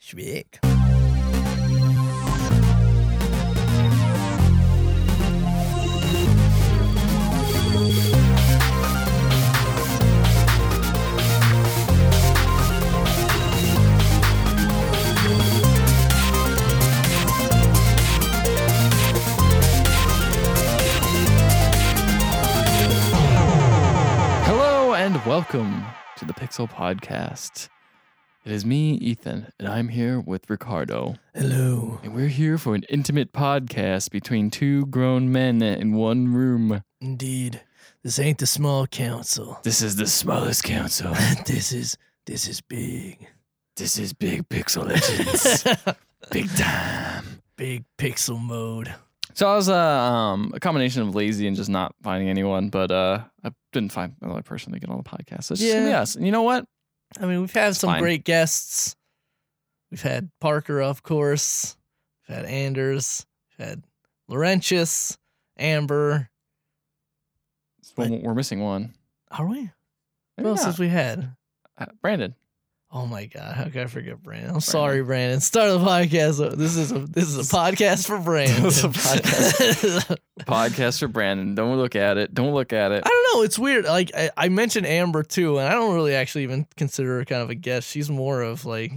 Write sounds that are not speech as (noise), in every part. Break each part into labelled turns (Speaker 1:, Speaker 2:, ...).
Speaker 1: Schwierig.
Speaker 2: Hello and welcome to the Pixel Podcast. It is me, Ethan, and I'm here with Ricardo.
Speaker 1: Hello.
Speaker 2: And we're here for an intimate podcast between two grown men in one room.
Speaker 1: Indeed. This ain't the small council. (laughs)
Speaker 2: This is the smallest council.
Speaker 1: this is this is big.
Speaker 2: This is Big Pixel (laughs) Legends.
Speaker 1: (laughs)
Speaker 2: Big time.
Speaker 1: big pixel mode.
Speaker 2: So I was uh, um, a combination of lazy and just not finding anyone, but uh, I didn't find another person to get on the podcast. So it's just gonna be
Speaker 1: Yeah.
Speaker 2: us. And you know what?
Speaker 1: I mean, we've had some
Speaker 2: fine.
Speaker 1: great guests. We've had Parker, of course. We've had Anders. We've had Laurentius, Amber.
Speaker 2: We're, we're missing one.
Speaker 1: Are we? Who
Speaker 2: Maybe
Speaker 1: else
Speaker 2: not.
Speaker 1: have we had?
Speaker 2: Uh, Brandon.
Speaker 1: Oh my god, how could I forget Brandon? I'm sorry, Brandon. Start the podcast. This is a this is a podcast for Brandon.
Speaker 2: (laughs) This is
Speaker 1: (laughs)
Speaker 2: a podcast. podcast for Brandon. Don't look at it. Don't look at it.
Speaker 1: I don't know. It's weird. Like I, I mentioned Amber too, and I don't really actually even consider her kind of a guest. She's more of like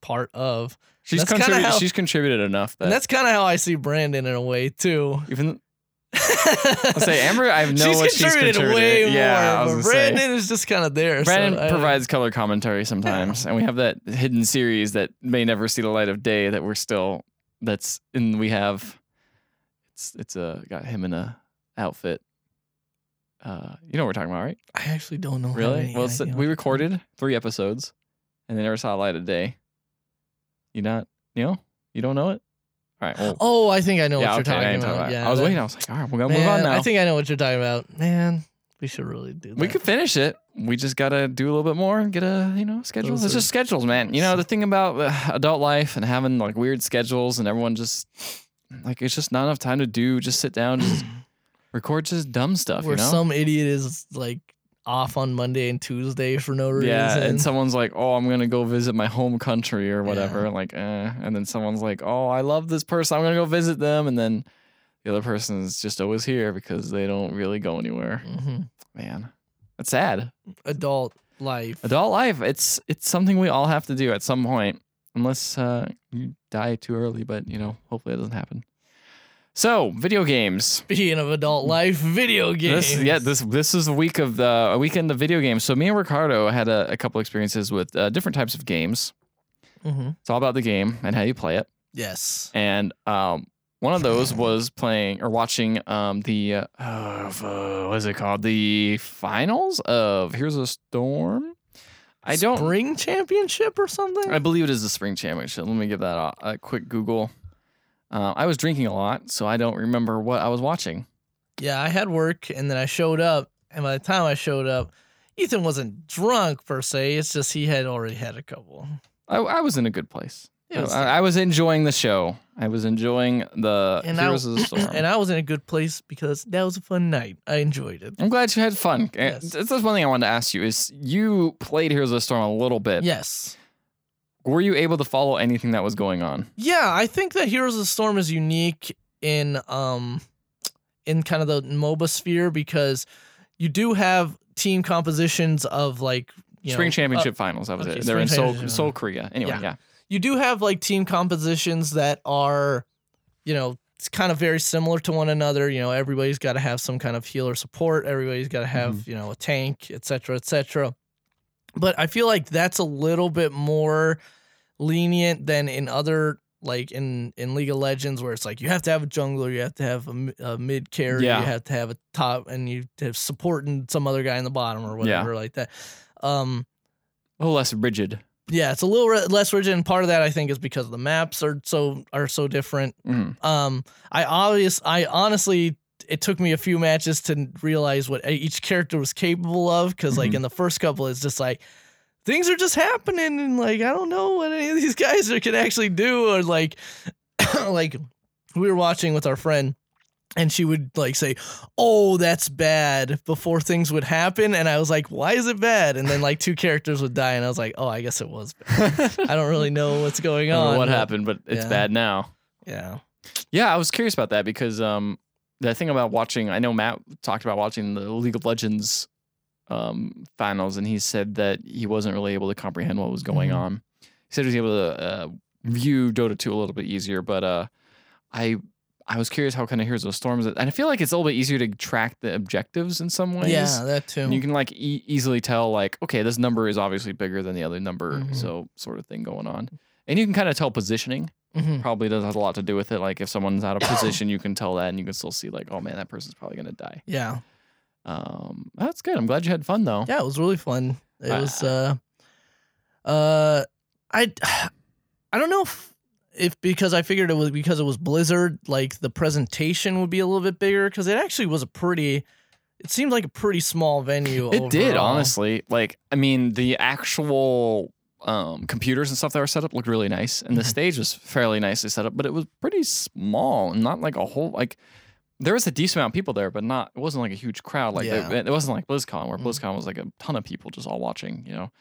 Speaker 1: part of.
Speaker 2: She's
Speaker 1: That's kinda
Speaker 2: contributed.
Speaker 1: how-
Speaker 2: she's contributed enough that
Speaker 1: And that's kind of how I see Brandon in a way too. (laughs)
Speaker 2: even. I'll say Amber. I have no
Speaker 1: she's
Speaker 2: what
Speaker 1: contributed
Speaker 2: she's contributed.
Speaker 1: way
Speaker 2: yeah, I
Speaker 1: more,
Speaker 2: was
Speaker 1: but
Speaker 2: gonna say,
Speaker 1: Brandon is just kind of there. so
Speaker 2: Brandon
Speaker 1: I-
Speaker 2: provides color commentary sometimes, and we have that hidden series that may never see the light of day that we're still that's and we have. It's it's a got him in a outfit. Uh, you know what we're talking about, right?
Speaker 1: I actually don't know. how
Speaker 2: Really?
Speaker 1: many
Speaker 2: Well,
Speaker 1: Oh, I-
Speaker 2: so
Speaker 1: you know.
Speaker 2: we recorded three episodes, and they never saw the light of day. You not? You know? You don't know it? All right. Well,
Speaker 1: Oh, I think I know what you're
Speaker 2: okay, I
Speaker 1: talking
Speaker 2: ain't
Speaker 1: about. Yeah,
Speaker 2: I was
Speaker 1: that-
Speaker 2: waiting. I was like, all right, we're gonna
Speaker 1: Man,
Speaker 2: move on now.
Speaker 1: I think I know what you're talking about. Man, we should really do that. (clears throat)
Speaker 2: we could finish it. We just gotta do a little bit more and get a you know schedule.
Speaker 1: Those
Speaker 2: It's
Speaker 1: are-
Speaker 2: just schedules, man. You know the thing about uh, adult life and having like weird schedules and everyone just like it's just not enough time to do. Just sit
Speaker 1: (sighs)
Speaker 2: down, just record just dumb stuff.
Speaker 1: where
Speaker 2: you know?
Speaker 1: some idiot is like off on Monday and Tuesday for no reason.
Speaker 2: yeah, and someone's like, "Oh, I'm gonna go visit my home country or whatever," like, eh. and then someone's like, "Oh, I love this person. I'm gonna go visit them," and then the other person is just always here because they don't really go anywhere.
Speaker 1: Mhm.
Speaker 2: Man, that's sad.
Speaker 1: adult life.
Speaker 2: adult life it's it's something we all have to do at some point unless uh, you die too early but you know hopefully it doesn't happen so video games
Speaker 1: Speaking of adult life, video games.
Speaker 2: this yeah this this is a week of the a weekend of video games so me and ricardo had a, a couple experiences with uh, different types of games
Speaker 1: Mhm.
Speaker 2: it's all about the game and how you play it
Speaker 1: Yes.
Speaker 2: and um one of those was playing or watching um the uh, of, uh what is it called the finals of here's a storm i don't
Speaker 1: Spring championship or something.
Speaker 2: I believe it is the spring championship. Let me give that a, a quick Google. Uh, I was drinking a lot, so I don't remember what I was watching.
Speaker 1: yeah, I had work and then I showed up, and by the time I showed up, Ethan wasn't drunk per se. It's just he had already had a couple.
Speaker 2: I, I was in a good place.
Speaker 1: It was-
Speaker 2: Oh, I, I was enjoying the show. I was enjoying the
Speaker 1: And I-
Speaker 2: Heroes
Speaker 1: (clears throat)
Speaker 2: of the Storm.
Speaker 1: (clears throat) and I was in a good place because that was a fun night. I enjoyed it.
Speaker 2: I'm glad you had fun. Eh,
Speaker 1: Yes.
Speaker 2: That's that's one thing I wanted to ask you is you played Heroes of the Storm a little bit.
Speaker 1: Yes.
Speaker 2: Were you able to follow anything that was going on?
Speaker 1: Yeah, I think that Heroes of the Storm is unique in um in kind of the MOBA sphere because you do have team compositions of like you
Speaker 2: spring
Speaker 1: know, uh,
Speaker 2: Championship Finals. That was
Speaker 1: okay,
Speaker 2: it. They're in
Speaker 1: Spring
Speaker 2: Seoul,
Speaker 1: Championship.
Speaker 2: Seoul, Korea. Anyway,
Speaker 1: Yeah.
Speaker 2: yeah.
Speaker 1: uh, you do have like team compositions that are you know it's kind of very similar to one another. You know, everybody's got to have some kind of healer support. Everybody's got to have
Speaker 2: Mm-hmm.
Speaker 1: you know a tank, et cetera, et cetera. But I feel like that's a little bit more lenient than in other like in in League of Legends where it's like you have to have a jungler, you have to have a, mi- a mid carry,
Speaker 2: Yeah.
Speaker 1: you have to have a top, and you have support and some other guy in the bottom or
Speaker 2: Yeah.
Speaker 1: whatever like that. Um,
Speaker 2: A little less rigid.
Speaker 1: yeah, it's a little re- less rigid, and part of that I think is because the maps are so are so different. (laughs)
Speaker 2: Mhm.
Speaker 1: Um, I obvious, I honestly, it took me a few matches to n- realize what e-, each character was capable of. Because like
Speaker 2: Mhm.
Speaker 1: in the first couple, it's just like things are just happening, and like I don't know what any of these (laughs) (coughs) guys are, can actually do, or like like we were watching with our friend. and she would like say, "Oh, that's bad" before things would happen, and I was like, "Why is it bad?" And then like two characters would die, and I was like, "Oh, I guess it was." Bad. I don't really know what's going
Speaker 2: I don't
Speaker 1: on.
Speaker 2: know what
Speaker 1: but-
Speaker 2: happened, but it's
Speaker 1: yeah.
Speaker 2: bad now.
Speaker 1: Yeah.
Speaker 2: Yeah, I was curious about that because um, the thing about watching, I know Matt talked about watching the League of Legends um, finals, and he said that he wasn't really able to comprehend what was going
Speaker 1: Mhm.
Speaker 2: on. He said he was able to uh, view Dota 2 a little bit easier, but uh, I I was curious how kind of Heroes of the Storms, and I feel like it's a little bit easier to track the objectives in some ways.
Speaker 1: Yeah, that too.
Speaker 2: And you can like e- easily tell like okay this number is obviously bigger than the other number
Speaker 1: Mhm.
Speaker 2: so sort of thing going on and you can kind of tell positioning
Speaker 1: Mhm.
Speaker 2: probably does have a lot to do with it like if someone's out of position you can tell that and you can still see like oh man that person's probably gonna die
Speaker 1: Yeah.
Speaker 2: um that's good i'm glad you had fun though
Speaker 1: Yeah, it was really fun. It was uh uh I (sighs) I don't know if if because I figured it was because it was Blizzard, like the presentation would be a little bit bigger because it actually was a pretty it seemed like a pretty small venue.
Speaker 2: it did
Speaker 1: overall.
Speaker 2: honestly like i mean the actual um computers and stuff that were set up looked really nice and the
Speaker 1: Mhm.
Speaker 2: stage was fairly nicely set up but it was pretty small and not like a whole like there was a decent amount of people there but not it wasn't like a huge crowd like
Speaker 1: Yeah.
Speaker 2: it, it wasn't like blizzcon where
Speaker 1: Mhm.
Speaker 2: blizzcon was like a ton of people just all watching you know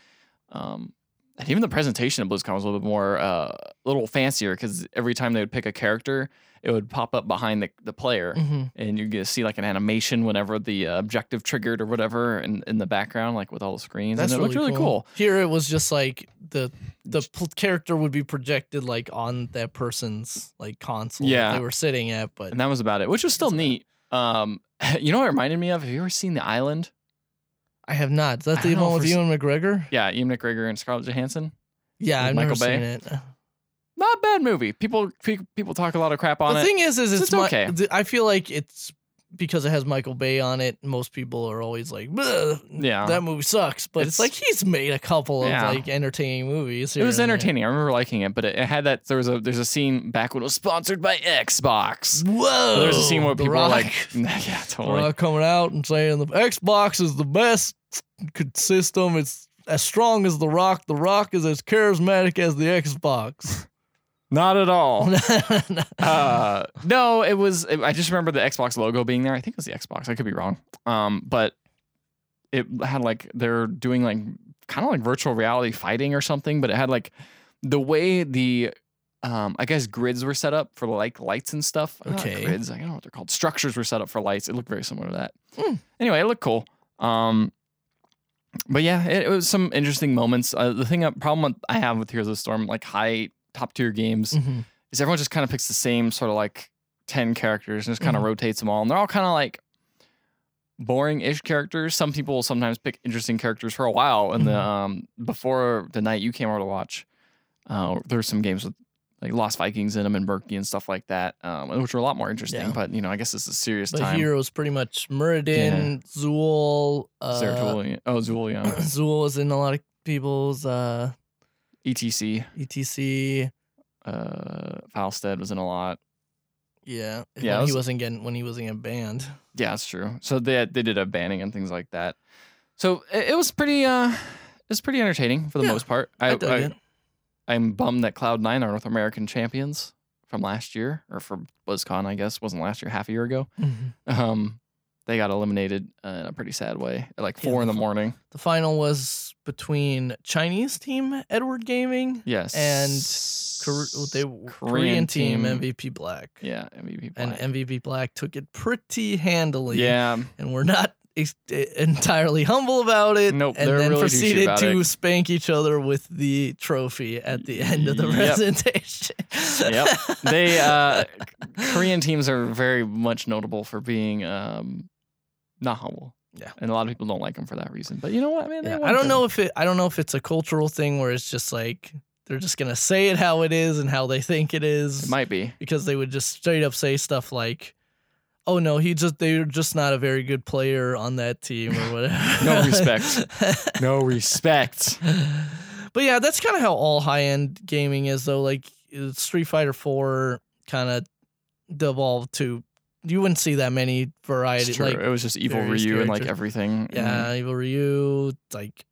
Speaker 2: um and even the presentation of blizzcon was a little bit more uh a little fancier because every time they would pick a character it would pop up behind the, the player
Speaker 1: Mhm.
Speaker 2: and you get to see like an animation whenever the uh, objective triggered or whatever in, in the background, like with all the screens.
Speaker 1: That's
Speaker 2: and it
Speaker 1: really,
Speaker 2: looked really cool.
Speaker 1: cool. Here it was just like the the pl- character would be projected like on that person's like console
Speaker 2: Yeah.
Speaker 1: that they were sitting at, but
Speaker 2: And that was about it, which was still neat. Um, (laughs) you know what it reminded me of? Have you ever seen The Island?
Speaker 1: I have not. Is
Speaker 2: I
Speaker 1: that the
Speaker 2: don't
Speaker 1: one
Speaker 2: know
Speaker 1: with
Speaker 2: for
Speaker 1: Ewan McGregor?
Speaker 2: Yeah, Ian McGregor and Scarlett Johansson.
Speaker 1: Yeah,
Speaker 2: With
Speaker 1: I've
Speaker 2: Michael
Speaker 1: never seen
Speaker 2: Bay?
Speaker 1: it.
Speaker 2: Not a bad movie. People pe- people talk a lot of crap on
Speaker 1: the
Speaker 2: it.
Speaker 1: thing is, is
Speaker 2: So
Speaker 1: it's,
Speaker 2: it's
Speaker 1: mi-
Speaker 2: okay.
Speaker 1: th- I feel like it's because it has Michael Bay on it. Most people are always like, "Bleh,
Speaker 2: Yeah.
Speaker 1: that movie sucks," but it's,
Speaker 2: It's-
Speaker 1: like he's made a couple of
Speaker 2: Yeah.
Speaker 1: like entertaining movies.
Speaker 2: it
Speaker 1: here
Speaker 2: was
Speaker 1: and there.
Speaker 2: entertaining. I remember liking it, but it, it had that there was a there's a scene back when it was sponsored by Xbox.
Speaker 1: Whoa!
Speaker 2: There was a scene where
Speaker 1: The
Speaker 2: people were
Speaker 1: Rock.
Speaker 2: like, (laughs) yeah,
Speaker 1: The
Speaker 2: totally.
Speaker 1: Rock coming out and saying the Xbox is the best c- system. It's as strong as the Rock. The Rock is as charismatic as the Xbox.
Speaker 2: (laughs) Not at
Speaker 1: (laughs)
Speaker 2: all.
Speaker 1: uh,
Speaker 2: Oh. uh, (laughs) no, it was. I just remember the Xbox logo being there. I think it was the Xbox. I could be wrong. Um, but it had like they're doing like kind of like virtual reality fighting or something. But it had like the way the um, I guess grids were set up for like lights and stuff. Uh, Not
Speaker 1: Okay.
Speaker 2: grids. I don't know what they're called. Structures were set up for lights. It looked very similar to that.
Speaker 1: Hmm.
Speaker 2: Anyway, it looked cool. Um, but yeah, it, it was some interesting moments. Uh, the thing, problem I have with Heroes of the Storm, like high top tier games,
Speaker 1: Mm-hmm.
Speaker 2: is everyone just kind of picks the same sort of like 10 characters and just kind of
Speaker 1: Mhm.
Speaker 2: rotates them all. And they're all kind of like boring ish characters. Some people will sometimes pick interesting characters for a while. And the,
Speaker 1: Mhm.
Speaker 2: um, before the night you came over to watch, uh, there were some games with like Lost Vikings in them and Berkey and stuff like that, um, which were a lot more interesting.
Speaker 1: Yeah.
Speaker 2: But, you know, I guess it's a serious
Speaker 1: the
Speaker 2: time.
Speaker 1: heroes pretty much Muradin, Zool, uh, (clears throat)
Speaker 2: Seratulian-
Speaker 1: (coughs)
Speaker 2: oh, Zulian,
Speaker 1: Zool is in a lot of people's uh, E
Speaker 2: ETC,
Speaker 1: etc.
Speaker 2: E uh, Falstead was in a lot.
Speaker 1: Yeah,
Speaker 2: Yeah,
Speaker 1: when
Speaker 2: it was-
Speaker 1: he wasn't getting when he wasn't getting banned.
Speaker 2: Yeah, that's true. So they they did a banning and things like that. So it, it was pretty uh it was pretty entertaining for the
Speaker 1: Yeah,
Speaker 2: most part.
Speaker 1: I, dug it.
Speaker 2: am bummed that Cloud Nine are North American champions from last year or from BlizzCon, I guess wasn't last year, half a year ago.
Speaker 1: Mhm.
Speaker 2: Um, they got eliminated uh, in a pretty sad way at like
Speaker 1: Yeah,
Speaker 2: four in the
Speaker 1: fu-
Speaker 2: morning.
Speaker 1: The final was between Chinese team Edward Gaming,
Speaker 2: Yes,
Speaker 1: Kor- they Korean, team, MVP Black,
Speaker 2: Yeah, MVP.
Speaker 1: and
Speaker 2: Black.
Speaker 1: MVP Black took it pretty handily.
Speaker 2: yeah,
Speaker 1: and we're not ex- e, entirely humble about it.
Speaker 2: Nope,
Speaker 1: and
Speaker 2: they're
Speaker 1: then
Speaker 2: really douchey
Speaker 1: proceeded
Speaker 2: about
Speaker 1: to
Speaker 2: it.
Speaker 1: spank each other with the trophy at the end of the
Speaker 2: Yep.
Speaker 1: presentation.
Speaker 2: Yep.
Speaker 1: (laughs)
Speaker 2: they uh, Korean teams are very much notable for being um, not humble.
Speaker 1: Yeah.
Speaker 2: and a lot of people don't like them for that reason. But you know what, man? They
Speaker 1: Yeah, I
Speaker 2: want
Speaker 1: don't
Speaker 2: them.
Speaker 1: know if it. I don't know if it's a cultural thing where it's just like they're just gonna say it how it is and how they think it
Speaker 2: It
Speaker 1: is,
Speaker 2: might be.
Speaker 1: because they would just straight up say stuff like. Oh no, he just they're just not a very good player on that team
Speaker 2: (laughs)
Speaker 1: or whatever.
Speaker 2: No
Speaker 1: (laughs)
Speaker 2: respect. No respect.
Speaker 1: but yeah, that's kind of how all high end gaming is, though. Like uh, Street Fighter Four kind of devolved to you wouldn't see that many
Speaker 2: It's
Speaker 1: variety.
Speaker 2: true.
Speaker 1: Like
Speaker 2: it was just evil
Speaker 1: various
Speaker 2: Ryu and like
Speaker 1: characters.
Speaker 2: everything.
Speaker 1: yeah, Evil Ryu, like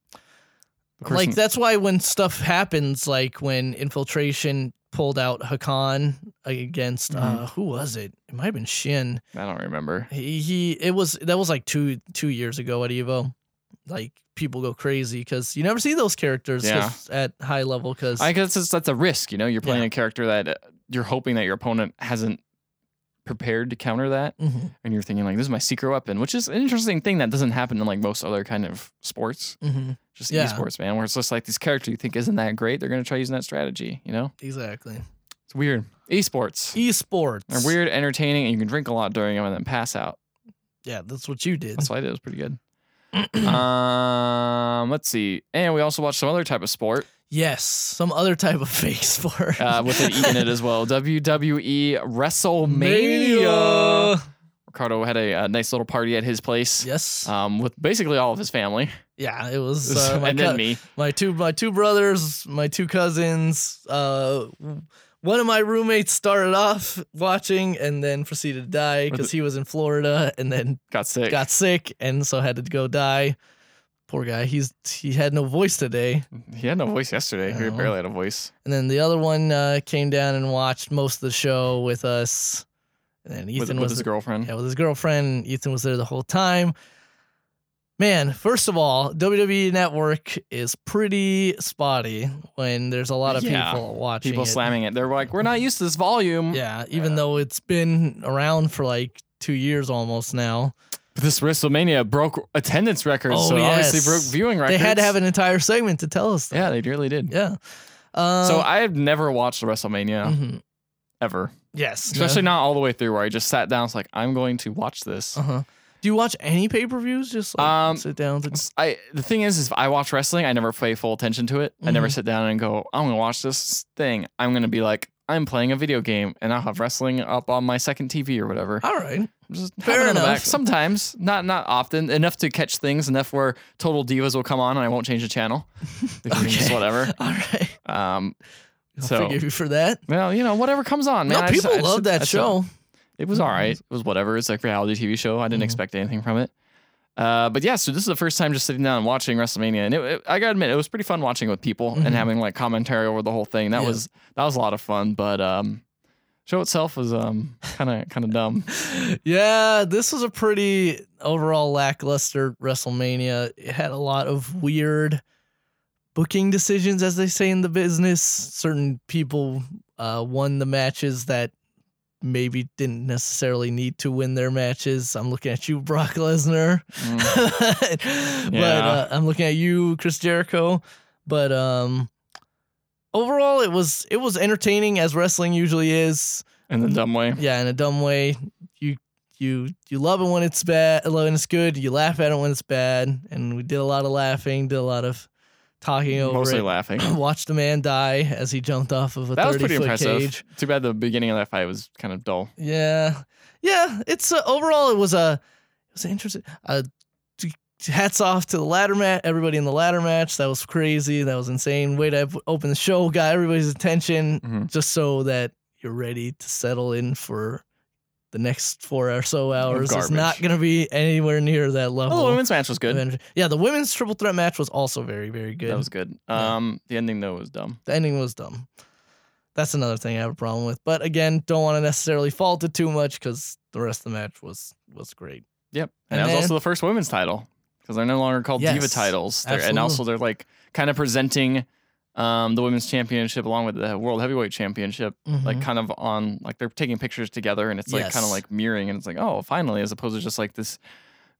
Speaker 2: Of course,
Speaker 1: like that's why when stuff happens,
Speaker 2: Mm-hmm.
Speaker 1: like when Infiltration pulled out Hakan against uh, who was it? It it might have been Shin.
Speaker 2: I don't remember.
Speaker 1: He, he it was that was like two two years ago at Evo. Like people go crazy because you never see those characters 'cause- at high level because
Speaker 2: I guess it's, that's a risk. You know, you're playing
Speaker 1: Yeah.
Speaker 2: a character that uh, you're hoping that your opponent hasn't prepared to counter that,
Speaker 1: Mhm,
Speaker 2: and you're thinking like, "This is my secret weapon," which is an interesting thing that doesn't happen in like most other kind of sports,
Speaker 1: mhm,
Speaker 2: just
Speaker 1: Yeah.
Speaker 2: esports, man. Where it's just like this character you think isn't that great, they're gonna try using that strategy. You know,
Speaker 1: exactly
Speaker 2: it's weird. Esports
Speaker 1: esports
Speaker 2: are weird, entertaining, and you can drink a lot during them and then pass out.
Speaker 1: yeah that's what you did
Speaker 2: That's what I did. It was pretty
Speaker 1: (clears throat)
Speaker 2: good. um, let's see, and we also watched some other type of sport.
Speaker 1: yes some other type of (laughs) fake sport
Speaker 2: uh, with an E
Speaker 1: (laughs)
Speaker 2: in it as well. E WWE WrestleMania. Ricardo had a, uh nice little party at his place
Speaker 1: yes
Speaker 2: um, with basically all of his family
Speaker 1: yeah it was uh, my
Speaker 2: (laughs) and
Speaker 1: cou-
Speaker 2: then me.
Speaker 1: my two my two brothers, my two cousins. Uh, one of my roommates started off watching and then proceeded to die because he was in Florida and then
Speaker 2: Got sick.
Speaker 1: got sick and so had to go die. Poor guy, he's he had no voice today.
Speaker 2: he had no voice yesterday. He
Speaker 1: Oh.
Speaker 2: barely had a voice.
Speaker 1: And then the other one uh, came down and watched most of the show with us. And then
Speaker 2: With,
Speaker 1: Ethan
Speaker 2: with
Speaker 1: was
Speaker 2: his girlfriend.
Speaker 1: yeah, with his girlfriend. Ethan was there the whole time. Man, first of all, WWE Network is pretty spotty when there's a lot of
Speaker 2: Yeah.
Speaker 1: people watching.
Speaker 2: People
Speaker 1: it.
Speaker 2: slamming it. They're like, we're not used to this volume.
Speaker 1: Yeah, even though it's been around for like two years almost now,
Speaker 2: This WrestleMania broke attendance records.
Speaker 1: Oh,
Speaker 2: so it obviously
Speaker 1: yes.
Speaker 2: broke viewing records.
Speaker 1: they had to have an entire segment to tell us that.
Speaker 2: Yeah, they really did.
Speaker 1: Yeah. Um,
Speaker 2: so I have never watched WrestleMania
Speaker 1: mhm.
Speaker 2: ever,
Speaker 1: yes,
Speaker 2: especially not all the way through where I just sat down. It's like, I'm going to watch this.
Speaker 1: Uh huh. Do you watch any pay per views? Just like
Speaker 2: Um,
Speaker 1: sit down. and-
Speaker 2: It's- I the thing is, is if I watch wrestling, I never pay full attention to it. I never
Speaker 1: Mhm.
Speaker 2: sit down and go, I'm gonna watch this thing. I'm gonna be like, I'm playing a video game, and I'll have wrestling up on my second TV or whatever.
Speaker 1: All right.
Speaker 2: Just have
Speaker 1: fair
Speaker 2: it on the
Speaker 1: enough.
Speaker 2: back. Sometimes, not not often, enough to catch things, enough where Total Divas will come on, and I won't change the
Speaker 1: (laughs)
Speaker 2: channel. They can just
Speaker 1: Okay.
Speaker 2: whatever.
Speaker 1: (laughs) (laughs) All right.
Speaker 2: Um,
Speaker 1: I'll
Speaker 2: So-
Speaker 1: forgive you for that.
Speaker 2: well, you know, whatever comes on, man.
Speaker 1: no,
Speaker 2: I just-
Speaker 1: people
Speaker 2: I just-
Speaker 1: love that
Speaker 2: I just-
Speaker 1: show. Mm-hmm.
Speaker 2: It was all right. It was whatever. It's like a reality TV show. I didn't
Speaker 1: Mhm.
Speaker 2: expect anything from it. Uh, but yeah, so this is the first time just sitting down and watching WrestleMania, and it, it- I gotta admit, it was pretty fun watching with people
Speaker 1: Mhm.
Speaker 2: and having like commentary over the whole thing. That
Speaker 1: Yeah.
Speaker 2: was that was a lot of fun. But um, show itself was um kind of kind of
Speaker 1: (laughs)
Speaker 2: dumb.
Speaker 1: (laughs) yeah, this was a pretty overall lackluster WrestleMania. It had a lot of weird booking decisions, as they say in the business. Certain people uh, won the matches that maybe didn't necessarily need to win their matches. I'm looking at you, Brock Lesnar.
Speaker 2: Mm.
Speaker 1: (laughs) but
Speaker 2: Yeah.
Speaker 1: uh, I'm looking at you, Chris Jericho. But um, overall, it was it was entertaining as wrestling usually is
Speaker 2: In the dumb way,
Speaker 1: yeah, in a dumb way. You you you love it when it's bad, when it's good. You laugh at it when it's bad, and we did a lot of laughing, did a lot of talking over
Speaker 2: mostly
Speaker 1: it. (clears throat)
Speaker 2: laughing.
Speaker 1: Watched a man die as he jumped off of a
Speaker 2: That was
Speaker 1: thirty
Speaker 2: pretty
Speaker 1: foot
Speaker 2: impressive.
Speaker 1: cage.
Speaker 2: Too bad the beginning of that fight was kind of dull.
Speaker 1: Yeah, yeah. It's uh, overall it was a it was interesting. Uh, t- hats off to the ladder match. Everybody in the ladder match. That was crazy. That was insane. Way to open the show. Got everybody's attention
Speaker 2: Mhm.
Speaker 1: just so that you're ready to settle in for the next four or so hours. It's
Speaker 2: garbage.
Speaker 1: not going to be anywhere near that level.
Speaker 2: Oh, the women's match was
Speaker 1: of
Speaker 2: good.
Speaker 1: energy. Yeah, the women's triple threat match was also very very good.
Speaker 2: That was good.
Speaker 1: Yeah.
Speaker 2: Um, the ending though was dumb.
Speaker 1: The ending was dumb. That's another thing I have a problem with. But again, don't want to necessarily fault it too much because the rest of the match was was great.
Speaker 2: Yep.
Speaker 1: And
Speaker 2: And, that was
Speaker 1: then-
Speaker 2: also the first women's title because they're no longer called Diva
Speaker 1: Yes,
Speaker 2: titles. They're, and
Speaker 1: absolutely.
Speaker 2: also they're like kind of presenting um, the women's championship along with the world heavyweight championship, like kind of on like they're taking pictures together and it's like kind of
Speaker 1: Mm-hmm. Yes.
Speaker 2: like mirroring and it's like, oh, finally, as opposed to just like this.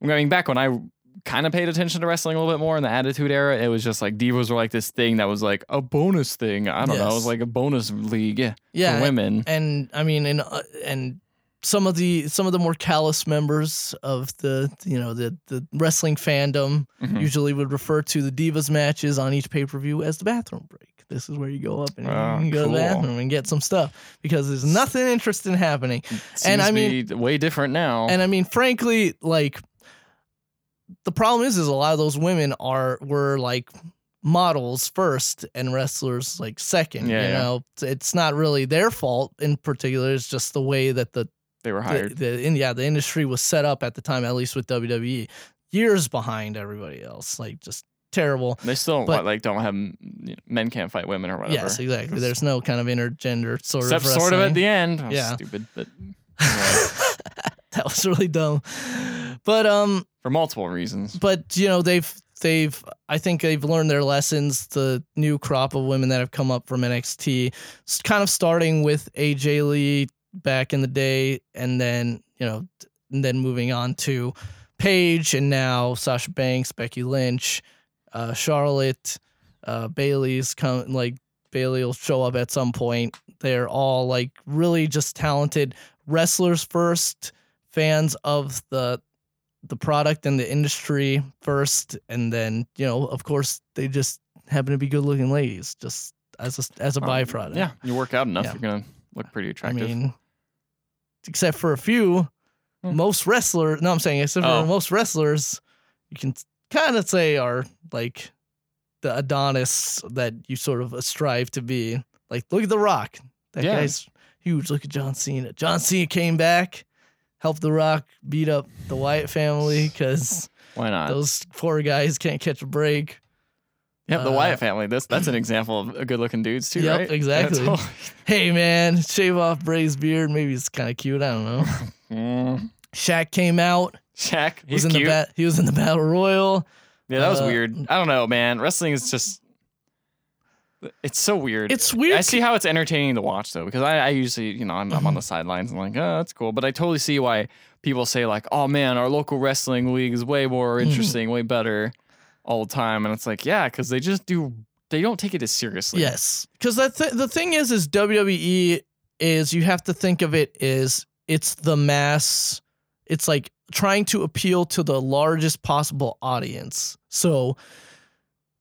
Speaker 2: I mean, back when I kind of paid attention to wrestling a little bit more in the Attitude Era, it was just like Divas were like this thing that was like a bonus thing. I don't know. It was
Speaker 1: Yes.
Speaker 2: like a bonus league for
Speaker 1: yeah,
Speaker 2: women.
Speaker 1: and I mean, and uh, and some of the some of the more callous members of the you know the the wrestling fandom
Speaker 2: (laughs) Mhm.
Speaker 1: usually would refer to the divas matches on each pay per view as the bathroom break. This is where you go up and
Speaker 2: Oh,
Speaker 1: you go to
Speaker 2: cool.
Speaker 1: the bathroom and get some stuff because there's nothing interesting happening.
Speaker 2: Seems
Speaker 1: I
Speaker 2: to
Speaker 1: mean-
Speaker 2: be way different now.
Speaker 1: And I mean, frankly, like the problem is, is a lot of those women are were like models first and wrestlers like second.
Speaker 2: Yeah,
Speaker 1: you
Speaker 2: yeah.
Speaker 1: know, It's- it's not really their fault in particular. It's just the way that the
Speaker 2: they were
Speaker 1: the,
Speaker 2: hired.
Speaker 1: the in, yeah the industry was set up at the time, at least with WWE, years behind everybody else. Like just terrible.
Speaker 2: They still
Speaker 1: But-
Speaker 2: like don't have you know, men can't fight women or whatever.
Speaker 1: Yes, exactly.
Speaker 2: Just-
Speaker 1: There's no kind of intergender sort
Speaker 2: Except
Speaker 1: of (laughs)
Speaker 2: sort of at
Speaker 1: wrestling.
Speaker 2: the end. Oh,
Speaker 1: Yeah.
Speaker 2: Stupid. But
Speaker 1: that was really dumb. But um,
Speaker 2: for multiple reasons.
Speaker 1: but you know they've they've I think they've learned their lessons. The new crop of women that have come up from NXT, s- kind of starting with AJ Lee back in the day, and then you know, t- and then moving on to Paige, and now Sasha Banks, Becky Lynch, uh, Charlotte, uh, Bailey's come like Bailey will show up at some point. They're all like really just talented wrestlers first, fans of the the product and the industry first, and then you know, of course, they just happen to be good-looking ladies, just as a as a
Speaker 2: Um,
Speaker 1: byproduct.
Speaker 2: Yeah, you work out enough,
Speaker 1: uh, Yeah.
Speaker 2: you're gonna look pretty
Speaker 1: I
Speaker 2: attractive.
Speaker 1: mean, except for a few,
Speaker 2: Hmm.
Speaker 1: most wrestlers. No, I'm saying except
Speaker 2: Oh.
Speaker 1: for most wrestlers, you can kind of say are like the Adonis that you sort of strive to be. Like, look at The Rock. That
Speaker 2: Yeah.
Speaker 1: guy's huge. Look at John Cena. John Cena came back, helped The Rock beat up the Wyatt family because
Speaker 2: Why not?
Speaker 1: those poor guys can't catch a break.
Speaker 2: yep, the
Speaker 1: uh,
Speaker 2: Wyatt family. That's
Speaker 1: (clears throat)
Speaker 2: that's an example of a good-looking dudes too,
Speaker 1: Yep,
Speaker 2: right?
Speaker 1: exactly.
Speaker 2: That's
Speaker 1: (laughs) Hey, man, shave off Bray's beard. Maybe it's kind of cute. I don't
Speaker 2: (laughs)
Speaker 1: know.
Speaker 2: all- Mm.
Speaker 1: Shaq came out.
Speaker 2: Shaq,
Speaker 1: was
Speaker 2: he's
Speaker 1: in
Speaker 2: cute.
Speaker 1: the bat. He was in the battle royal.
Speaker 2: yeah, that was
Speaker 1: uh,
Speaker 2: weird. I don't know, man. Wrestling is just. It's so weird.
Speaker 1: It's weird. Mm-hmm.
Speaker 2: I see how it's entertaining to watch though, because I, I usually, you know, I'm, I'm on the sidelines and like, oh, that's cool. But I totally see why people say like, oh man, our local wrestling league is way more
Speaker 1: Mhm.
Speaker 2: interesting, way better all the time. And it's like, yeah, because they just do, they don't take it as seriously.
Speaker 1: Yes, because that th- the thing is, is WWE is you have to think of it as it's the mass. It's like trying to appeal to the largest possible audience. So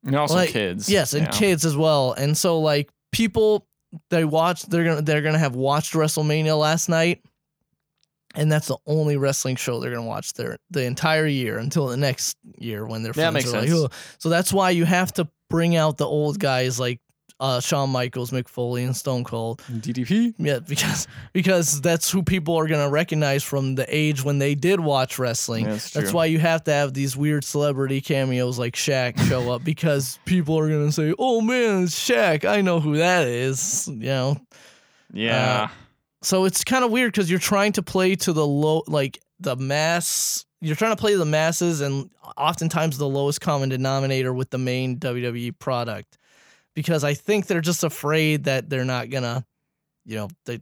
Speaker 2: and also
Speaker 1: Like,
Speaker 2: kids.
Speaker 1: yes, and
Speaker 2: yeah.
Speaker 1: kids as well. And so like people they watch they're gonna they're gonna have watched WrestleMania last night, and that's the only wrestling show they're gonna watch their the entire year until the next year when their
Speaker 2: That
Speaker 1: friends
Speaker 2: makes
Speaker 1: are
Speaker 2: sense.
Speaker 1: like, oh. So that's why you have to bring out the old guys like uh, Shawn Michaels, McFoley, and Stone Cold.
Speaker 2: DDP.
Speaker 1: Yeah, (laughs) because because that's who people are gonna recognize from the age when they did watch wrestling.
Speaker 2: Yeah, that's
Speaker 1: That's
Speaker 2: true.
Speaker 1: why uh, you have to have these weird celebrity cameos like Shaq show up because people are gonna say, "Oh man, it's Shaq! I know who that is." You know,
Speaker 2: Yeah.
Speaker 1: so it's kind of weird because you're trying to play to the low, like the mass. You're trying to play to the masses, and oftentimes the lowest common denominator with the main WWE product, because I think they're just afraid that they're not gonna, you know, they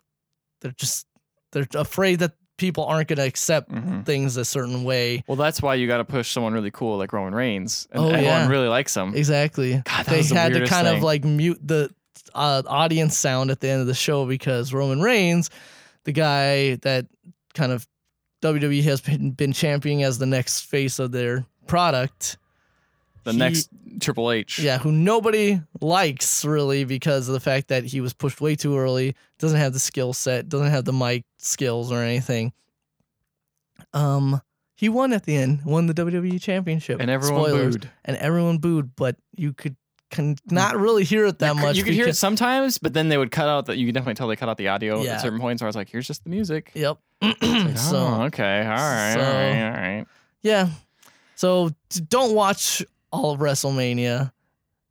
Speaker 1: they're just they're afraid that people aren't gonna accept
Speaker 2: Mhm.
Speaker 1: things a certain way.
Speaker 2: Well, that's why you got to push someone really cool like Roman Reigns, and
Speaker 1: Oh,
Speaker 2: everyone
Speaker 1: yeah.
Speaker 2: really likes him.
Speaker 1: Exactly.
Speaker 2: God, that
Speaker 1: they
Speaker 2: was the
Speaker 1: had to
Speaker 2: weirdest
Speaker 1: kind
Speaker 2: thing.
Speaker 1: of like mute the uh, audience sound at the end of the show because Roman Reigns, the guy that kind of WWE has been, been championing as the next face of their product,
Speaker 2: the
Speaker 1: he-
Speaker 2: next Triple H.
Speaker 1: yeah, who nobody likes really because of the fact that he was pushed way too early, doesn't have the skill set, doesn't have the mic skills or anything. Um, he won at the end, won the WWE Championship,
Speaker 2: and everyone
Speaker 1: Spoilers
Speaker 2: booed.
Speaker 1: and everyone booed, but you could can not really hear it that
Speaker 2: you, could-
Speaker 1: much.
Speaker 2: You could hear it
Speaker 1: because-
Speaker 2: sometimes, but then they would cut out that you could definitely tell they cut out the audio
Speaker 1: Yeah.
Speaker 2: at certain points. Where I was like, "Here's just the music." (clears throat)
Speaker 1: Yep.
Speaker 2: Like, oh,
Speaker 1: (clears throat) so
Speaker 2: okay, all right, all right, all right.
Speaker 1: yeah, so d- don't watch all of WrestleMania.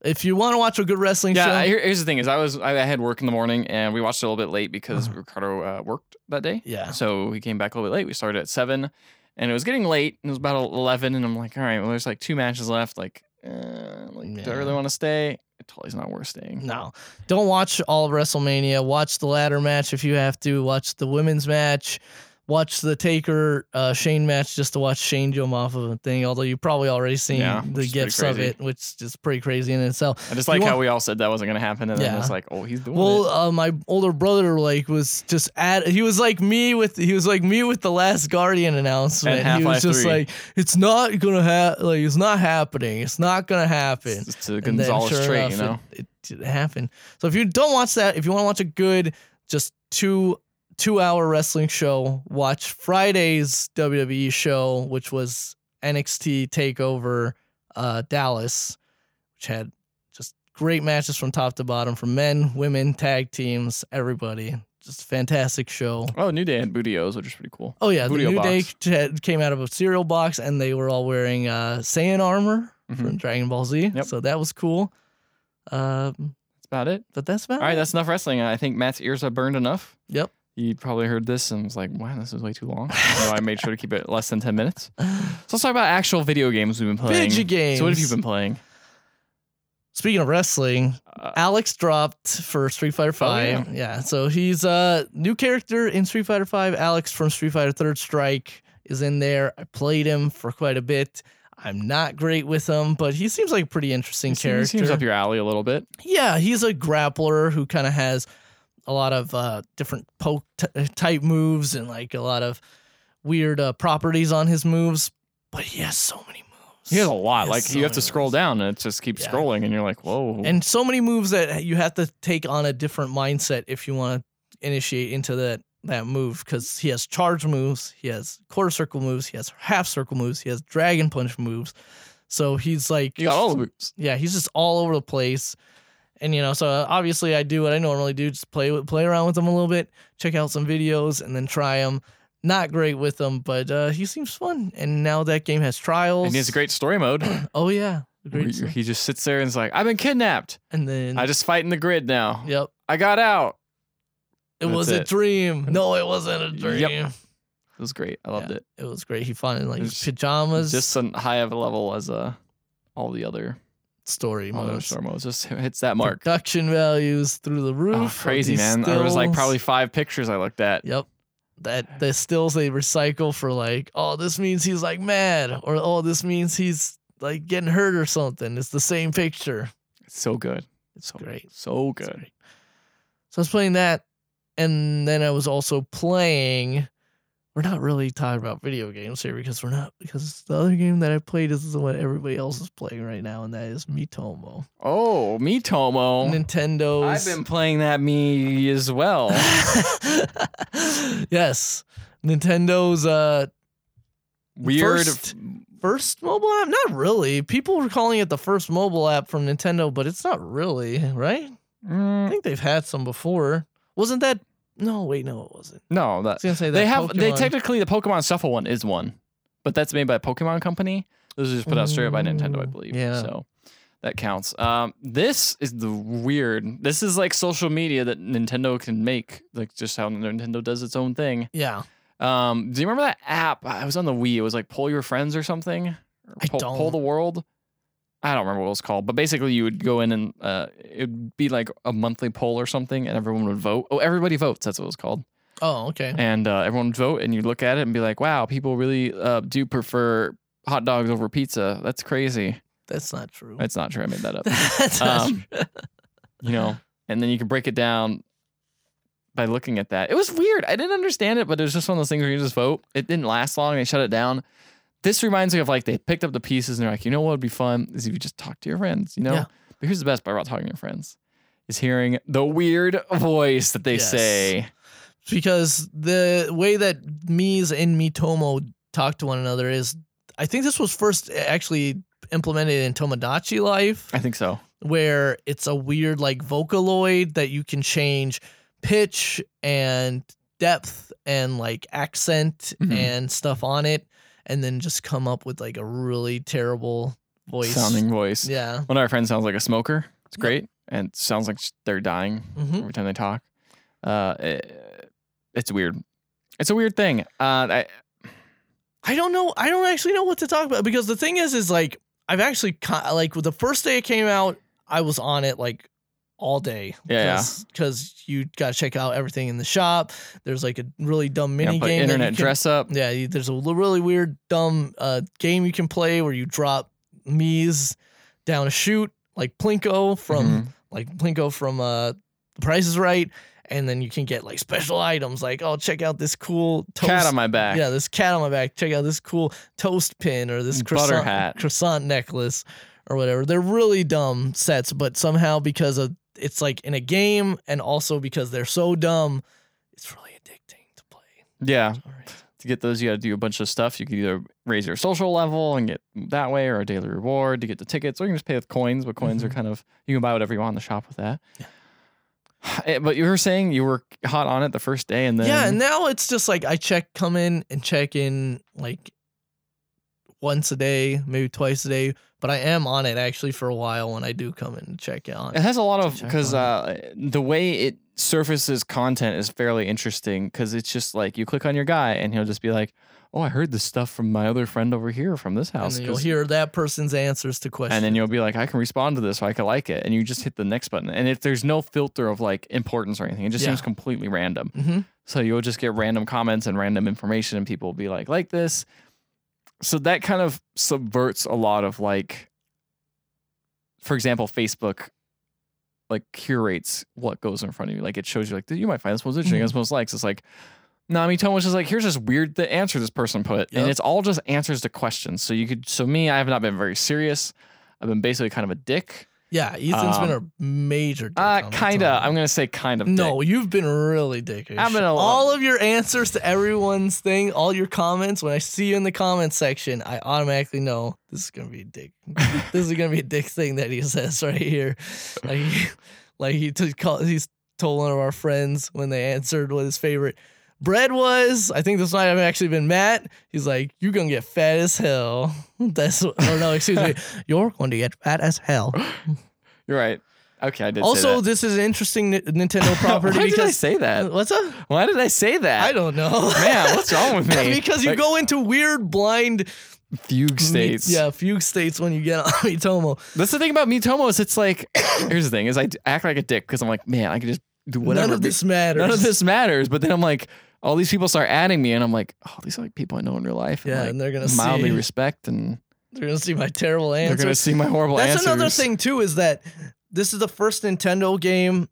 Speaker 1: If you want to watch a good wrestling
Speaker 2: Yeah, I-
Speaker 1: show,
Speaker 2: here- here's the thing: is I was I I had work in the morning, and we watched it a little bit late because
Speaker 1: Uh-huh.
Speaker 2: Ricardo uh, worked that day.
Speaker 1: yeah,
Speaker 2: So he came back a little bit late. We started at seven, and it was getting late. And it was about eleven, and I'm like, all right, well, there's like two matches left. Like, uh, like do I really
Speaker 1: Yeah.
Speaker 2: want to stay? It totally not worth staying.
Speaker 1: no, don't watch all of WrestleMania. Watch the ladder match if you have to. Watch the women's match. Watch the Taker uh, Shane match just to watch Shane jump off of a thing. Although you probably already seen
Speaker 2: Yeah, which
Speaker 1: the
Speaker 2: is pretty
Speaker 1: gifts of
Speaker 2: crazy.
Speaker 1: it, which is pretty crazy in itself.
Speaker 2: I just
Speaker 1: You
Speaker 2: like how
Speaker 1: want-
Speaker 2: we all said that wasn't going to happen, and then
Speaker 1: Yeah.
Speaker 2: it's like, oh, he's doing
Speaker 1: Well,
Speaker 2: it.
Speaker 1: uh, my older brother like was just at. He was like me with. He was like me with the last Guardian announcement.
Speaker 2: And
Speaker 1: he was
Speaker 2: Half-Life
Speaker 1: just
Speaker 2: 3.
Speaker 1: like, "It's not gonna happen. Like, it's not happening. It's not gonna happen."
Speaker 2: It's just a
Speaker 1: And then,
Speaker 2: Gonzalez
Speaker 1: sure
Speaker 2: trait,
Speaker 1: enough,
Speaker 2: you know.
Speaker 1: it, it, it happened. So if you don't watch that, if you want to watch a good, just two two hour wrestling show, watch Friday's WWE show, which was NXT Takeover uh, Dallas, which had just great matches from top to bottom, from men, women, tag teams, everybody. Just fantastic show.
Speaker 2: Oh, New Day had bootios, which is pretty cool.
Speaker 1: Oh yeah,
Speaker 2: Booty
Speaker 1: the New
Speaker 2: box.
Speaker 1: Day had- came out of a cereal box, and they were all wearing uh, Saiyan armor from Dragon Ball Z.
Speaker 2: Mm-hmm. Yep.
Speaker 1: So that was cool. Um,
Speaker 2: That's about it.
Speaker 1: but that's about
Speaker 2: All right,
Speaker 1: it.
Speaker 2: that's enough wrestling. I think Matt's ears are burned enough.
Speaker 1: Yep.
Speaker 2: you probably heard this and was like, wow, this is way too
Speaker 1: (laughs)
Speaker 2: long. So I made sure to keep it less than 10 minutes. So let's talk about actual video games we've been playing.
Speaker 1: Video games.
Speaker 2: So what have you been playing?
Speaker 1: Speaking of wrestling,
Speaker 2: Uh,
Speaker 1: Alex dropped for Street Fighter
Speaker 2: Oh, yeah.
Speaker 1: Five. yeah. so he's a new character in Street Fighter Five. Alex from Street Fighter Third Strike is in there. I played him for quite a bit. I'm not great with him, but he seems like a pretty interesting
Speaker 2: it
Speaker 1: character.
Speaker 2: seems- seems up your alley a little bit.
Speaker 1: Yeah, he's a grappler who kind of has a lot of uh, different poke t- uh, type moves and like a lot of weird uh, properties on his moves. But he has so many moves.
Speaker 2: He has a lot.
Speaker 1: Yes,
Speaker 2: Like
Speaker 1: so
Speaker 2: you have to
Speaker 1: many
Speaker 2: scroll
Speaker 1: moves.
Speaker 2: down and it just keeps
Speaker 1: Yeah.
Speaker 2: scrolling and you're like, whoa.
Speaker 1: and so many moves that you have to take on a different mindset if you want to initiate into that that move because he has charge moves he has quarter circle moves he has half circle moves he has dragon punch moves so he's like
Speaker 2: you got all the moves.
Speaker 1: yeah he's just all over the place and you know so uh, obviously i do what i normally do just play with play around with him a little bit check out some videos and then try him not great with him but uh he seems fun and now that game has trials
Speaker 2: And he has a great
Speaker 1: (coughs)
Speaker 2: story mode.
Speaker 1: oh yeah
Speaker 2: where
Speaker 1: great
Speaker 2: he just sits there and is like, I've been kidnapped.
Speaker 1: and then
Speaker 2: I just fight in the grid now.
Speaker 1: yep
Speaker 2: I got out.
Speaker 1: It
Speaker 2: That's
Speaker 1: was a
Speaker 2: it.
Speaker 1: dream. No, it wasn't a dream.
Speaker 2: Yep. It was great. I loved
Speaker 1: Yeah.
Speaker 2: it.
Speaker 1: It was great. He found it in, like his
Speaker 2: It's
Speaker 1: pajamas.
Speaker 2: just on high of a level as uh, all the other
Speaker 1: story
Speaker 2: all the other
Speaker 1: modes.
Speaker 2: story modes. Just hits that Oh, mark.
Speaker 1: Production values through the roof.
Speaker 2: Oh,
Speaker 1: of
Speaker 2: crazy
Speaker 1: these
Speaker 2: man! There was like
Speaker 1: stills.
Speaker 2: probably five pictures I looked at.
Speaker 1: Yep. That the stills they recycle for like, oh, this means he's like mad, or oh, this means he's like getting hurt or something. It's the same picture.
Speaker 2: It's so good.
Speaker 1: It's
Speaker 2: So
Speaker 1: great.
Speaker 2: So
Speaker 1: It's
Speaker 2: good.
Speaker 1: great. So I was playing that, and then I was also playing. We're not really talking about video games here because we're not because the other game that I played is the one everybody else is playing right now, and that is Mitomo.
Speaker 2: Oh, me Tomo. I've
Speaker 1: Nintendo's.
Speaker 2: been playing that me
Speaker 1: (laughs)
Speaker 2: as well.
Speaker 1: yes, Nintendo's uh
Speaker 2: Weird.
Speaker 1: First- first mobile app. Not really. People were calling it the first mobile app from Nintendo, but it's not really right. I
Speaker 2: Mm,
Speaker 1: think they've had some before. Wasn't that? No, wait, no, it wasn't.
Speaker 2: no, that
Speaker 1: I was gonna say that
Speaker 2: they have they
Speaker 1: Pokemon-
Speaker 2: technically the Pokemon Shuffle one is one, but that's made by Pokemon Company. Those are just put out straight up by Nintendo, I
Speaker 1: Mm,
Speaker 2: believe.
Speaker 1: yeah.
Speaker 2: So that counts. Um, this is the weird. This is like social media that Nintendo can make, like just how Nintendo does its own thing.
Speaker 1: Yeah,
Speaker 2: Um, do you remember that app? I was on the Wii. It was like Pull Your Friends or something. Or
Speaker 1: I
Speaker 2: pull, pull
Speaker 1: don't.
Speaker 2: the World. I don't remember what it was called, but basically you would go in and uh, it'd be like a monthly poll or something, and everyone would vote. Oh, everybody votes. That's what it was called.
Speaker 1: Oh, okay.
Speaker 2: And uh, everyone would vote, and you look at it and be like, "Wow, people really uh, do prefer hot dogs over pizza. That's crazy."
Speaker 1: That's not true.
Speaker 2: That's not true. I made that up.
Speaker 1: (laughs) That's not
Speaker 2: Um,
Speaker 1: true.
Speaker 2: you know, and then you can break it down by looking at that. It was weird. I didn't understand it, but it was just one of those things where you just vote. It didn't last long. They shut it down. This reminds me of like they picked up the pieces and they're like, you know what would be fun is if you just talk to your friends, you know?
Speaker 1: Yeah.
Speaker 2: But here's the best part about talking to your friends is hearing the weird voice that they
Speaker 1: Yes.
Speaker 2: say.
Speaker 1: because the way that Mii's and Mitomo talk to one another is, I think this was first actually implemented in Tomodachi Life,
Speaker 2: I think so.
Speaker 1: where it's a weird like Vocaloid that you can change pitch and depth and like accent
Speaker 2: Mhm.
Speaker 1: and stuff on it, and then just come up with like a really terrible voice.
Speaker 2: Sounding voice.
Speaker 1: Yeah.
Speaker 2: One of our friends sounds like a smoker. It's great. And it sounds like sh- they're dying
Speaker 1: hmm
Speaker 2: every time they talk. Uh, it- it's weird. It's a weird thing. Uh, I,
Speaker 1: I don't know. I don't actually know what to talk about because the thing is, is like I've actually co- like with the first day it came out, I was on it like all day.
Speaker 2: Yeah,
Speaker 1: Because you gotta check out everything in the shop. There's like a really dumb
Speaker 2: Yeah,
Speaker 1: mini
Speaker 2: put
Speaker 1: game. that you
Speaker 2: internet
Speaker 1: can-
Speaker 2: dress up.
Speaker 1: Yeah, you- there's a li- really weird dumb uh, game you can play where you drop me's down a chute like Plinko from
Speaker 2: Mhm.
Speaker 1: like Plinko from uh The Price is Right, and then you can get like special items like oh check out this cool toast.
Speaker 2: cat on my back.
Speaker 1: Yeah, this cat on my back. Check out this cool toast pin or this
Speaker 2: Butter
Speaker 1: croissant,
Speaker 2: hat.
Speaker 1: croissant necklace or whatever. They're really dumb sets, but somehow because of it's like in a game and also because they're so dumb, it's really addicting to play.
Speaker 2: Yeah.
Speaker 1: All right.
Speaker 2: To get those, you got to do a bunch of stuff. You can either raise your social level and get that way, or a daily reward to get the tickets, or you can just pay with coins. But coins
Speaker 1: Mhm.
Speaker 2: are kind of you can buy whatever you want in the shop with that. Eh, But you were saying you were hot on it the first day, and then
Speaker 1: yeah, and now it's just like I check come in and check in like once a day, maybe twice a day, but I am on it actually for a while when I do come in and check out.
Speaker 2: it has a lot of
Speaker 1: Check
Speaker 2: because
Speaker 1: on
Speaker 2: uh, the way it Surface's content is fairly interesting because it's just like you click on your guy and he'll just be like, "Oh, I heard this stuff from my other friend over here from this
Speaker 1: And
Speaker 2: house,"
Speaker 1: then you'll
Speaker 2: 'cause-
Speaker 1: hear that person's answers to questions.
Speaker 2: and then you'll be like, "I can respond to this, or I can like it," and you just hit the next button. And if there's no filter of like importance or anything, it just
Speaker 1: Yeah.
Speaker 2: seems completely random.
Speaker 1: hmm
Speaker 2: So you'll just get random comments and random information, and people will be like, like this. So that kind of subverts a lot of like, for example, Facebook like curates what goes in front of you. Like it shows you like you might find this most interesting,
Speaker 1: Mhm.
Speaker 2: this most likes. It's like Nami Tone was just like, here's this weird the answer this person put.
Speaker 1: Yep.
Speaker 2: And it's all just answers to questions. So you could so me, I have not been very serious. I've been basically kind of a dick.
Speaker 1: Yeah, Ethan's been
Speaker 2: Um,
Speaker 1: a major dick.
Speaker 2: Uh
Speaker 1: on the
Speaker 2: kinda.
Speaker 1: topic.
Speaker 2: I'm gonna say kind of dick.
Speaker 1: No, you've been really dickish.
Speaker 2: I've been a-
Speaker 1: all of your answers to everyone's thing, all your comments. When I see you in the comments section, I automatically know this is gonna be a
Speaker 2: (laughs)
Speaker 1: dick. this is gonna be a dick thing that he says right here. Like, he- like he took call, he's told one of our friends when they answered what his favorite bread was. I think this might have actually been Matt. He's like, "You're gonna get fat as hell." (laughs) That's or no, excuse
Speaker 2: (laughs)
Speaker 1: me, you're going to get fat as hell.
Speaker 2: You're right. Okay, I did say that.
Speaker 1: Also, this is an interesting Ni- Nintendo property
Speaker 2: (laughs) Why did I
Speaker 1: because
Speaker 2: say
Speaker 1: Uh,
Speaker 2: that?
Speaker 1: what's up?
Speaker 2: Why did I say that?
Speaker 1: I don't know.
Speaker 2: (laughs) Man,
Speaker 1: (laughs)
Speaker 2: what's wrong with me?
Speaker 1: because you
Speaker 2: Like,
Speaker 1: go into weird blind
Speaker 2: fugue states.
Speaker 1: Yeah, fugue states when you get (laughs) on Mitomo.
Speaker 2: That's the thing about Mitomo is it's like (coughs) here's the thing is I d- act like a dick because I'm like man I can just do whatever.
Speaker 1: None of
Speaker 2: be-
Speaker 1: this matters.
Speaker 2: none of this matters. But then I'm like all these people start adding me and I'm like oh these are like people I know in real life.
Speaker 1: (laughs) Yeah,
Speaker 2: and,
Speaker 1: and
Speaker 2: like,
Speaker 1: they're gonna
Speaker 2: mildly
Speaker 1: see.
Speaker 2: respect and
Speaker 1: (laughs) They're gonna see my terrible
Speaker 2: they're gonna
Speaker 1: answers.
Speaker 2: see my horrible
Speaker 1: That's
Speaker 2: answers.
Speaker 1: another thing too is that this is the first Nintendo game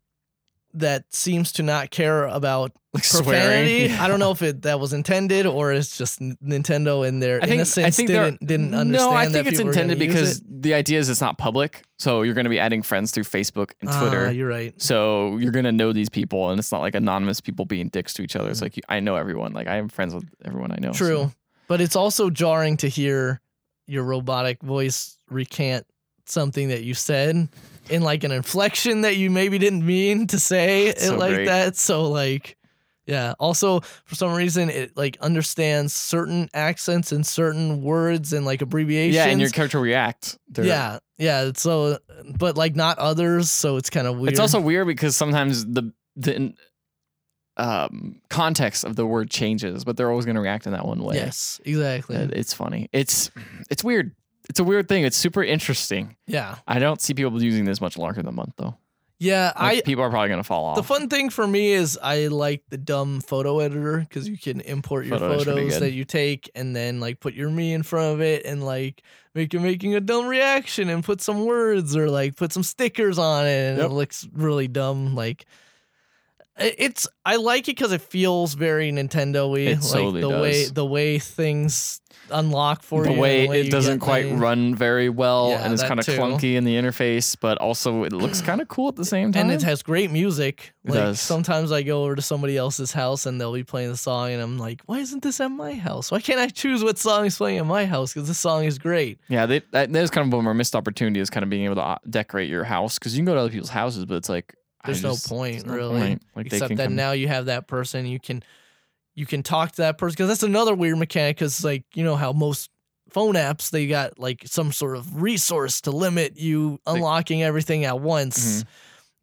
Speaker 1: that seems to not care about
Speaker 2: like
Speaker 1: profanity.
Speaker 2: (laughs) swearing.
Speaker 1: I don't know if it that was intended or it's just N- Nintendo in their
Speaker 2: I think,
Speaker 1: innocence
Speaker 2: I think they're-
Speaker 1: didn't didn't understand.
Speaker 2: No, I
Speaker 1: that
Speaker 2: think it's
Speaker 1: people were gonna
Speaker 2: intended
Speaker 1: use
Speaker 2: because
Speaker 1: it.
Speaker 2: the idea is it's not public, so you're going to be adding friends through Facebook and
Speaker 1: Ah,
Speaker 2: Twitter.
Speaker 1: you're right.
Speaker 2: So you're gonna know these people, and it's not like anonymous people being dicks to each other. It's
Speaker 1: Mhm.
Speaker 2: like you, I know everyone. Like I am friends with everyone I know. so-
Speaker 1: True. But it's also jarring to hear your robotic voice recant something that you said in like an inflection that you maybe didn't mean to say it
Speaker 2: It's so
Speaker 1: like
Speaker 2: great.
Speaker 1: that. So like yeah. Also, for some reason, it like understands certain accents and certain words and like abbreviations.
Speaker 2: Yeah, and your character react. They're-
Speaker 1: yeah, yeah. it's So, but like not others. So it's kind of weird.
Speaker 2: It's also weird because sometimes the the um, context of the word changes, but they're always gonna react in that one way.
Speaker 1: yes,
Speaker 2: Uh,
Speaker 1: exactly.
Speaker 2: It's funny. It's it's weird. It's a weird thing. It's super interesting.
Speaker 1: yeah,
Speaker 2: I don't see people using this much longer than a month though.
Speaker 1: yeah.
Speaker 2: Like,
Speaker 1: I
Speaker 2: people are probably gonna fall off.
Speaker 1: The fun thing for me is I like the dumb photo editor because you can import your
Speaker 2: Photo editor's pretty
Speaker 1: photos
Speaker 2: good.
Speaker 1: that you take and then like put your me in front of it and like make you making a dumb reaction and put some words or like put some stickers on it and
Speaker 2: Yep.
Speaker 1: it looks really dumb. Like i- it's I like it because it feels very Nintendo-y.
Speaker 2: It
Speaker 1: like
Speaker 2: totally
Speaker 1: the way
Speaker 2: does.
Speaker 1: the way things unlock for
Speaker 2: the
Speaker 1: you. and
Speaker 2: way,
Speaker 1: the
Speaker 2: it
Speaker 1: you
Speaker 2: doesn't
Speaker 1: get
Speaker 2: quite
Speaker 1: things.
Speaker 2: run very well
Speaker 1: Yeah,
Speaker 2: and it's
Speaker 1: that
Speaker 2: kind of
Speaker 1: too.
Speaker 2: clunky in the interface, but also it looks kind of cool at the same time.
Speaker 1: and it has great music.
Speaker 2: It
Speaker 1: Like
Speaker 2: does.
Speaker 1: sometimes I go over to somebody else's house and they'll be playing the song, and I'm like, "Why isn't this at my house? Why can't I choose what song is playing at my house? Because this song is great."
Speaker 2: yeah, they, that, that is kind of one more missed opportunity is kind of being able to uh, decorate your house because you can go to other people's houses, but it's like I
Speaker 1: There's no
Speaker 2: just-
Speaker 1: point,
Speaker 2: there's no
Speaker 1: really.
Speaker 2: point. Like they
Speaker 1: Except
Speaker 2: can
Speaker 1: that
Speaker 2: come-
Speaker 1: now you have that person, you can you can talk to that person because that's another weird mechanic. Because like you know how most phone apps they got like some sort of resource to limit you
Speaker 2: Like-
Speaker 1: unlocking everything at once.
Speaker 2: Mm-hmm.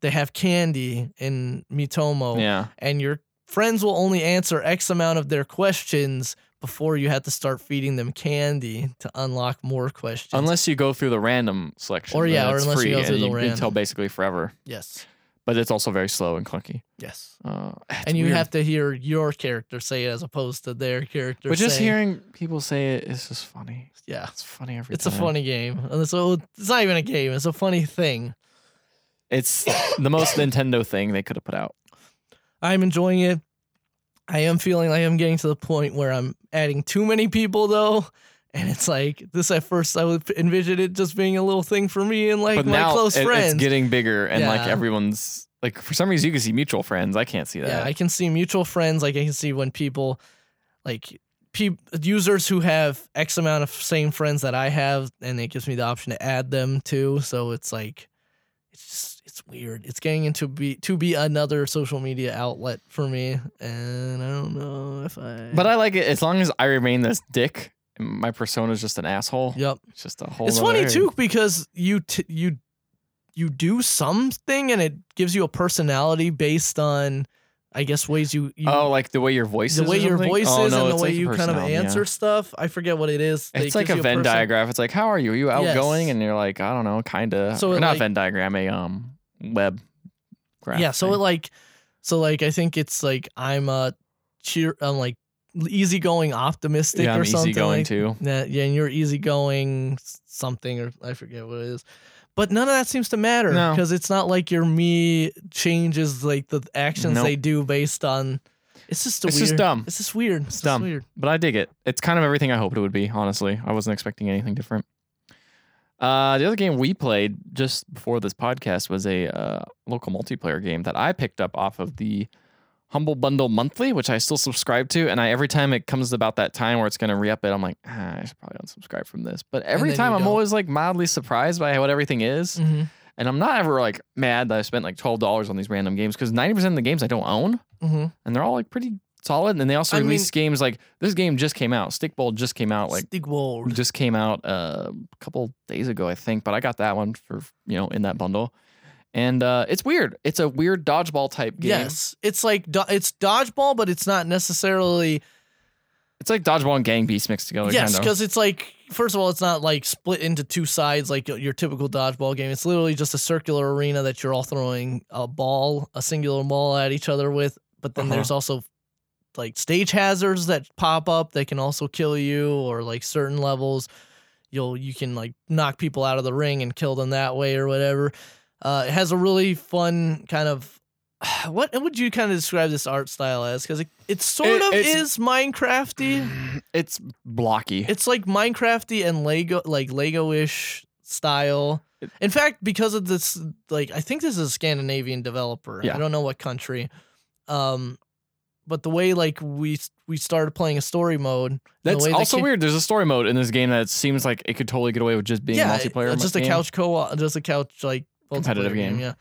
Speaker 1: They have candy in Mitomo.
Speaker 2: yeah,
Speaker 1: and your friends will only answer X amount of their questions before you have to start feeding them candy to unlock more questions.
Speaker 2: unless you go through the random selection,
Speaker 1: Or,
Speaker 2: then
Speaker 1: yeah, or
Speaker 2: it's
Speaker 1: unless you
Speaker 2: free
Speaker 1: go
Speaker 2: and
Speaker 1: through the
Speaker 2: you
Speaker 1: random.
Speaker 2: until basically forever.
Speaker 1: yes,
Speaker 2: But it's also very slow and clunky.
Speaker 1: yes,
Speaker 2: Uh, it's
Speaker 1: and you
Speaker 2: weird.
Speaker 1: have to hear your character say it as opposed to their character.
Speaker 2: but just
Speaker 1: saying-
Speaker 2: hearing people say it is just funny.
Speaker 1: yeah,
Speaker 2: It's funny every.
Speaker 1: it's a
Speaker 2: time.
Speaker 1: funny game. And So it's not even a game; it's a funny thing.
Speaker 2: It's the
Speaker 1: (coughs)
Speaker 2: most Nintendo thing they could have put out.
Speaker 1: I'm enjoying it. I am feeling like I'm getting to the point where I'm adding too many people though. And it's like this at first I would envision it just being a little thing for me and like
Speaker 2: but
Speaker 1: my
Speaker 2: now
Speaker 1: close
Speaker 2: it-
Speaker 1: friends.
Speaker 2: it's getting bigger and like
Speaker 1: Yeah.
Speaker 2: everyone's like for some reason you can see mutual friends. I can't see that.
Speaker 1: Yeah, I can see mutual friends. Like I can see when people, like pe- users who have X amount of same friends that I have, and it gives me the option to add them too. So it's like, it's just it's weird. It's getting into be to be another social media outlet for me, and I don't know if I.
Speaker 2: but I like it as long as I remain this dick. and My persona is just an asshole.
Speaker 1: yep,
Speaker 2: It's just a whole.
Speaker 1: it's
Speaker 2: nother
Speaker 1: funny
Speaker 2: area.
Speaker 1: too because you t- you you do something and it gives you a personality based on I guess ways you, you
Speaker 2: oh, like the way your voice
Speaker 1: the
Speaker 2: is.
Speaker 1: way
Speaker 2: or
Speaker 1: your
Speaker 2: something?
Speaker 1: voice
Speaker 2: oh,
Speaker 1: is
Speaker 2: no,
Speaker 1: and the
Speaker 2: it's
Speaker 1: way
Speaker 2: like a
Speaker 1: you kind of
Speaker 2: personality, yeah.
Speaker 1: answer stuff. I forget what it is. that
Speaker 2: It's
Speaker 1: it
Speaker 2: like
Speaker 1: gives
Speaker 2: a
Speaker 1: you
Speaker 2: Venn
Speaker 1: person-
Speaker 2: diagram. It's like, how are you? Are you
Speaker 1: Yes.
Speaker 2: outgoing? And you're like, I don't know, kind of.
Speaker 1: So
Speaker 2: So
Speaker 1: it,
Speaker 2: not
Speaker 1: like-
Speaker 2: Venn diagram, a um web graph.
Speaker 1: Yeah, so it
Speaker 2: thing.
Speaker 1: like so like I think it's like I'm a cheer I'm like easygoing optimistic
Speaker 2: yeah, I'm
Speaker 1: or something
Speaker 2: easygoing
Speaker 1: like
Speaker 2: too.
Speaker 1: that. Yeah, and you're easygoing s- something or I forget what it is. But none of that seems to matter
Speaker 2: No.
Speaker 1: because it's not like your me changes like the actions
Speaker 2: Nope.
Speaker 1: they do based on it's just a
Speaker 2: It's
Speaker 1: weird
Speaker 2: just dumb.
Speaker 1: It's just weird. It's just
Speaker 2: dumb.
Speaker 1: weird.
Speaker 2: but I dig it. It's kind of everything I hoped it would be, honestly. I wasn't expecting anything different. Uh, the other game we played just before this podcast was a uh, local multiplayer game that I picked up off of the Humble Bundle Monthly, which I still subscribe to. And I every time it comes about that time where it's going to re up it, I'm like, ah, I should probably unsubscribe from this. But every
Speaker 1: then
Speaker 2: time
Speaker 1: you
Speaker 2: I'm
Speaker 1: don't.
Speaker 2: always like mildly surprised by what everything is.
Speaker 1: Mhm.
Speaker 2: And I'm not ever like mad that I spent like $12 on these random games because 90% of the games I don't own
Speaker 1: Mhm.
Speaker 2: and they're all like pretty solid. And then they also
Speaker 1: I
Speaker 2: released games like this game just came out. Stickball just came out like
Speaker 1: Stig Wald.
Speaker 2: just came out uh, a couple days ago, I think. But I got that one for you know in that bundle, and uh, it's weird. It's a weird dodgeball type game.
Speaker 1: Yes, it's like do- it's dodgeball, but it's not necessarily
Speaker 2: it's like dodgeball and gang beasts mixed together.
Speaker 1: yes,
Speaker 2: kind of.
Speaker 1: because it's like first of all, it's not like split into two sides like your typical dodgeball game. It's literally just a circular arena that you're all throwing a ball, a singular ball at each other with. But then
Speaker 2: Uh-huh.
Speaker 1: there's also like stage hazards that pop up that can also kill you, or like certain levels, you'll you can like knock people out of the ring and kill them that way or whatever. Uh, it has a really fun kind of (sighs) what would you kind of describe this art style as? Because it, it sort
Speaker 2: It-
Speaker 1: of
Speaker 2: it's-
Speaker 1: is Minecrafty.
Speaker 2: it's blocky.
Speaker 1: It's like Minecrafty and Lego, like Lego-ish style. In fact, because of this, like I think this is a Scandinavian developer.
Speaker 2: Yeah.
Speaker 1: I don't know what country, um, but the way like we we started playing a story mode. the
Speaker 2: That's
Speaker 1: way the
Speaker 2: also
Speaker 1: ca-
Speaker 2: weird. There's a story mode in this game that seems like it could totally get away with just being
Speaker 1: yeah,
Speaker 2: a multiplayer.
Speaker 1: it's just a
Speaker 2: game.
Speaker 1: couch co-op, just a couch like
Speaker 2: Competitive
Speaker 1: multiplayer
Speaker 2: game.
Speaker 1: Yeah.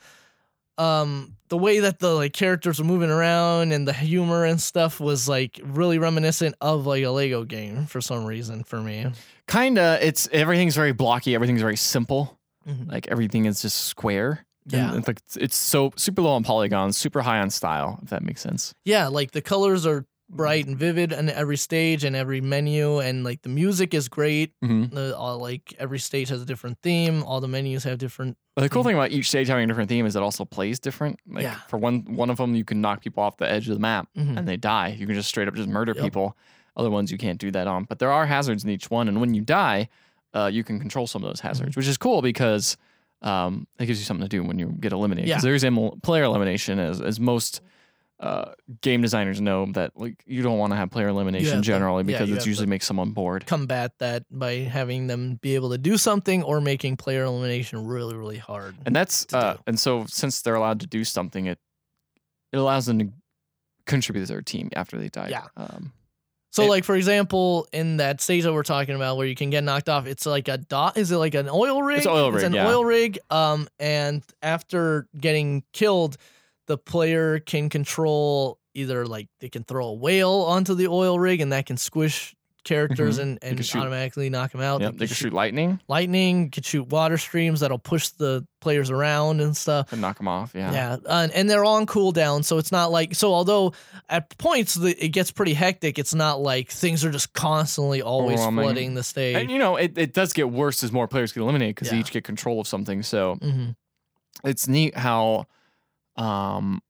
Speaker 1: Um, the way that the like characters were moving around and the humor and stuff was like really reminiscent of like a Lego game for some reason for me.
Speaker 2: Kinda. It's everything's very blocky. Everything's very simple.
Speaker 1: Mhm.
Speaker 2: Like everything is just square.
Speaker 1: Yeah.
Speaker 2: And it's like it's- it's so super low on polygons, super high on style, if that makes sense.
Speaker 1: Yeah, like the colors are bright and vivid on every stage and every menu, and like the music is great.
Speaker 2: Mm-hmm.
Speaker 1: The, all, like every stage has a different theme. All the menus have different.
Speaker 2: The cool thing about each stage having a different theme is it also plays different. Like
Speaker 1: Mm-hmm. Yeah.
Speaker 2: for one one of them, you can knock people off the edge of the map
Speaker 1: Mhm.
Speaker 2: and they die. You can just straight up just murder
Speaker 1: Yep.
Speaker 2: people. Other ones you can't do that on, but there are hazards in each one, and when you die, uh, you can control some of
Speaker 1: Mm-hmm.
Speaker 2: those hazards, which is cool because um, it gives you something to do when you get eliminated.
Speaker 1: Yeah.
Speaker 2: Because there's em- player elimination, as as most uh, game designers know that like you don't want to have player elimination
Speaker 1: have to-
Speaker 2: generally
Speaker 1: yeah,
Speaker 2: because
Speaker 1: you
Speaker 2: it
Speaker 1: have to-
Speaker 2: usually makes someone bored.
Speaker 1: Combat that by having them be able to do something or making player elimination really, really hard.
Speaker 2: and that's
Speaker 1: to
Speaker 2: uh,
Speaker 1: do.
Speaker 2: and so since they're allowed to do something it it allows them to contribute to their team after they die
Speaker 1: Yeah.
Speaker 2: um,
Speaker 1: So,
Speaker 2: It-
Speaker 1: like for example, in that stage that we're talking about, where you can get knocked off, it's like a dot. Is it like an oil rig?
Speaker 2: It's an oil rig,
Speaker 1: an
Speaker 2: yeah.
Speaker 1: oil rig. Um, and after getting killed, the player can control either like they can throw a whale onto the oil rig, and that can squish characters
Speaker 2: Mhm.
Speaker 1: and,
Speaker 2: can
Speaker 1: and
Speaker 2: shoot-
Speaker 1: automatically knock them out.
Speaker 2: yep, they can shoot lightning
Speaker 1: lightning. Can shoot water streams that'll push the players around and stuff.
Speaker 2: and knock them off yeah,
Speaker 1: Yeah, and, and they're on cooldown, so it's not like so. Although at points the, it gets pretty hectic, it's not like things are just constantly always
Speaker 2: Overwhelming.
Speaker 1: flooding the
Speaker 2: and
Speaker 1: stage.
Speaker 2: you know it, it does get worse as more players get eliminated because they
Speaker 1: Yeah.
Speaker 2: each get control of something so
Speaker 1: hmm
Speaker 2: it's neat how um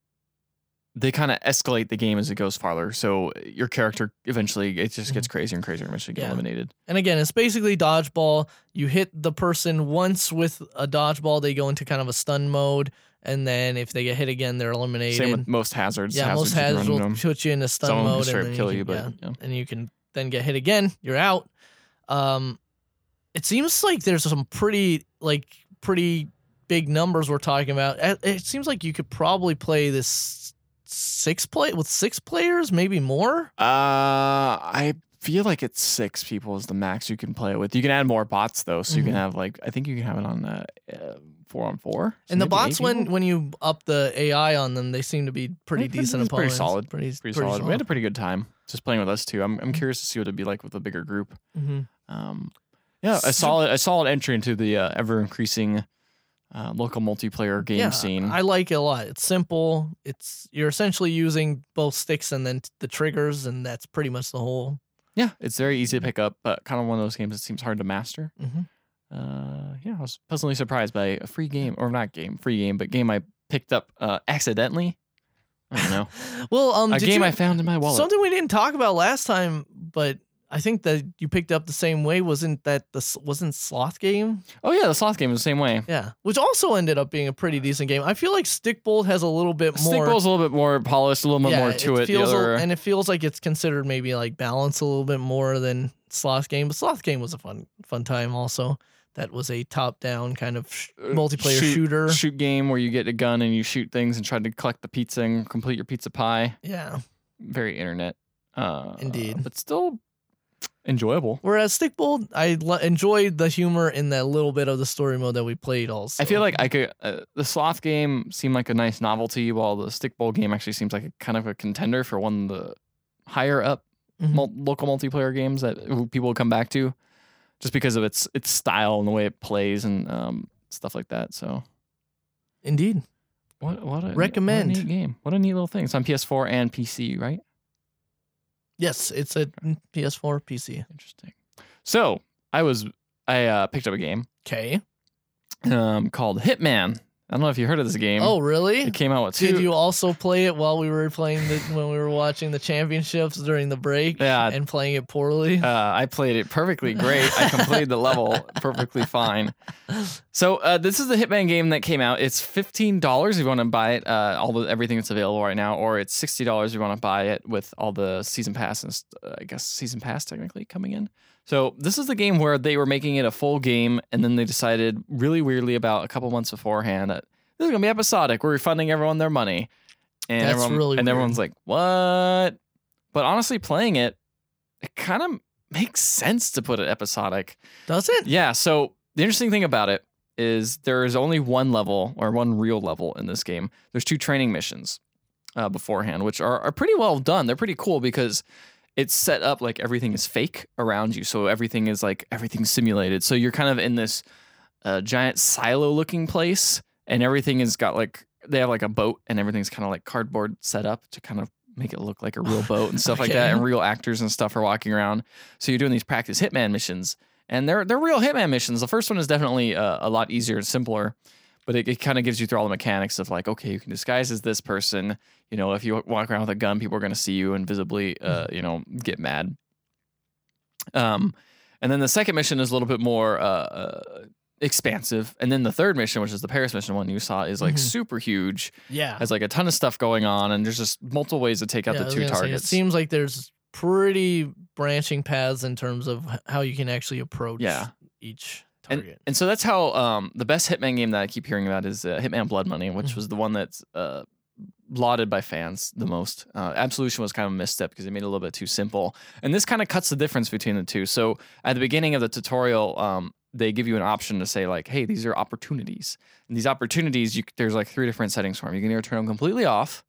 Speaker 2: they kind of escalate the game as it goes farther so your character eventually it just gets crazier and crazier and eventually get
Speaker 1: Mm-hmm. Yeah.
Speaker 2: eliminated
Speaker 1: And again, it's basically dodgeball. You hit the person once with a dodgeball, they go into kind of a stun mode, and then if they get hit again, they're eliminated.
Speaker 2: same with most hazards
Speaker 1: yeah, most hazards
Speaker 2: hazards you can run
Speaker 1: will
Speaker 2: into 'em.
Speaker 1: put you in a stun
Speaker 2: Some of 'em can
Speaker 1: mode,
Speaker 2: straight
Speaker 1: and
Speaker 2: up
Speaker 1: then
Speaker 2: kill
Speaker 1: can-
Speaker 2: you but
Speaker 1: yeah.
Speaker 2: yeah.
Speaker 1: and you can then get hit again. You're out. Um, it seems like there's some pretty like pretty big numbers we're talking about. It- It seems like you could probably play this six play with six players, maybe more.
Speaker 2: Uh, I feel like it's six people is the max you can play it with. You can add more bots though, so you can
Speaker 1: Mhm.
Speaker 2: have like I think you can have it on uh, uh four on four. so
Speaker 1: and the
Speaker 2: maybe eight
Speaker 1: bots, when
Speaker 2: people?
Speaker 1: when you up the AI on them, they seem to be pretty
Speaker 2: Yeah, pretty-
Speaker 1: decent
Speaker 2: it's pretty
Speaker 1: opponents.
Speaker 2: solid.
Speaker 1: Pretty, Mm.
Speaker 2: pretty, solid. We had a pretty good time just playing with us too. I'm I'm curious to see what it'd be like with a bigger group.
Speaker 1: Mhm.
Speaker 2: Um, yeah, a
Speaker 1: So-
Speaker 2: solid a solid entry into the uh, ever increasing uh, local multiplayer game
Speaker 1: yeah,
Speaker 2: scene.
Speaker 1: I like it a lot. It's simple. It's you're essentially using both sticks and then t- the triggers, and that's pretty much the whole.
Speaker 2: yeah, it's very easy
Speaker 1: Mm-hmm.
Speaker 2: to pick up, but kind of one of those games that seems hard to master.
Speaker 1: Mhm.
Speaker 2: Uh, yeah, I was pleasantly surprised by a free game, or not game, free game, but game I picked up uh, accidentally. I don't know.
Speaker 1: Well, (laughs) um,
Speaker 2: a
Speaker 1: did
Speaker 2: game
Speaker 1: you,
Speaker 2: I found in my wallet.
Speaker 1: something we didn't talk about last time, but I think that you picked up the same way. Wasn't that the s- wasn't sloth game?
Speaker 2: oh, yeah, the sloth game is the same way.
Speaker 1: Yeah, which also ended up being a pretty decent game. I feel like Stickball has a little bit more.
Speaker 2: Stick Ball's a little bit more polished, a little bit
Speaker 1: yeah,
Speaker 2: more to it. the
Speaker 1: feels a-
Speaker 2: other-
Speaker 1: and it feels like it's considered maybe like balanced a little bit more than Sloth game. But Sloth game was a fun fun time also. That was a top down kind of sh-
Speaker 2: Uh,
Speaker 1: multiplayer
Speaker 2: shoot-
Speaker 1: shooter.
Speaker 2: shoot game where you get a gun and you shoot things and try to collect the pizza and complete your pizza pie.
Speaker 1: Yeah.
Speaker 2: Very internet. Uh,
Speaker 1: Indeed.
Speaker 2: But still enjoyable.
Speaker 1: Whereas Stickball, I l- enjoyed the humor in that little bit of the story mode that we played. Also,
Speaker 2: I feel like I could. Uh, the sloth game seemed like a nice novelty, while the stickball game actually seems like a kind of a contender for one of the higher up
Speaker 1: Mhm.
Speaker 2: mul- local multiplayer games that people would come back to, just because of its its style and the way it plays and um, stuff like that. So
Speaker 1: indeed,
Speaker 2: what what a
Speaker 1: Recommend.
Speaker 2: what a neat game. What a neat little thing. It's on PS4 and PC, right?
Speaker 1: yes, it's a PS4, PC.
Speaker 2: Interesting. So I was I uh, picked up a game
Speaker 1: Okay.
Speaker 2: um, called Hitman. I don't know if you heard of this game.
Speaker 1: Oh, really?
Speaker 2: it came out with two.
Speaker 1: Did you also play it while we were playing the when we were watching the championships during the break
Speaker 2: yeah,
Speaker 1: and playing it poorly?
Speaker 2: Uh, I played
Speaker 1: (laughs)
Speaker 2: it perfectly great. I completed the level perfectly fine. So uh, this is the Hitman game that came out. It's fifteen dollars if you want to buy it, uh, all the everything that's available right now, or it's sixty dollars if you want to buy it with all the season pass and st- uh, I guess season pass technically coming in. So this is the game where they were making it a full game, and then they decided really weirdly about a couple months beforehand that this is gonna be episodic. We're refunding everyone their money, and
Speaker 1: That's
Speaker 2: everyone,
Speaker 1: really
Speaker 2: and
Speaker 1: weird.
Speaker 2: everyone's like, what? But honestly, playing it, it kind of makes sense to put it episodic.
Speaker 1: Does it?
Speaker 2: Yeah. So the interesting thing about it is there is only one level or one real level in this game. There's two training missions uh, beforehand, which are, are pretty well done. They're pretty cool because it's set up like everything is fake around you. So everything is like everything's simulated. So you're kind of in this uh, giant silo looking place and everything has got like, they have like a boat and everything's kind of like cardboard set up to kind of make it look like a real boat and stuff like that.
Speaker 1: Okay.
Speaker 2: And real actors and stuff are walking around. So you're doing these practice hitman missions, and they're they're real hitman missions. The first one is definitely uh, a lot easier and simpler, but it, it kind of gives you through all the mechanics of like, okay, you can disguise as this person. You know, if you walk around with a gun, people are going to see you and visibly,
Speaker 1: Mm-hmm.
Speaker 2: uh, you know, get mad. Um, and then the second mission is a little bit more uh, uh, expansive, and then the third mission, which is the Paris mission one you saw, is like
Speaker 1: Mhm.
Speaker 2: super huge,
Speaker 1: Yeah.
Speaker 2: has like a ton of stuff going on, and there's just multiple ways to take out
Speaker 1: Ah. Yeah, I
Speaker 2: the
Speaker 1: was
Speaker 2: two
Speaker 1: gonna say,
Speaker 2: targets.
Speaker 1: it seems like there's pretty branching paths in terms of h- how you can actually approach
Speaker 2: Yeah.
Speaker 1: each
Speaker 2: and,
Speaker 1: target.
Speaker 2: and so that's how um, the best Hitman game that I keep hearing about is uh, Hitman Blood Money, which
Speaker 1: Mhm.
Speaker 2: was the one that's uh, lauded by fans the most. Uh, Absolution was kind of a misstep because they made it a little bit too simple. And this kind of cuts the difference between the two. So at the beginning of the tutorial, um, they give you an option to say like, "Hey, these are opportunities." And these opportunities, you, c- there's like three different settings for them. You can either turn them completely off,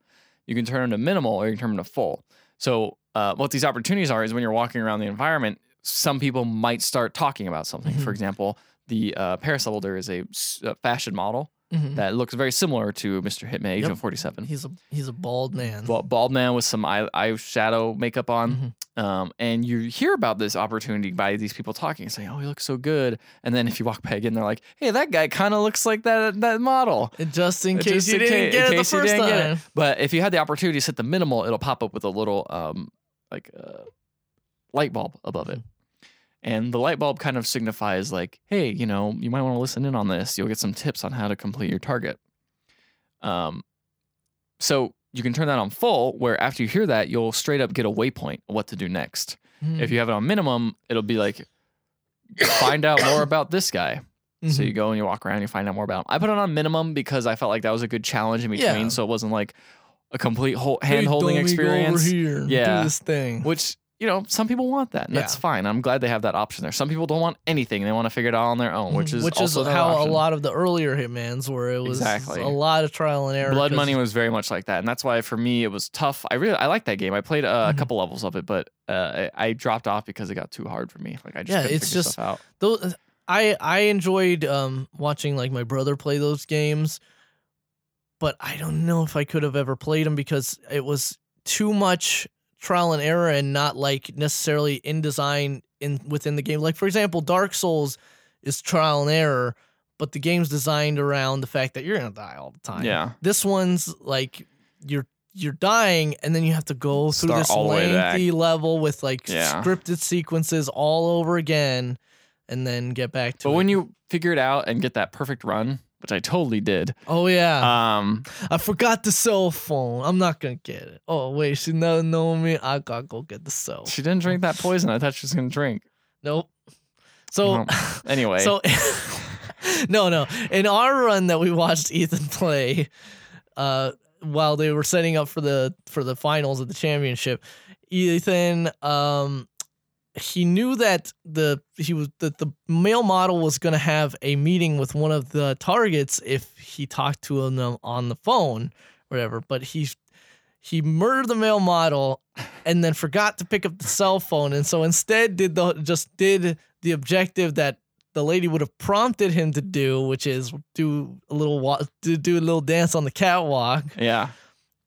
Speaker 2: you can turn them to minimal, or you can turn them to full. So uh, what these opportunities are is when you're walking around the environment, some people might start talking about something. For
Speaker 1: Mhm.
Speaker 2: example, the uh, Paris Elder is a s- uh, fashion model
Speaker 1: Mhm.
Speaker 2: that looks very similar to Mr. Hitman, Agent
Speaker 1: Yep.
Speaker 2: 47.
Speaker 1: he's a he's a bald man.
Speaker 2: Ba- Mm-hmm. Bald man with some eye, eye shadow makeup on.
Speaker 1: Mhm.
Speaker 2: Um, and you hear about this opportunity by these people talking, saying, "Oh, he looks so good." And then if you walk back in, they're like, "Hey, that guy kind of looks like that that model."
Speaker 1: And just in
Speaker 2: Just
Speaker 1: case you
Speaker 2: in
Speaker 1: didn't
Speaker 2: ca-
Speaker 1: get
Speaker 2: in
Speaker 1: it the
Speaker 2: case you
Speaker 1: first
Speaker 2: didn't get it.
Speaker 1: time.
Speaker 2: But if you had the opportunity to set the minimal, it'll pop up with a little um, like uh, light bulb above it. And the light bulb kind of signifies like, hey, you know, you might want to listen in on this. You'll get some tips on how to complete your target. Um, so you can turn that on full, where after you hear that, you'll straight up get a waypoint of what to do next.
Speaker 1: Mhm.
Speaker 2: If you have it on minimum, it'll be like find out more about this guy. So
Speaker 1: Mhm.
Speaker 2: you go and you walk around, you find out more about him. I put it on minimum because I felt like that was a good challenge in between,
Speaker 1: Yeah.
Speaker 2: so it wasn't like a complete whole
Speaker 1: Mm-hmm. Hey,
Speaker 2: hand holding
Speaker 1: Tommy, go over
Speaker 2: experience.
Speaker 1: here and do
Speaker 2: Yeah.
Speaker 1: this thing.
Speaker 2: Which you know, some people want that, and that's
Speaker 1: Yeah.
Speaker 2: fine. I'm glad they have that option there. Some people don't want anything; they want to figure it out on their own, Mm-hmm. which
Speaker 1: Mhm.
Speaker 2: is
Speaker 1: which is
Speaker 2: also another
Speaker 1: how
Speaker 2: option.
Speaker 1: a lot of the earlier Hitman's were. It was
Speaker 2: Exactly.
Speaker 1: a lot of trial and error.
Speaker 2: Blood
Speaker 1: 'cause-
Speaker 2: Money was very much like that, and that's why for me it was tough. I really I like that game. I played uh, a
Speaker 1: Mhm.
Speaker 2: couple levels of it, but uh, I, I dropped off because it got too hard for me. Like I just
Speaker 1: Yeah,
Speaker 2: couldn't
Speaker 1: it's
Speaker 2: figure
Speaker 1: just-
Speaker 2: stuff out.
Speaker 1: Those, I I enjoyed um watching like my brother play those games, but I don't know if I could have ever played them because it was too much trial and error and not like necessarily in design in within the game. Like for example, Dark Souls is trial and error, but the game's designed around the fact that you're gonna die all the time.
Speaker 2: Yeah.
Speaker 1: This one's like you're you're dying and then you have to go through
Speaker 2: Start
Speaker 1: this
Speaker 2: all the way
Speaker 1: lengthy level with like
Speaker 2: Yeah.
Speaker 1: scripted sequences all over again and then get back to
Speaker 2: But
Speaker 1: it.
Speaker 2: when you figure it out and get that perfect run, which I totally did,
Speaker 1: oh yeah
Speaker 2: um,
Speaker 1: i forgot the cell phone i'm not gonna get it oh wait she doesn't know me i gotta go get the cell
Speaker 2: she didn't drink that poison. I thought she was gonna drink.
Speaker 1: nope
Speaker 2: Oh,
Speaker 1: so (laughs)
Speaker 2: Anyway,
Speaker 1: So, (laughs) no, no. In our run that we watched Ethan play, uh, while they were setting up for the for the finals of the championship, Ethan, um, he knew that the he was that the male model was going to have a meeting with one of the targets if he talked to them on the phone, whatever. But he he murdered the male model and then forgot to pick up the cell phone and so instead did the just did the objective that the lady would have prompted him to do which is do a little wa- to do a little dance on the catwalk
Speaker 2: yeah,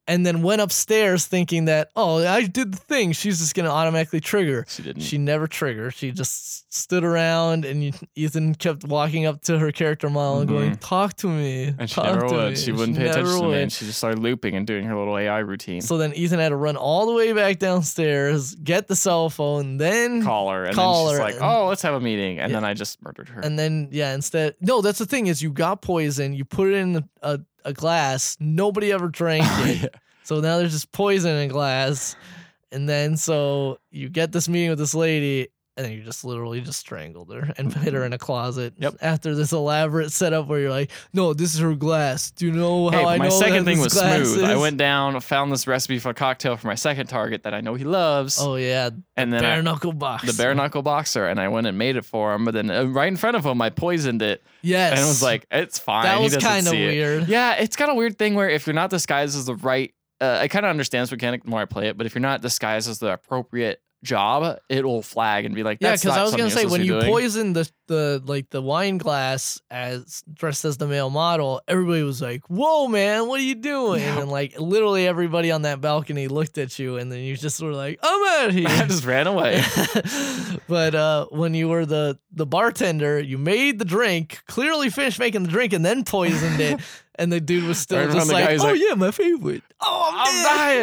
Speaker 1: and then went upstairs thinking that oh I did the thing she's just going to automatically trigger
Speaker 2: she didn't.
Speaker 1: she never triggered she just stood around and you- Ethan kept walking up to her character model and going talk to me
Speaker 2: Mm-hmm. and she
Speaker 1: talk
Speaker 2: never
Speaker 1: to
Speaker 2: would.
Speaker 1: me."
Speaker 2: She wouldn't pay
Speaker 1: never
Speaker 2: attention to me,
Speaker 1: would.
Speaker 2: and she just started looping and doing her little AI routine.
Speaker 1: So then Ethan had to run all the way back downstairs, get the cell phone, then
Speaker 2: call her, and
Speaker 1: Call
Speaker 2: then she's
Speaker 1: her
Speaker 2: like,
Speaker 1: and-
Speaker 2: "Oh, let's have a meeting," and
Speaker 1: Yeah.
Speaker 2: then I just murdered her. (laughs)
Speaker 1: and then yeah, instead no, that's the thing is you got poison, you put it in a, a glass, nobody ever
Speaker 2: (laughs)
Speaker 1: drank it.
Speaker 2: Oh, Yeah.
Speaker 1: So now there's just poison in a glass. And then so you get this meeting with this lady and then you just literally just strangled her and hid her in a closet.
Speaker 2: Mm-hmm. Yep.
Speaker 1: After this elaborate setup where you're like, no, this is her glass. Do you know how
Speaker 2: Hey,
Speaker 1: Oh, I
Speaker 2: but my
Speaker 1: know
Speaker 2: second
Speaker 1: that
Speaker 2: thing
Speaker 1: this
Speaker 2: was
Speaker 1: glass
Speaker 2: smooth. I
Speaker 1: is?"
Speaker 2: went down, found this recipe for a cocktail for my second target that I know he loves,
Speaker 1: Oh yeah,
Speaker 2: and then I-
Speaker 1: bare knuckle box.
Speaker 2: the bare knuckle boxer, and I went and made it for him. But then uh, right in front of him, I poisoned it,
Speaker 1: Yes.
Speaker 2: and it was like, "It's fine."
Speaker 1: that
Speaker 2: he
Speaker 1: was
Speaker 2: doesn't
Speaker 1: kind of
Speaker 2: see it."
Speaker 1: weird.
Speaker 2: Yeah, it's got a weird thing where if you're not disguised as the right, uh, I kind of understand this mechanic the more I play it, but if you're not disguised as the appropriate job, it'll flag and be like,
Speaker 1: Yeah,
Speaker 2: "That's
Speaker 1: because I
Speaker 2: not
Speaker 1: was gonna
Speaker 2: something
Speaker 1: say
Speaker 2: you're
Speaker 1: when you
Speaker 2: supposed to (laughs) be doing."
Speaker 1: poisoned the the like the wine glass as dressed as the male model, everybody was like, "Whoa, man, what are you doing?"
Speaker 2: Yeah.
Speaker 1: And like literally everybody on that balcony looked at you, and then you just were like, "I'm
Speaker 2: (laughs)
Speaker 1: out
Speaker 2: I
Speaker 1: here."
Speaker 2: just ran
Speaker 1: (laughs)
Speaker 2: away.
Speaker 1: but uh, when you were the the bartender, you made the drink, clearly finished making the drink, and then poisoned
Speaker 2: (laughs)
Speaker 1: it. And the dude was still
Speaker 2: Turned around,
Speaker 1: just
Speaker 2: the guy
Speaker 1: like,
Speaker 2: was
Speaker 1: "Oh
Speaker 2: like,
Speaker 1: yeah, my favorite. Oh,
Speaker 2: I'm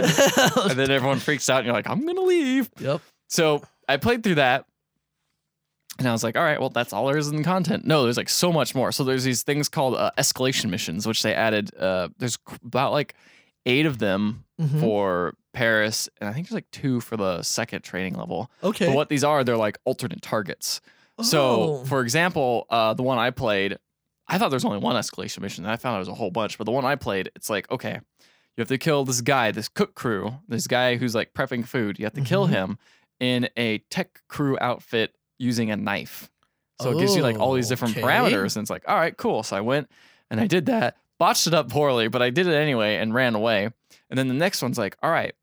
Speaker 1: I'm, (laughs) dying."
Speaker 2: and then everyone freaks out, and you're like, "I'm gonna leave."
Speaker 1: yep.
Speaker 2: So I played through that. And I was like, all right, well, that's all there is in the content. No, there's like so much more. So there's these things called uh, escalation missions, which they added. Uh, there's qu- about like eight of them
Speaker 1: Mhm.
Speaker 2: for Paris, and I think there's like two for the second training level.
Speaker 1: Okay.
Speaker 2: But what these are, they're like alternate targets. So,
Speaker 1: Oh.
Speaker 2: for example, uh, the one I played, I thought there was only one escalation mission. And I found out it was a whole bunch. But the one I played, it's like, okay, you have to kill this guy, this cook crew, this guy who's like prepping food. You have to kill
Speaker 1: Mhm.
Speaker 2: him in a tech crew outfit using a knife. So it gives you like all these different
Speaker 1: Oh, Okay.
Speaker 2: parameters. And it's like, all right, cool. So I went and I did that, botched it up poorly, but I did it anyway and ran away. And then the next one's like, all right,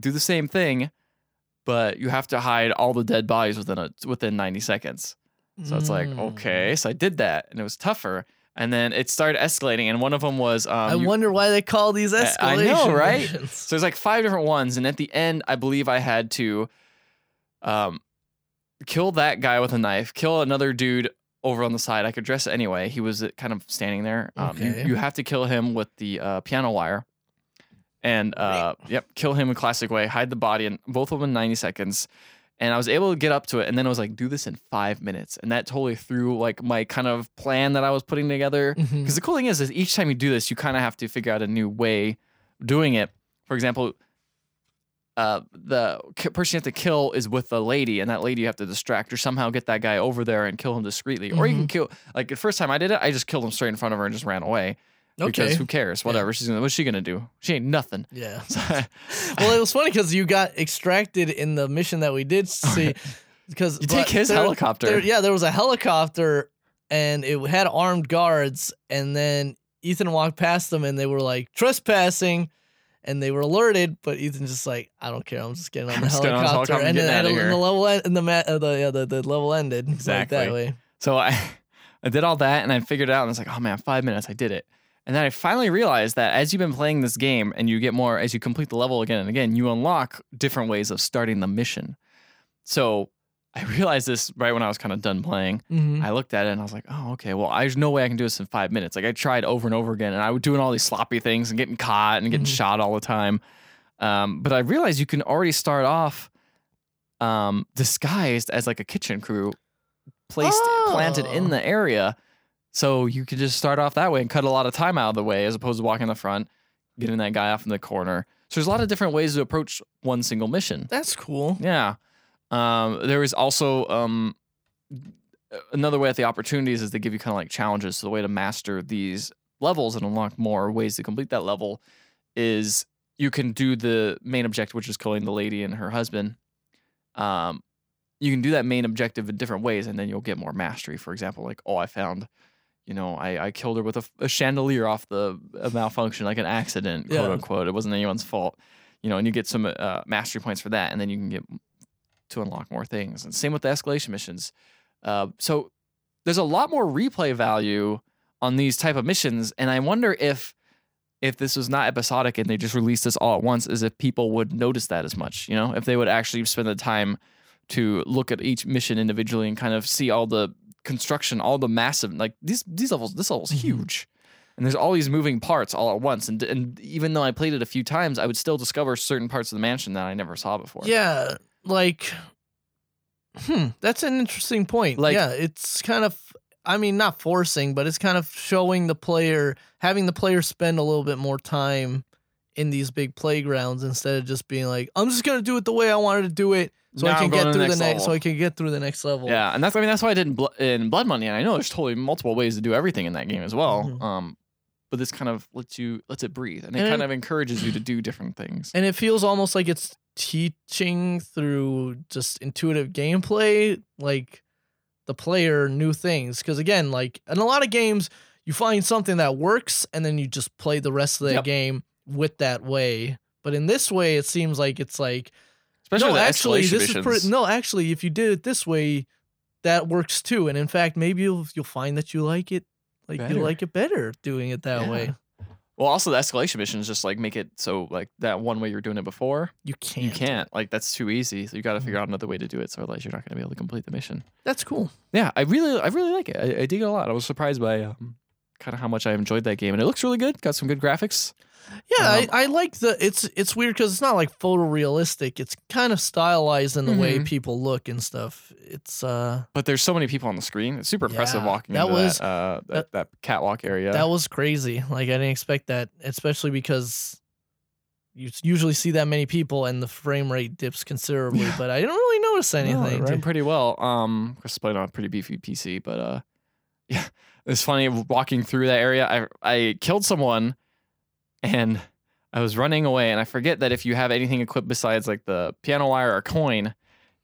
Speaker 2: do the same thing, but you have to hide all the dead bodies within a, within 90 seconds. So it's like,
Speaker 1: Mm.
Speaker 2: okay. So I did that and it was tougher. And then it started escalating. And one of them was um,
Speaker 1: I
Speaker 2: you-
Speaker 1: wonder why they call these escalation
Speaker 2: I- I know, right?
Speaker 1: missions.
Speaker 2: so there's like five different ones, and at the end, I believe I had to um kill that guy with a knife, kill another dude over on the side. I could dress it anyway. He was uh, kind of standing there. Um, you-
Speaker 1: Okay.
Speaker 2: you, have to kill him with the uh, piano wire. And uh, yep, kill him in classic way, hide the body in both of them in 90 seconds. And I was able to get up to it, and then I was like, do this in five minutes. And that totally threw like my kind of plan that I was putting together.
Speaker 1: Mhm.
Speaker 2: Because the cool thing is, is each time you do this, you kind of have to figure out a new way of doing it. For example, uh, the k- person you have to kill is with the lady, and that lady you have to distract or somehow get that guy over there and kill him discreetly. Or you can kill, like the first time I did it, I just killed him straight in front of her and just ran away. (laughs) Because
Speaker 1: Okay.
Speaker 2: who cares?
Speaker 1: Yeah.
Speaker 2: Whatever. She's gonna, what's she gonna do? She ain't nothing. (laughs)
Speaker 1: Yeah.
Speaker 2: So I-
Speaker 1: Well, it was funny because you got extracted in the mission that we did see. Because
Speaker 2: you take
Speaker 1: but
Speaker 2: his
Speaker 1: there-
Speaker 2: helicopter.
Speaker 1: there- yeah, there was a helicopter, and it had armed guards, and then Ethan walked past them, and they were like trespassing. And they were alerted, but Ethan's just like, I don't care. I'm just getting on
Speaker 2: (laughs) I'm
Speaker 1: the
Speaker 2: just getting on this
Speaker 1: helicopter.
Speaker 2: helicopter and
Speaker 1: And then
Speaker 2: getting
Speaker 1: at
Speaker 2: outta
Speaker 1: the
Speaker 2: here.
Speaker 1: level, en- and the, ma- uh, the, yeah, the, the level ended like,
Speaker 2: Exactly.
Speaker 1: that way.
Speaker 2: So I (laughs) I did all that and I figured it out and I was like, oh man, five minutes, I did it. And then I finally realized that as you've been playing this game and you get more, as you complete the level again and again, you unlock different ways of starting the mission. So I realized this right when I was kind of done playing.
Speaker 1: Mhm.
Speaker 2: I looked at it and I was like, oh, okay. Well, there's no way I can do this in five minutes. Like I tried over and over again, and I was doing all these sloppy things and getting caught and getting
Speaker 1: Mhm.
Speaker 2: shot all the time. Um, but I realized you can already start off um, disguised as like a kitchen crew placed planted in
Speaker 1: Oh.
Speaker 2: the area, so you could just start off that way and cut a lot of time out of the way as opposed to walking in the front, getting that guy off in the corner. So there's a lot of different ways to approach one single mission.
Speaker 1: That's cool.
Speaker 2: Yeah. Um, there is also um, another way at the opportunities is they give you kind of like challenges. So the way to master these levels and unlock more ways to complete that level is you can do the main objective, which is killing the lady and her husband. Um, you can do that main objective in different ways, and then you'll get more mastery. For example, like oh, I found. You know, I, I killed her with a, f- a chandelier off the a malfunction, like an accident, quote
Speaker 1: Yeah.
Speaker 2: unquote. It wasn't anyone's fault you know, and you get some uh, mastery points for that, and then you can get to unlock more things. And same with the escalation missions. Uh, so there's a lot more replay value on these type of missions, and I wonder if if this was not episodic and they just released this all at once, is if people would notice that as much, you know, if they would actually spend the time to look at each mission individually and kind of see all the construction, all the massive like these these levels. This level's
Speaker 1: Mhm.
Speaker 2: huge, and there's all these moving parts all at once. And and even though I played it a few times, I would still discover certain parts of the mansion that I never saw before.
Speaker 1: Yeah, like, hmm, that's an interesting point.
Speaker 2: Like-
Speaker 1: yeah, it's kind of, I mean, not forcing, but it's kind of showing the player, having the player spend a little bit more time in these big playgrounds instead of just being like, I'm just gonna do it the way I wanted to do it, so I
Speaker 2: Now I'm
Speaker 1: can
Speaker 2: going
Speaker 1: get through
Speaker 2: to the
Speaker 1: the next,
Speaker 2: next level."
Speaker 1: so I can get through the next level.
Speaker 2: Yeah, and that's I mean that's why I did in, Blo- in Blood Money, and I know there's totally multiple ways to do everything in that game as well.
Speaker 1: Mhm.
Speaker 2: Um, but this kind of lets you lets it breathe, and it
Speaker 1: And
Speaker 2: kind
Speaker 1: it-
Speaker 2: of encourages you to do different things.
Speaker 1: and it feels almost like it's teaching through just intuitive gameplay like the player new things because again like in a lot of games you find something that works and then you just play the rest of that
Speaker 2: Yep.
Speaker 1: game with that way but in this way it seems like it's like
Speaker 2: Especially
Speaker 1: no
Speaker 2: the
Speaker 1: actually
Speaker 2: escalation
Speaker 1: this is
Speaker 2: missions.
Speaker 1: pretty no actually if you did it this way that works too and in fact maybe you'll, you'll find that you like it like
Speaker 2: Better.
Speaker 1: you like it better doing it that
Speaker 2: Yeah.
Speaker 1: way
Speaker 2: Well, also the escalation missions just like make it so like that one way you're doing it before
Speaker 1: you can't
Speaker 2: you can't like that's too easy. So you got to
Speaker 1: Mhm.
Speaker 2: figure out another way to do it. So otherwise you're not going to be able to complete the mission.
Speaker 1: that's cool
Speaker 2: Yeah, I really I really like it. I, I dig it a lot. I was surprised by um, kind of how much I enjoyed that game, and it looks really good. Got some good graphics.
Speaker 1: Yeah,
Speaker 2: Um,
Speaker 1: I, I like the it's it's weird because it's not like photorealistic. It's kind of stylized in the way
Speaker 2: Mhm.
Speaker 1: people look and stuff. It's uh
Speaker 2: But there's so many people on the screen. It's super impressive
Speaker 1: Yeah,
Speaker 2: walking
Speaker 1: that
Speaker 2: into
Speaker 1: was-
Speaker 2: that, uh, that, that catwalk area.
Speaker 1: that was crazy. Like I didn't expect that, especially because you s- usually see that many people and the frame rate dips considerably.
Speaker 2: Yeah.
Speaker 1: But I don't really notice
Speaker 2: No, it
Speaker 1: anything.
Speaker 2: ran
Speaker 1: dude.
Speaker 2: pretty well. Um, Chris is playing on a pretty beefy PC, but uh, (laughs) yeah, it's funny walking through that area. I I killed someone, and I was running away, and I forget that if you have anything equipped besides like the piano wire or coin,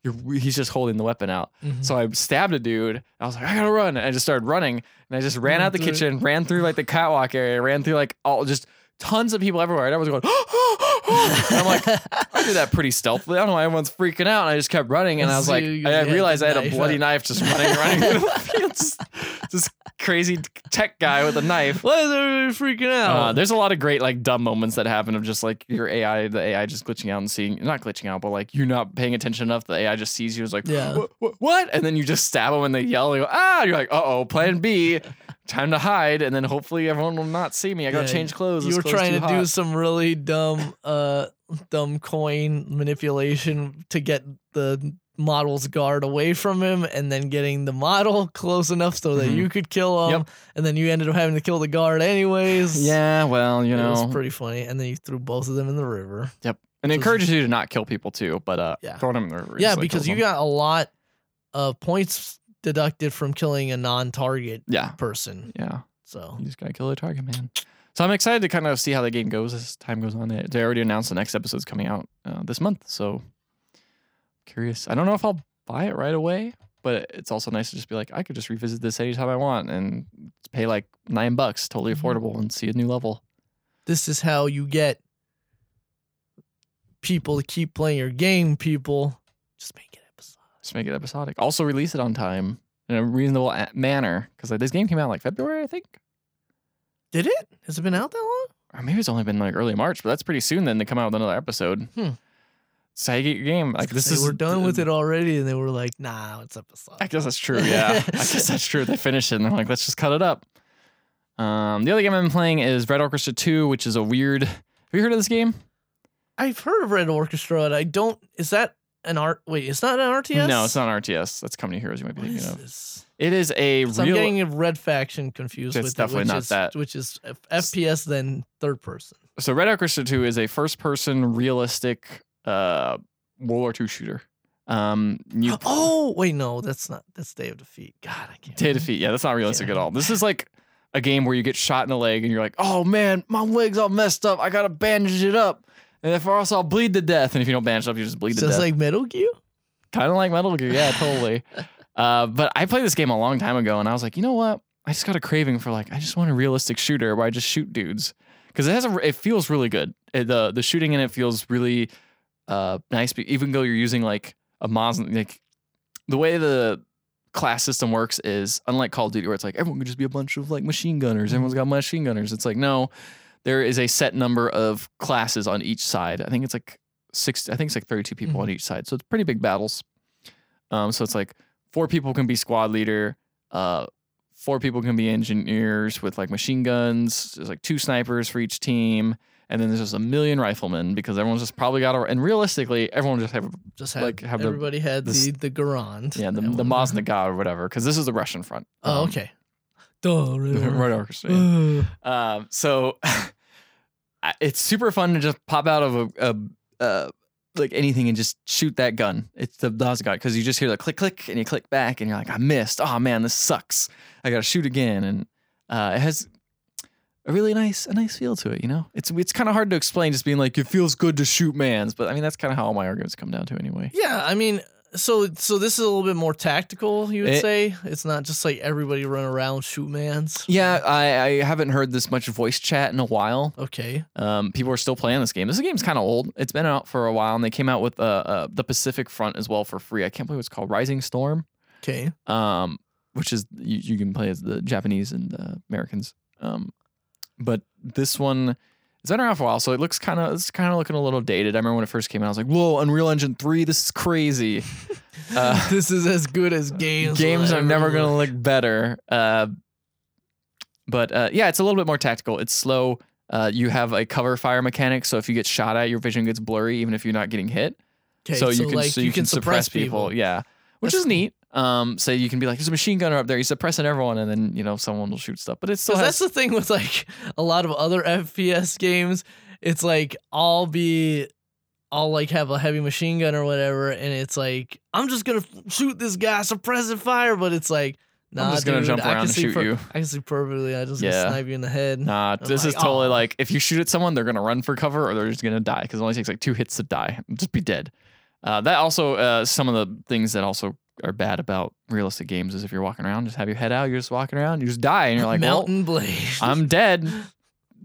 Speaker 2: you're, he's just holding the weapon out.
Speaker 1: Mhm.
Speaker 2: So (laughs) I stabbed a dude. I was like, I gotta run. And I just started running. And I just ran
Speaker 1: Ran
Speaker 2: out the
Speaker 1: through it.
Speaker 2: kitchen, ran through like the catwalk area, ran through like all just tons of people everywhere. And everyone's going, (gasps) and I'm like, I did that pretty stealthily. I don't know why everyone's freaking out. And I just kept running. And I was
Speaker 1: So
Speaker 2: like,
Speaker 1: you-
Speaker 2: I
Speaker 1: you had
Speaker 2: realized
Speaker 1: the
Speaker 2: I had a
Speaker 1: knife
Speaker 2: bloody
Speaker 1: out.
Speaker 2: knife
Speaker 1: (laughs)
Speaker 2: just running, running through the fields. This crazy tech guy with a knife.
Speaker 1: why is everybody freaking out?
Speaker 2: Uh, there's a lot of great like dumb moments that happen of just like your AI, the AI just glitching out and seeing, not glitching out, but like you're not paying attention enough. The AI just sees you is like,
Speaker 1: Yeah.
Speaker 2: "Wha- wha- what? And then you just stab them and they yell and go, ah, you're like, uh oh, plan B, time to hide. And then hopefully everyone will not see me. I got to
Speaker 1: Yeah,
Speaker 2: change clothes.
Speaker 1: you
Speaker 2: This
Speaker 1: were
Speaker 2: clothes
Speaker 1: trying
Speaker 2: too
Speaker 1: to do
Speaker 2: hot."
Speaker 1: some really dumb uh dumb coin manipulation to get the model's guard away from him and then getting the model close enough so that
Speaker 2: Mhm.
Speaker 1: you could kill him
Speaker 2: Yep.
Speaker 1: and then you ended up having to kill the guard anyways
Speaker 2: (laughs) Yeah, well, you
Speaker 1: it was
Speaker 2: know,
Speaker 1: pretty funny and then you threw both of them in the river
Speaker 2: and it
Speaker 1: so-
Speaker 2: encourages you to not kill people too, but uh,
Speaker 1: Yeah.
Speaker 2: throwing them in the river
Speaker 1: yeah
Speaker 2: easily
Speaker 1: because
Speaker 2: kills
Speaker 1: you
Speaker 2: them.
Speaker 1: got a lot of points deducted from killing a non-target
Speaker 2: yeah,
Speaker 1: person
Speaker 2: yeah.
Speaker 1: so
Speaker 2: You just gotta kill a target, man. So I'm excited to kind of see how the game goes as time goes on. They they already announced the next episode's coming out uh, this month, so curious. I don't know if I'll buy it right away, but it's also nice to just be like, I could just revisit this anytime I want and pay like nine bucks, totally
Speaker 1: Mhm.
Speaker 2: affordable, and see a new level.
Speaker 1: this is how you get people to keep playing your game people just make it episode
Speaker 2: Just make it episodic. Also release it on time. in a reasonable a- manner. Because like this game came out like February, I think,
Speaker 1: Did it? Has it been out that long?
Speaker 2: or Uh, maybe it's only been like early March, but that's pretty soon. Then to come out with another episode.
Speaker 1: Hmm.
Speaker 2: So how you get your game? Like this
Speaker 1: they
Speaker 2: is
Speaker 1: were done with it already, and they were like, "Nah, it's episode."
Speaker 2: I guess that's true.
Speaker 1: (laughs)
Speaker 2: Yeah, I guess that's true. They finished it and they're like, let's just cut it up. Um, the other game I've been playing is Red Orchestra Two, which is a weird. Have you heard of this game?
Speaker 1: I've heard of Red Orchestra, and I don't. Is that an art? Wait, it's not an RTS.
Speaker 2: No, it's not an RTS. That's Company of Heroes. You might be
Speaker 1: What
Speaker 2: thinking
Speaker 1: is
Speaker 2: of.
Speaker 1: this?
Speaker 2: It is a
Speaker 1: So I'm
Speaker 2: real.
Speaker 1: getting a Red Faction confused
Speaker 2: It's
Speaker 1: with
Speaker 2: definitely
Speaker 1: it, which
Speaker 2: not
Speaker 1: is,
Speaker 2: that.
Speaker 1: Which is F- FPS then third person.
Speaker 2: so Red Orchestra 2 is a first person realistic uh World War II shooter. Um you
Speaker 1: oh wait, no, that's not. That's Day of Defeat. God, I can't.
Speaker 2: Day of Defeat. Yeah, that's not realistic
Speaker 1: Yeah.
Speaker 2: at all. This is like a game where you get shot in the leg and you're like, oh man, my leg's all messed up. I gotta bandage it up. And if or else I'll bleed to death. And if you don't bandage up, you just bleed to
Speaker 1: So it's
Speaker 2: death.
Speaker 1: like Metal Gear.
Speaker 2: kind of like Metal Gear. Yeah, totally. uh, but I played this game a long time ago, and I was like, you know what? I just got a craving for like I just want a realistic shooter where I just shoot dudes because it has a, it feels really good. It- the The shooting in it feels really uh, nice, be- even though you're using like a Mosin like the way the class system works is unlike Call of Duty where it's like everyone can just be a bunch of like machine gunners. Everyone's got machine gunners. It's like no, there is a set number of classes on each side. I think it's like six. I think it's like thirty two people on each side, so it's pretty big battles. Um, so it's like four people can be squad leader. Uh, four people can be engineers with like machine guns. There's like two snipers for each team. And then there's just a million riflemen because everyone's just probably got a. And realistically, everyone just have a
Speaker 1: Just had,
Speaker 2: Like, have the-
Speaker 1: everybody had
Speaker 2: this-
Speaker 1: the the Garand.
Speaker 2: yeah the
Speaker 1: That
Speaker 2: the
Speaker 1: one. (laughs)
Speaker 2: Maznaga or whatever because this is the Russian front.
Speaker 1: Oh
Speaker 2: (laughs) Um,
Speaker 1: okay. Duh,
Speaker 2: the
Speaker 1: really.
Speaker 2: Red Orchestra. yeah.
Speaker 1: Ugh.
Speaker 2: Um, so (laughs) I- it's super fun to just pop out of a, a uh, like anything and just shoot that gun. It's the Dazgod because you just hear the click click and you click back and you're like, I missed. Oh man, this sucks. I gotta shoot again. And uh, it has a really nice a nice feel to it. You know, it's it's kind of hard to explain just being like it feels good to shoot mans, but I mean that's kind of how all my arguments come down to anyway.
Speaker 1: (sighs) Yeah, I mean, so so this is a little bit more tactical. You would
Speaker 2: It-
Speaker 1: say it's not just like everybody run around shoot mans.
Speaker 2: Yeah, I, I haven't heard this much voice chat in a while.
Speaker 1: Okay.
Speaker 2: Um, people are still playing this game. This game's kind of old. It's been out for a while, and they came out with uh, uh, the Pacific Front as well for free. I can't believe it's called Rising Storm,
Speaker 1: Okay.
Speaker 2: um, which is you, you can play as the Japanese and the Americans. Um, but this one, it's been around for a while, so it looks kind of it's kind of looking a little dated. I remember when it first came out, I was like, "Whoa, Unreal Engine three, this is crazy."
Speaker 1: (laughs)
Speaker 2: Uh,
Speaker 1: this is as good
Speaker 2: (laughs)
Speaker 1: as games.
Speaker 2: games
Speaker 1: will
Speaker 2: are never
Speaker 1: ever
Speaker 2: going to
Speaker 1: look.
Speaker 2: look better. Uh, but uh, yeah, it's a little bit more tactical. It's slow. Uh, you have a cover fire mechanic, so if you get shot at, your vision gets blurry, even if you're not getting hit.
Speaker 1: 'Kay,
Speaker 2: so you can
Speaker 1: like,
Speaker 2: so you, can, suppress, people. Yeah, which
Speaker 1: That's
Speaker 2: is neat. Um, so you can be like, there's a machine gunner up there. You're suppressing everyone, and then you know someone will shoot stuff. But it's still
Speaker 1: 'Cause
Speaker 2: has
Speaker 1: that's the thing with like a lot of other FPS games. It's like I'll be, I'll like have a heavy machine gun or whatever, and it's like I'm just gonna shoot this guy, suppress and fire. But it's like, nah,
Speaker 2: just gonna
Speaker 1: dude,
Speaker 2: jump
Speaker 1: I
Speaker 2: around
Speaker 1: can
Speaker 2: and
Speaker 1: see
Speaker 2: shoot you.
Speaker 1: I can see perfectly. I just
Speaker 2: Yeah.
Speaker 1: gonna snipe you in the head.
Speaker 2: Nah,
Speaker 1: I'm
Speaker 2: this
Speaker 1: like,
Speaker 2: is totally
Speaker 1: "Aw."
Speaker 2: like if you shoot at someone, they're gonna run for cover or they're just gonna die because it only takes like two hits to die, just be dead. Uh, that also uh, some of the things that also are bad about realistic games is if you're walking around, just have your head out, you're just walking around, you just die, and you're like, well,
Speaker 1: Mountain Blade.
Speaker 2: I'm dead.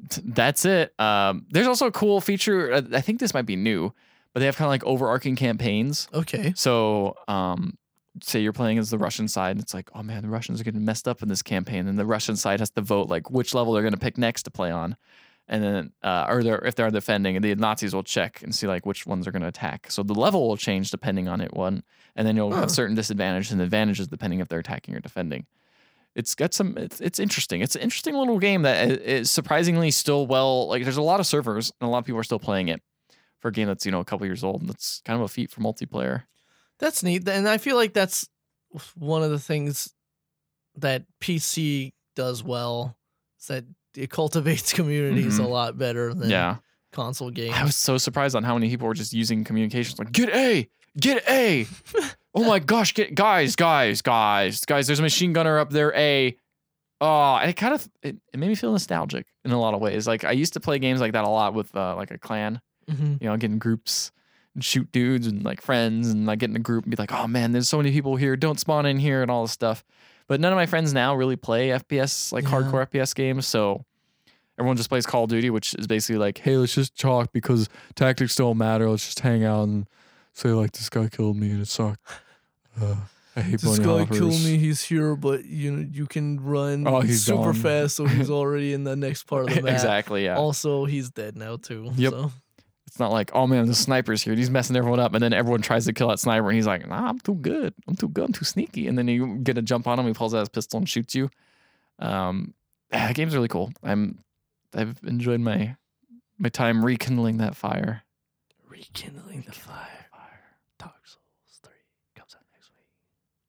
Speaker 2: T- That's it. Um, there's also a cool feature. uh, I think this might be new, but they have kind of like overarching campaigns.
Speaker 1: (laughs) okay.
Speaker 2: So, um, say you're playing as the Russian side, and it's like, oh man, the Russians are getting messed up in this campaign, and the Russian side has to vote like which level they're going to pick next to play on, and then uh, or they're, if they're defending, the Nazis will check and see like which ones are going to attack. So the level will change depending on it one, and then you'll
Speaker 1: Huh.
Speaker 2: have certain disadvantages and advantages depending if they're attacking or defending. It's got some. It's, it's interesting. It's an interesting little game that i- is surprisingly still well. Like there's a lot of servers and a lot of people are still playing it for a game that's you know a couple years old. That's kind of a feat for multiplayer.
Speaker 1: That's neat. And I feel like that's one of the things that PC does well is that it cultivates communities a lot better than
Speaker 2: Mm-hmm. Yeah.
Speaker 1: console games.
Speaker 2: I was so surprised on how many people were just using communications like get A, get A. oh my gosh, get guys, guys, guys, guys, there's a machine gunner up there, A. Oh, and it kind of it, it made me feel nostalgic in a lot of ways. Like I used to play games like that a lot with uh, like a clan,
Speaker 1: Mhm.
Speaker 2: you know, get in groups and shoot dudes and like friends and like get in a group and be like, oh man, there's so many people here, don't spawn in here and all this stuff. But none of my friends now really play FPS, like
Speaker 1: Yeah.
Speaker 2: hardcore FPS games. So everyone just plays Call of Duty, which is basically like, hey, let's just talk because tactics don't matter. Let's just hang out and say, like, this guy killed me and it sucked. Uh,
Speaker 3: I hate
Speaker 1: this
Speaker 3: Bonnie
Speaker 1: guy
Speaker 3: Hoppers.
Speaker 1: killed
Speaker 2: (laughs)
Speaker 1: me. He's here, but you know you can run
Speaker 3: Oh, he's
Speaker 1: super
Speaker 3: gone.
Speaker 1: fast, so
Speaker 2: (laughs)
Speaker 1: he's already in the next part of the map.
Speaker 2: exactly. Yeah.
Speaker 1: Also, he's dead now too.
Speaker 2: Yep.
Speaker 1: So.
Speaker 2: It's not like, oh man, the sniper's here. and He's messing everyone up. And then everyone tries to kill that sniper. And he's like, nah, I'm too good. I'm too good. I'm too sneaky. And then you get a jump on him. He pulls out his pistol and shoots you. Um, (sighs) that game's really cool. I'm, I've enjoyed my, my time rekindling that fire.
Speaker 1: Rekindling the fire. Dark Souls 3 comes out next week.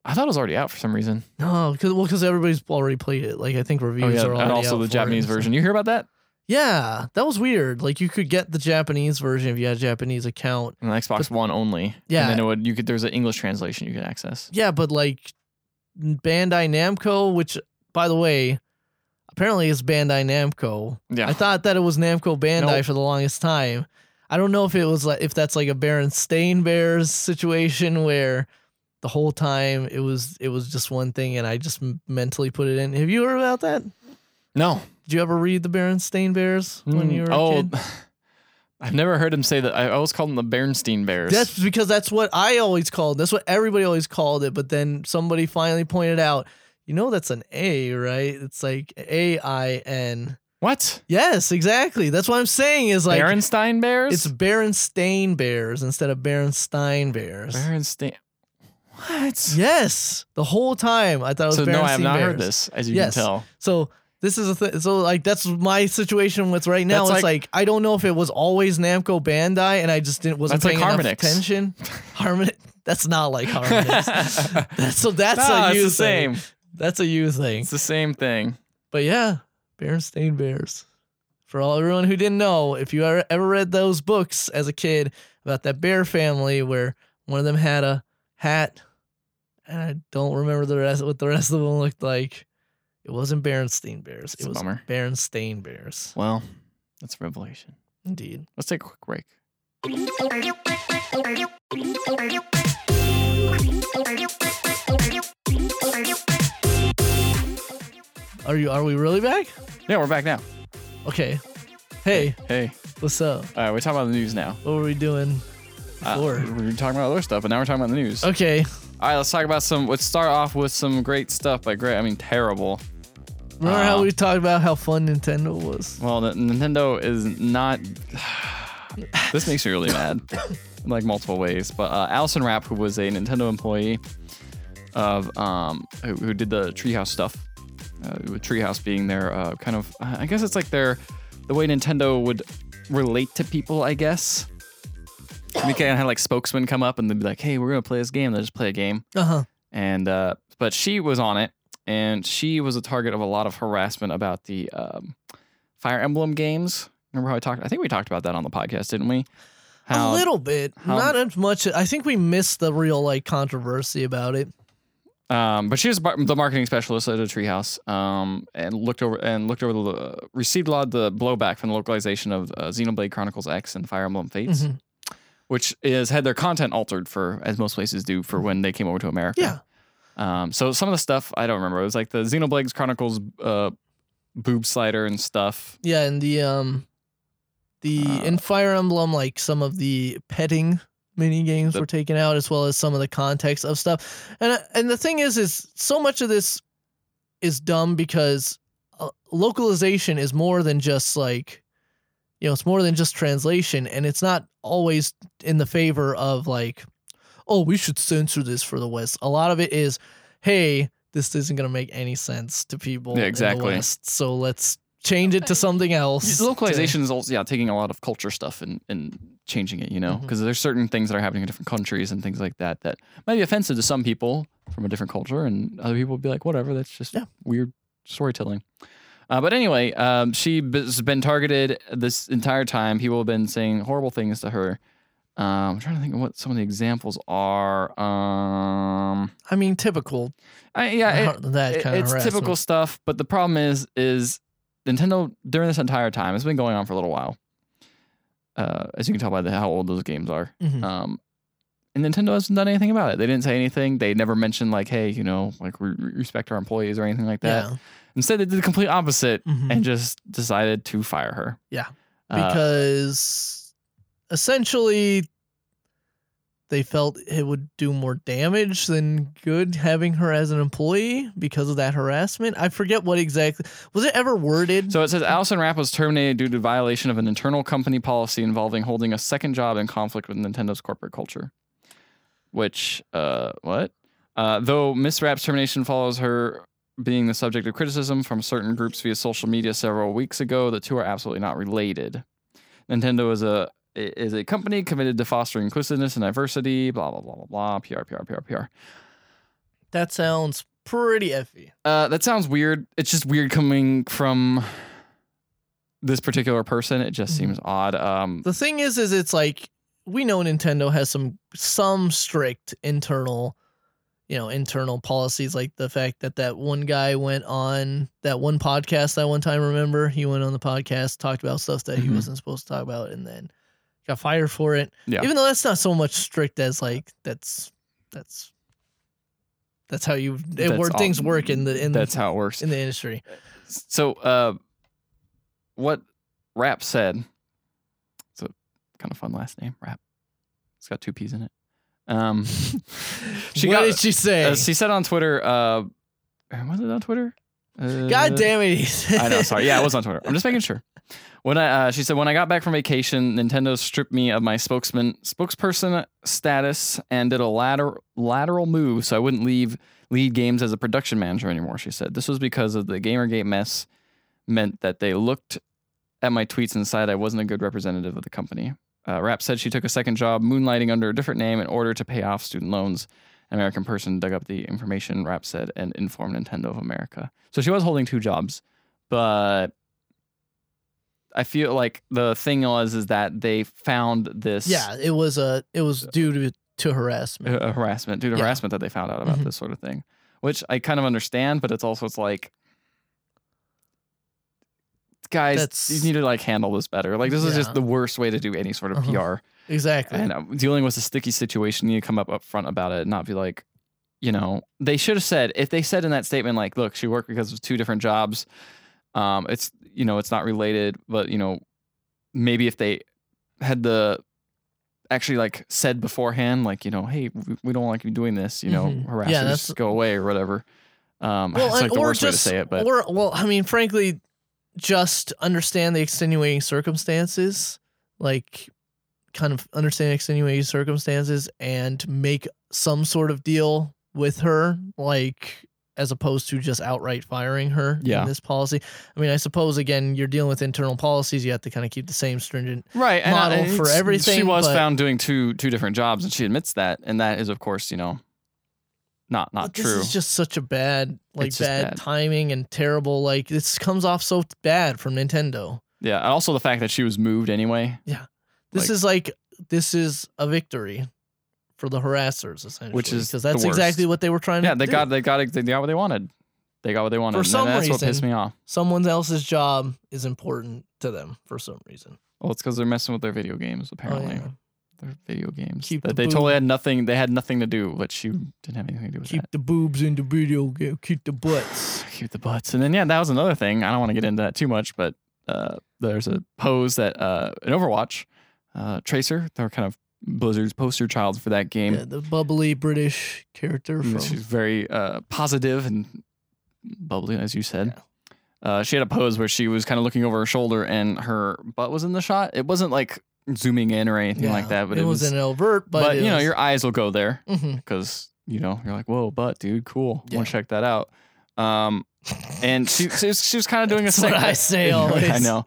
Speaker 2: I thought it was already out for some reason.
Speaker 1: No, because well, because everybody's already played it. Like I think reviews
Speaker 2: Oh yeah,
Speaker 1: are already
Speaker 2: and also
Speaker 1: out
Speaker 2: the
Speaker 1: for it,
Speaker 2: Japanese
Speaker 1: so-
Speaker 2: version. You hear about that?
Speaker 1: Yeah, that was weird. Like you could get the Japanese version if you had a Japanese account.
Speaker 2: On Xbox One only.
Speaker 1: Yeah.
Speaker 2: And then it would, you could there's an English translation you could access.
Speaker 1: Yeah, but like Bandai Namco, which by the way, apparently it's Bandai Namco.
Speaker 2: Yeah.
Speaker 1: I thought that it was Namco Bandai
Speaker 2: Nope.
Speaker 1: for the longest time. I don't know if it was like if that's like a Baron Stain Bears situation where the whole time it was it was just one thing and I just m- mentally put it in. Have you heard about that?
Speaker 2: no.
Speaker 1: Did you ever read the Baron Stain Bears when you were a
Speaker 2: oh,
Speaker 1: kid?
Speaker 2: (laughs) I've never heard him say that. I always called them the Bernstein Bears.
Speaker 1: That's because that's what I always called. That's what everybody always called it. But then somebody finally pointed out, you know, that's an A, right? It's like A I N.
Speaker 2: what?
Speaker 1: Yes, exactly. That's what I'm saying. Is like
Speaker 2: Berenstein Bears?
Speaker 1: it's Berenstain Bears instead of Berenstein Bears.
Speaker 2: Berenstein. What?
Speaker 1: yes, the whole time I thought it was.
Speaker 2: So no, I have
Speaker 1: Berenstain
Speaker 2: not
Speaker 1: Bears.
Speaker 2: heard this, as you
Speaker 1: Yes. (laughs)
Speaker 2: can tell.
Speaker 1: So this is a thing. So like that's my situation with right now.
Speaker 2: That's
Speaker 1: it's like,
Speaker 2: like-
Speaker 1: I don't know if it was always Namco Bandai and I just didn't wasn't
Speaker 2: That's like
Speaker 1: paying enough
Speaker 2: Harmonix.
Speaker 1: attention.
Speaker 2: (laughs)
Speaker 1: Harmonix. That's not like Harmonix. Oh, That's, so that's
Speaker 2: No,
Speaker 1: a
Speaker 2: it's
Speaker 1: you
Speaker 2: the
Speaker 1: thing.
Speaker 2: same.
Speaker 1: That's a you thing.
Speaker 2: It's the same thing.
Speaker 1: But yeah, Berenstain Bears. For all everyone who didn't know, if you ever, ever read those books as a kid about that bear family where one of them had a hat, and I don't remember the rest what the rest of them looked like. It wasn't Berenstain Bears.
Speaker 2: It's
Speaker 1: it
Speaker 2: a
Speaker 1: was
Speaker 2: bummer.
Speaker 1: Berenstain Bears.
Speaker 2: Well, that's a revelation.
Speaker 1: Indeed.
Speaker 2: Let's take a quick break.
Speaker 1: Are you? Are we really back?
Speaker 2: Yeah, we're back now.
Speaker 1: Okay. Hey,
Speaker 2: Hey,
Speaker 1: what's up?
Speaker 2: all right, we're talking about the news now.
Speaker 1: What were we doing
Speaker 2: Uh,
Speaker 1: before?
Speaker 2: we were talking about other stuff, but now we're talking about the news.
Speaker 1: okay.
Speaker 2: All right, let's talk about some. Let's start off with some great stuff. By great, I mean terrible.
Speaker 1: Remember how
Speaker 2: Uh,
Speaker 1: we talked about how fun Nintendo was?
Speaker 2: Well, the, Nintendo is not. (sighs) this makes me really mad, in like multiple ways. But uh, Allison Rapp, who was a Nintendo employee of um, who, who did the Treehouse stuff, uh, with Treehouse being their uh, kind of, I guess it's like their the way Nintendo would relate to people, I guess. We kind of had like spokesmen come up and they'd be like, "Hey, we're gonna play this game." They will just play a game
Speaker 1: Uh huh.
Speaker 2: and uh, but she was on it, and she was a target of a lot of harassment about the um, Fire Emblem games. Remember how I talked? I think we talked about that on the podcast, didn't we?
Speaker 1: A
Speaker 2: How,
Speaker 1: little bit,
Speaker 2: how-
Speaker 1: not as much. I think we missed the real like controversy about it.
Speaker 2: Um, but she was bar- the marketing specialist at a treehouse, um, and looked over and looked over the uh, received a lot of the blowback from the localization of uh, Xenoblade Chronicles X and Fire Emblem Fates,
Speaker 1: Mhm.
Speaker 2: which is had their content altered for as most places do for when they came over to America.
Speaker 1: Yeah.
Speaker 2: Um, so some of the stuff I don't remember. It was like the Xenoblade Chronicles uh, boob slider and stuff.
Speaker 1: Yeah, and the um, the
Speaker 2: Uh,
Speaker 1: in Fire Emblem, like some of the petting mini games
Speaker 2: The-
Speaker 1: were taken out, as well as some of the context of stuff. And uh, and the thing is, is so much of this is dumb because uh, localization is more than just like, you know, it's more than just translation, and it's not always in the favor of like, oh, we should censor this for the West. A lot of it is, hey. This isn't going to make any sense to people
Speaker 2: Yeah,
Speaker 1: in
Speaker 2: exactly.
Speaker 1: the West, so let's change it to something else.
Speaker 2: Localization is also yeah taking a lot of culture stuff and and changing it. You know,
Speaker 1: Mhm.
Speaker 2: because there's certain things that are happening in different countries and things like that that might be offensive to some people from a different culture, and other people would be like, whatever, that's just
Speaker 1: Yeah.
Speaker 2: weird storytelling. Uh, but anyway, um, she b- has been targeted this entire time. People have been saying horrible things to her. Um, I'm trying to think of what some of the examples are. Um,
Speaker 1: I mean, typical.
Speaker 2: I, yeah, it-
Speaker 1: that
Speaker 2: It-
Speaker 1: kind
Speaker 2: it's
Speaker 1: of
Speaker 2: typical stuff but the problem is is nintendo during this entire time it's been going on for a little while uh, as you can tell by the, how old those games are
Speaker 1: Mhm.
Speaker 2: um, and nintendo hasn't done anything about it they didn't say anything they never mentioned like hey you know like we we respect our employees or anything like that
Speaker 1: Yeah.
Speaker 2: instead they did the complete opposite
Speaker 1: Mhm.
Speaker 2: and just decided to fire her
Speaker 1: Yeah.
Speaker 2: Uh,
Speaker 1: because essentially they felt it would do more damage than good having her as an employee because of that harassment. I forget what exactly was it ever worded.
Speaker 2: So it says Allison Rapp was terminated due to violation of an internal company policy involving holding a second job in conflict with Nintendo's corporate culture. Which, uh, what? Uh, though Miss Rapp's termination follows her being the subject of criticism from certain groups via social media several weeks ago, the two are absolutely not related. Nintendo is a is a company committed to fostering inclusiveness and diversity. Blah blah blah blah blah. PR PR PR PR.
Speaker 1: that sounds pretty effy.
Speaker 2: Uh, that sounds weird. It's just weird coming from this particular person. It just
Speaker 1: Mhm.
Speaker 2: seems odd. Um,
Speaker 1: The thing is, is it's like we know Nintendo has some some strict internal, you know, internal policies. Like the fact that that one guy went on that one podcast that one time. Remember, he went on the podcast, talked about stuff that he
Speaker 2: Mhm.
Speaker 1: wasn't supposed to talk about, and then got fired for it.
Speaker 2: Yeah.
Speaker 1: Even though that's not so much strict as like that's that's that's how you it,
Speaker 2: that's
Speaker 1: where
Speaker 2: all-
Speaker 1: things work in the in
Speaker 2: that's
Speaker 1: the,
Speaker 2: how it works.
Speaker 1: in the industry.
Speaker 2: So, uh, what Rap said, it's a kind of fun last name, Rap. It's got two P's in it.
Speaker 1: (laughs)
Speaker 2: Um, She
Speaker 1: what
Speaker 2: got-
Speaker 1: did she say?
Speaker 2: uh, she said on Twitter, uh, was it on Twitter? Uh,
Speaker 1: God damn it!
Speaker 2: (laughs) I know. Sorry. Yeah, it was on Twitter. I'm just making sure. When I, uh, she said, when I got back from vacation, Nintendo stripped me of my spokesman spokesperson status and did a lateral lateral move, so I wouldn't leave lead games as a production manager anymore. She said this was because of the GamerGate mess, meant that they looked at my tweets and decided I wasn't a good representative of the company. Uh, Rap said she took a second job moonlighting under a different name in order to pay off student loans. An American person dug up the information, Rap said, and informed Nintendo of America. So she was holding two jobs but I feel like the thing was is that they found this
Speaker 1: Yeah, it was a it was due to to harassment.
Speaker 2: uh, harassment due to
Speaker 1: Yeah.
Speaker 2: harassment that they found out about
Speaker 1: Mhm.
Speaker 2: this sort of thing, which I kind of understand, but it's also it's like guys
Speaker 1: That's-
Speaker 2: you need to like handle this better like this is
Speaker 1: Yeah.
Speaker 2: just the worst way to do any sort of
Speaker 1: Uh-huh.
Speaker 2: pr
Speaker 1: Exactly.
Speaker 2: and uh, dealing with a sticky situation you need to come up up front about it and not be like you know they should have said if they said in that statement like look she worked because of two different jobs um it's you know it's not related but you know maybe if they had the actually like said beforehand like you know hey we, we don't like you doing this you know
Speaker 1: Mhm.
Speaker 2: harass
Speaker 1: Yeah,
Speaker 2: her,
Speaker 1: that's-
Speaker 2: just go away or whatever um (laughs)
Speaker 1: Well,
Speaker 2: it's
Speaker 1: and-
Speaker 2: like the
Speaker 1: or
Speaker 2: worst way to
Speaker 1: just-
Speaker 2: say it but
Speaker 1: Or well, I mean, frankly, just understand the extenuating circumstances, like kind of understand extenuating circumstances, and make some sort of deal with her, like as opposed to just outright firing her
Speaker 2: Yeah.
Speaker 1: in this policy. I mean, I suppose again, you're dealing with internal policies, you have to kind of keep the same stringent
Speaker 2: right and I-
Speaker 1: model
Speaker 2: it's-
Speaker 1: for
Speaker 2: she
Speaker 1: everything,
Speaker 2: was
Speaker 1: but-
Speaker 2: found doing two two different jobs and she admits that and that is of course you know not
Speaker 1: But
Speaker 2: not true
Speaker 1: This is just such a bad, like
Speaker 2: It's just
Speaker 1: bad,
Speaker 2: bad.
Speaker 1: timing and terrible. Like this comes off so bad from Nintendo.
Speaker 2: Yeah, and also the fact that she was moved anyway,
Speaker 1: This
Speaker 2: Like-
Speaker 1: is like this is a victory for the harassers, essentially.
Speaker 2: is
Speaker 1: because
Speaker 2: the
Speaker 1: that's
Speaker 2: worst.
Speaker 1: exactly what they were trying
Speaker 2: yeah,
Speaker 1: to.
Speaker 2: they
Speaker 1: do.
Speaker 2: got they got they got what they wanted. They got what they wanted.
Speaker 1: For
Speaker 2: and
Speaker 1: some
Speaker 2: that's what pissed
Speaker 1: reason-
Speaker 2: me off.
Speaker 1: someone else's job is important to them for some reason.
Speaker 2: Well, it's because they're messing with their video games. Apparently,
Speaker 1: Oh, yeah.
Speaker 2: their video games
Speaker 1: Keep
Speaker 2: that
Speaker 1: the
Speaker 2: they totally
Speaker 1: boob.
Speaker 2: had nothing. They had nothing to do, but she didn't have anything to do with
Speaker 1: Keep
Speaker 2: that.
Speaker 1: the boobs in the video game. Keep the butts.
Speaker 2: Keep the butts, and then yeah, that was another thing. I don't want to get into that too much, but uh, there's a pose that uh, in Overwatch, uh, Tracer, they're kind of Blizzard's poster child for that game.
Speaker 1: Yeah, the bubbly British character
Speaker 2: Mm,
Speaker 1: from.
Speaker 2: She's very uh, positive and bubbly, as you said. Uh, she had a pose where she was kind of looking over her shoulder and her butt was in the shot. It wasn't like zooming in or anything like that, but it, was.
Speaker 1: not an overt,
Speaker 2: but
Speaker 1: but, it
Speaker 2: you know,
Speaker 1: was- (laughs)
Speaker 2: your eyes will go there
Speaker 1: Mhm.
Speaker 2: because you know you're like, "Whoa, butt, dude, cool.
Speaker 1: Yeah.
Speaker 2: Want to check that out." Um, and she she was, she was kind of doing a
Speaker 1: That's what
Speaker 2: second-
Speaker 1: I say
Speaker 2: (laughs) I
Speaker 1: always.
Speaker 2: know.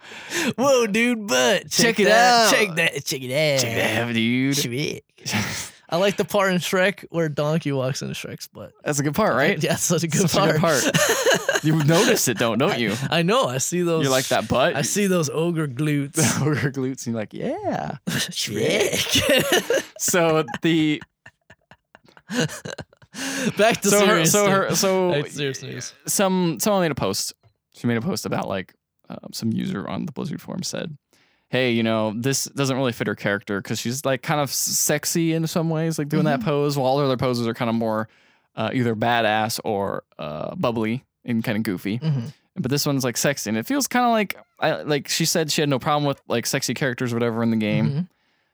Speaker 1: Whoa, dude, butt.
Speaker 2: Check it
Speaker 1: that-
Speaker 2: out.
Speaker 1: Check that. Check it out.
Speaker 2: Check that out, dude.
Speaker 1: Shrek. I like the part in Shrek where Donkey walks into Shrek's butt.
Speaker 2: (laughs) That's a good part,
Speaker 1: (laughs)
Speaker 2: right?
Speaker 1: Yeah, that's such a good
Speaker 2: Such a
Speaker 1: part.
Speaker 2: good You notice it, don't don't you?
Speaker 1: (laughs) I know. I see those.
Speaker 2: You like that butt? (laughs) Oh,
Speaker 1: I see those ogre glutes.
Speaker 2: Her glutes, and you're like, yeah.
Speaker 1: (laughs) Shrek.
Speaker 2: So the
Speaker 1: (laughs) Back to
Speaker 2: so her
Speaker 1: serious.
Speaker 2: so her
Speaker 1: news.
Speaker 2: so
Speaker 1: Back to serious news.
Speaker 2: some someone made a post. She made a post about like um, some user on the Blizzard forum said, "Hey, you know this doesn't really fit her character because she's like kind of s- sexy in some ways, like doing that pose, while all her other poses are kind of more uh, either badass or uh, bubbly and kind of goofy.
Speaker 1: Mhm.
Speaker 2: But this one's like sexy, and it feels kind of like I like she said she had no problem with like sexy characters or whatever in the game.
Speaker 1: Mhm.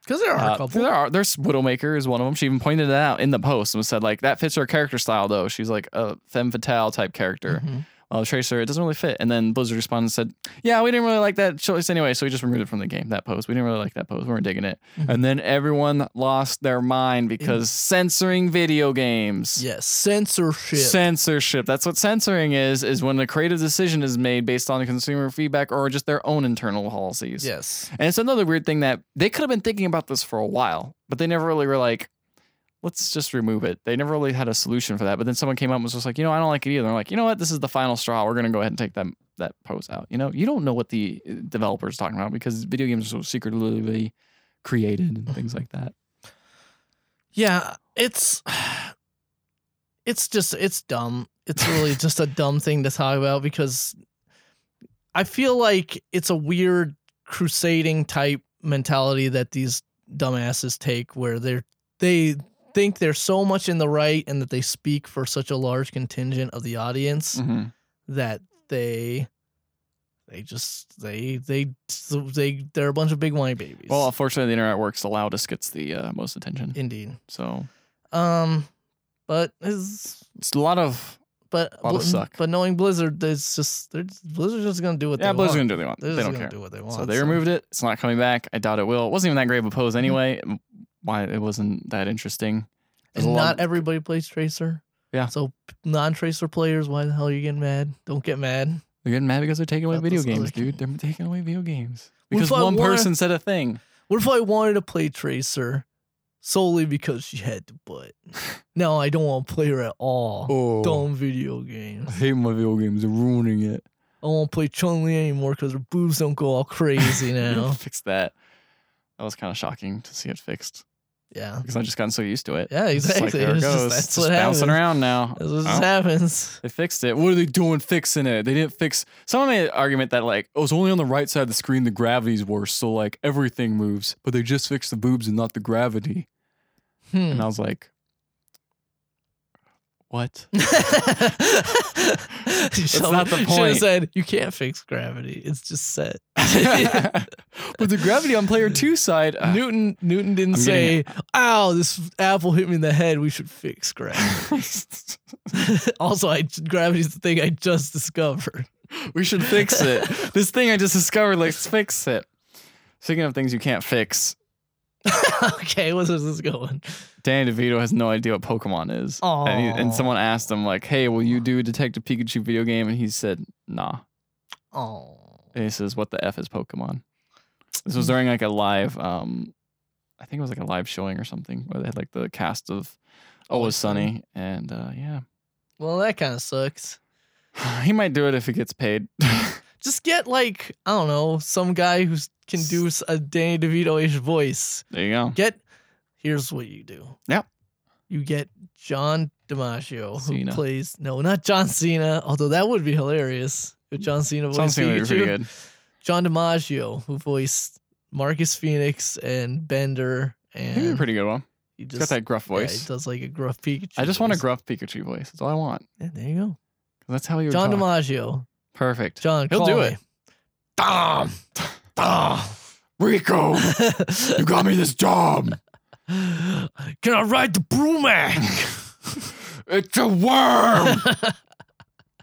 Speaker 1: Because there are
Speaker 2: Uh,
Speaker 1: a couple.
Speaker 2: there are. There's Widowmaker is one of them. She even pointed it out in the post and said like that fits her character style though. She's like a femme fatale type character.
Speaker 1: Mhm.
Speaker 2: Well, uh, Tracer, it doesn't really fit. And then Blizzard responded and said, "Yeah, we didn't really like that choice anyway, so we just removed it from the game. That post, we didn't really like that post. We weren't digging it."
Speaker 1: Mhm.
Speaker 2: And then everyone lost their mind because censoring video games.
Speaker 1: Yes, censorship.
Speaker 2: Censorship. That's what censoring is, is when a creative decision is made based on consumer feedback or just their own internal policies.
Speaker 1: yes.
Speaker 2: And it's another weird thing that they could have been thinking about this for a while, but they never really were like, let's just remove it. They never really had a solution for that. But then someone came up and was just like, you know, I don't like it either. And they're like, you know what? This is the final straw. We're going to go ahead and take that, that pose out. You know, you don't know what the uh, developer's talking about because video games are so secretively created and things like that.
Speaker 1: Yeah, it's it's just it's dumb. It's really just a dumb thing to talk about because I feel like it's a weird crusading type mentality that these dumbasses take where they're they think they're so much in the right and that they speak for such a large contingent of the audience
Speaker 2: Mm-hmm.
Speaker 1: that they they just they they they they're a bunch of big money babies.
Speaker 2: Well, uh, unfortunately, the internet works the loudest, gets the uh, most attention.
Speaker 1: indeed.
Speaker 2: So
Speaker 1: Um but is
Speaker 2: it's a lot of.
Speaker 1: But
Speaker 2: Lot of
Speaker 1: Bl-
Speaker 2: suck.
Speaker 1: but knowing Blizzard, it's just they're just- Blizzard's just gonna do what
Speaker 2: Yeah,
Speaker 1: they
Speaker 2: Blizzard's
Speaker 1: want.
Speaker 2: going to do what they want.
Speaker 1: they're
Speaker 2: They
Speaker 1: just
Speaker 2: don't
Speaker 1: gonna
Speaker 2: care.
Speaker 1: do what they want.
Speaker 2: So Mm-hmm. they removed it. It's not coming back. I doubt it will. It wasn't even that great of a pose anyway. M- Why it wasn't that interesting. There's
Speaker 1: And
Speaker 2: a lot-
Speaker 1: not everybody plays Tracer.
Speaker 2: Yeah.
Speaker 1: So non-Tracer players, why the hell are you getting mad? Don't get mad.
Speaker 2: they're getting mad because they're taking away
Speaker 1: Not
Speaker 2: video
Speaker 1: those other
Speaker 2: games, dude. They're taking away video games
Speaker 1: What
Speaker 2: because
Speaker 1: if I
Speaker 2: one
Speaker 1: wanna-
Speaker 2: person said a thing.
Speaker 1: What if I wanted to play Tracer solely because she had to
Speaker 2: (laughs)
Speaker 1: butt? no, I don't want to play her at all.
Speaker 2: Oh,
Speaker 1: Dumb video games.
Speaker 2: hate my video games. They're ruining it.
Speaker 1: I won't play Chun Li anymore because her boobs don't go all
Speaker 2: (laughs)
Speaker 1: crazy now.
Speaker 2: fix that. That was kind of shocking to see it fixed
Speaker 1: yeah.
Speaker 2: because I've just gotten so used to it.
Speaker 1: Yeah,
Speaker 2: It's just like,
Speaker 1: exactly.
Speaker 2: there it
Speaker 1: It's just-
Speaker 2: goes.
Speaker 1: that's
Speaker 2: It's
Speaker 1: what
Speaker 2: just bouncing
Speaker 1: happens.
Speaker 2: around now.
Speaker 1: That's what
Speaker 2: Oh.
Speaker 1: just happens.
Speaker 2: They fixed it. What are they doing fixing it? They didn't fix. Someone made an argument that like, oh, it's only on the right side of the screen the gravity's worse, so like everything moves. But they just fixed the boobs and not the gravity.
Speaker 1: Hmm.
Speaker 2: And I was like, what? (laughs)
Speaker 1: That's
Speaker 2: not the
Speaker 1: Should have
Speaker 2: point.
Speaker 1: said you can't fix gravity. It's just
Speaker 2: (laughs)
Speaker 1: set. (laughs)
Speaker 2: but the gravity on player two side. uh,
Speaker 1: Newton Newton didn't
Speaker 2: I'm
Speaker 1: say,
Speaker 2: getting-
Speaker 1: "Ow, this apple hit me in the head. We should fix
Speaker 2: (laughs)
Speaker 1: gravity." also, I gravity's the thing I just discovered.
Speaker 2: (laughs)
Speaker 1: (laughs)
Speaker 2: we should fix it. This thing I just discovered. Let's fix it. Speaking of things you can't fix,
Speaker 1: okay, where's this going?
Speaker 2: Danny DeVito has no idea what Pokemon is. And, he, and
Speaker 1: Aw.
Speaker 2: someone asked him like, "Hey, will you do a Detective Pikachu video game?" And he said, "Nah."
Speaker 1: Oh,
Speaker 2: And he says, "What the f is Pokemon?" This was during like a live, um, I think it was like a live showing or something where they had like the cast of Always
Speaker 1: Always Sunny.
Speaker 2: Oh, Sunny, and uh, yeah, (laughs)
Speaker 1: well, that kind of sucks.
Speaker 2: he might do it if he gets paid. (laughs)
Speaker 1: Just get like I don't know some guy who can do s- a Danny DeVito-ish voice.
Speaker 2: there you go.
Speaker 1: Get here's what you do.
Speaker 2: Yeah.
Speaker 1: You get John DiMaggio who
Speaker 2: Cena.
Speaker 1: plays no, not John Cena, although that would be hilarious. If John Cena voiced
Speaker 2: Sounds similar,
Speaker 1: Pikachu.
Speaker 2: pretty good.
Speaker 1: John DiMaggio who voiced Marcus Phoenix and Bender
Speaker 2: He'd be a
Speaker 1: and
Speaker 2: pretty good one.
Speaker 1: he
Speaker 2: He's got
Speaker 1: just
Speaker 2: that gruff
Speaker 1: yeah, he
Speaker 2: voice.
Speaker 1: does like a gruff Pikachu.
Speaker 2: I just want a
Speaker 1: voice.
Speaker 2: gruff Pikachu voice. That's all I want.
Speaker 1: Yeah,
Speaker 2: 'Cause
Speaker 1: there you go.
Speaker 2: That's how he would
Speaker 1: John
Speaker 2: talk.
Speaker 1: DiMaggio.
Speaker 2: Perfect.
Speaker 1: John,
Speaker 2: He'll
Speaker 1: call
Speaker 2: do
Speaker 1: me.
Speaker 2: it. (laughs) Dom, Dom, Rico,
Speaker 1: (laughs) Can
Speaker 2: got me this job.
Speaker 1: I ride the Brumac?
Speaker 2: (laughs) it's
Speaker 1: (laughs)
Speaker 2: a worm.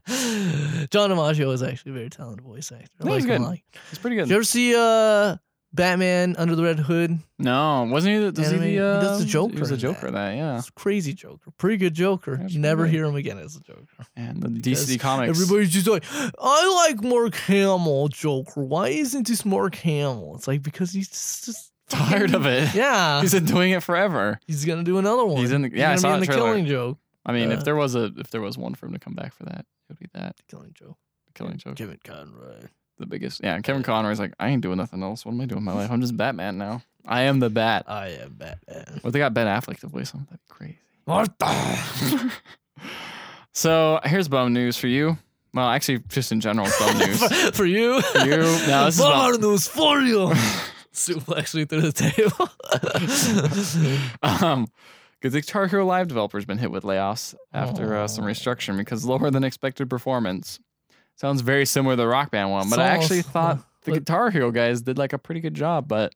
Speaker 1: John DiMaggio is actually a very talented voice actor. I
Speaker 2: No, he's
Speaker 1: like him a
Speaker 2: good.
Speaker 1: lot.
Speaker 2: it's pretty good.
Speaker 1: Did you ever see uh, Batman Under the Red Hood?
Speaker 2: No, wasn't he? the- Does he,
Speaker 1: Anime-
Speaker 2: the,
Speaker 1: he
Speaker 2: uh,
Speaker 1: does the Joker
Speaker 2: He was the
Speaker 1: in
Speaker 2: Joker. in That yeah.
Speaker 1: It's crazy Joker. Pretty good Joker.
Speaker 2: That's
Speaker 1: You Never
Speaker 2: pretty good.
Speaker 1: hear him again as a Joker.
Speaker 2: And the
Speaker 1: Because
Speaker 2: DC Comics.
Speaker 1: Everybody's just like, I like Mark Hamill Joker. Why isn't this Mark Hamill? It's like because he's just, just
Speaker 2: (laughs) tired of it.
Speaker 1: (laughs) Yeah.
Speaker 2: He's been doing it forever.
Speaker 1: He's gonna do another one.
Speaker 2: He's in the- yeah, I
Speaker 1: He's
Speaker 2: saw
Speaker 1: gonna be
Speaker 2: the
Speaker 1: in the
Speaker 2: trailer.
Speaker 1: killing uh, joke.
Speaker 2: I mean,
Speaker 1: Yeah.
Speaker 2: if there was a if there was one for him to come back for that, it would be that
Speaker 1: Killing joke.
Speaker 2: Killing Joke,
Speaker 1: Kevin Conroy.
Speaker 2: the biggest. Yeah, Kevin Conroy's like, I ain't doing nothing else. What am I doing with my life? I'm just Batman now. I am the Bat.
Speaker 1: I am Batman.
Speaker 2: What if they got Ben Affleck to voice him? That'd be crazy.
Speaker 1: (laughs) Martha.
Speaker 2: (laughs) so here's bum news for you. Well, actually, just in general,
Speaker 1: (laughs)
Speaker 2: it's bum news.
Speaker 1: for, for you.
Speaker 2: You- no,
Speaker 1: (laughs)
Speaker 2: this is
Speaker 1: Bummer
Speaker 2: about-
Speaker 1: news for you.
Speaker 2: (laughs)
Speaker 1: Suplex me through the
Speaker 2: (laughs)
Speaker 1: table.
Speaker 2: um, because the Guitar Hero Live developer's been hit with layoffs after uh, some
Speaker 1: Oh.
Speaker 2: restructuring because lower than expected performance. Sounds very similar to the Rock Band one, but I
Speaker 1: Sounds- (laughs)
Speaker 2: actually thought the
Speaker 1: but-
Speaker 2: Guitar Hero guys did like a pretty good job. But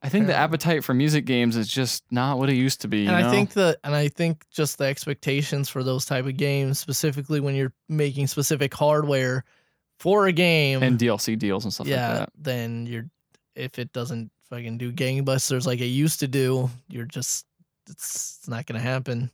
Speaker 2: I think the
Speaker 1: Apparently.
Speaker 2: appetite for music games is just not what it used to be. you
Speaker 1: And I
Speaker 2: know?
Speaker 1: think the and I think just the expectations for those type of games, specifically when you're making specific hardware for a game,
Speaker 2: and DLC deals and stuff
Speaker 1: um, yeah,
Speaker 2: like that.
Speaker 1: then you're if it doesn't fucking do gangbusters like it used to do, you're just it's not gonna happen.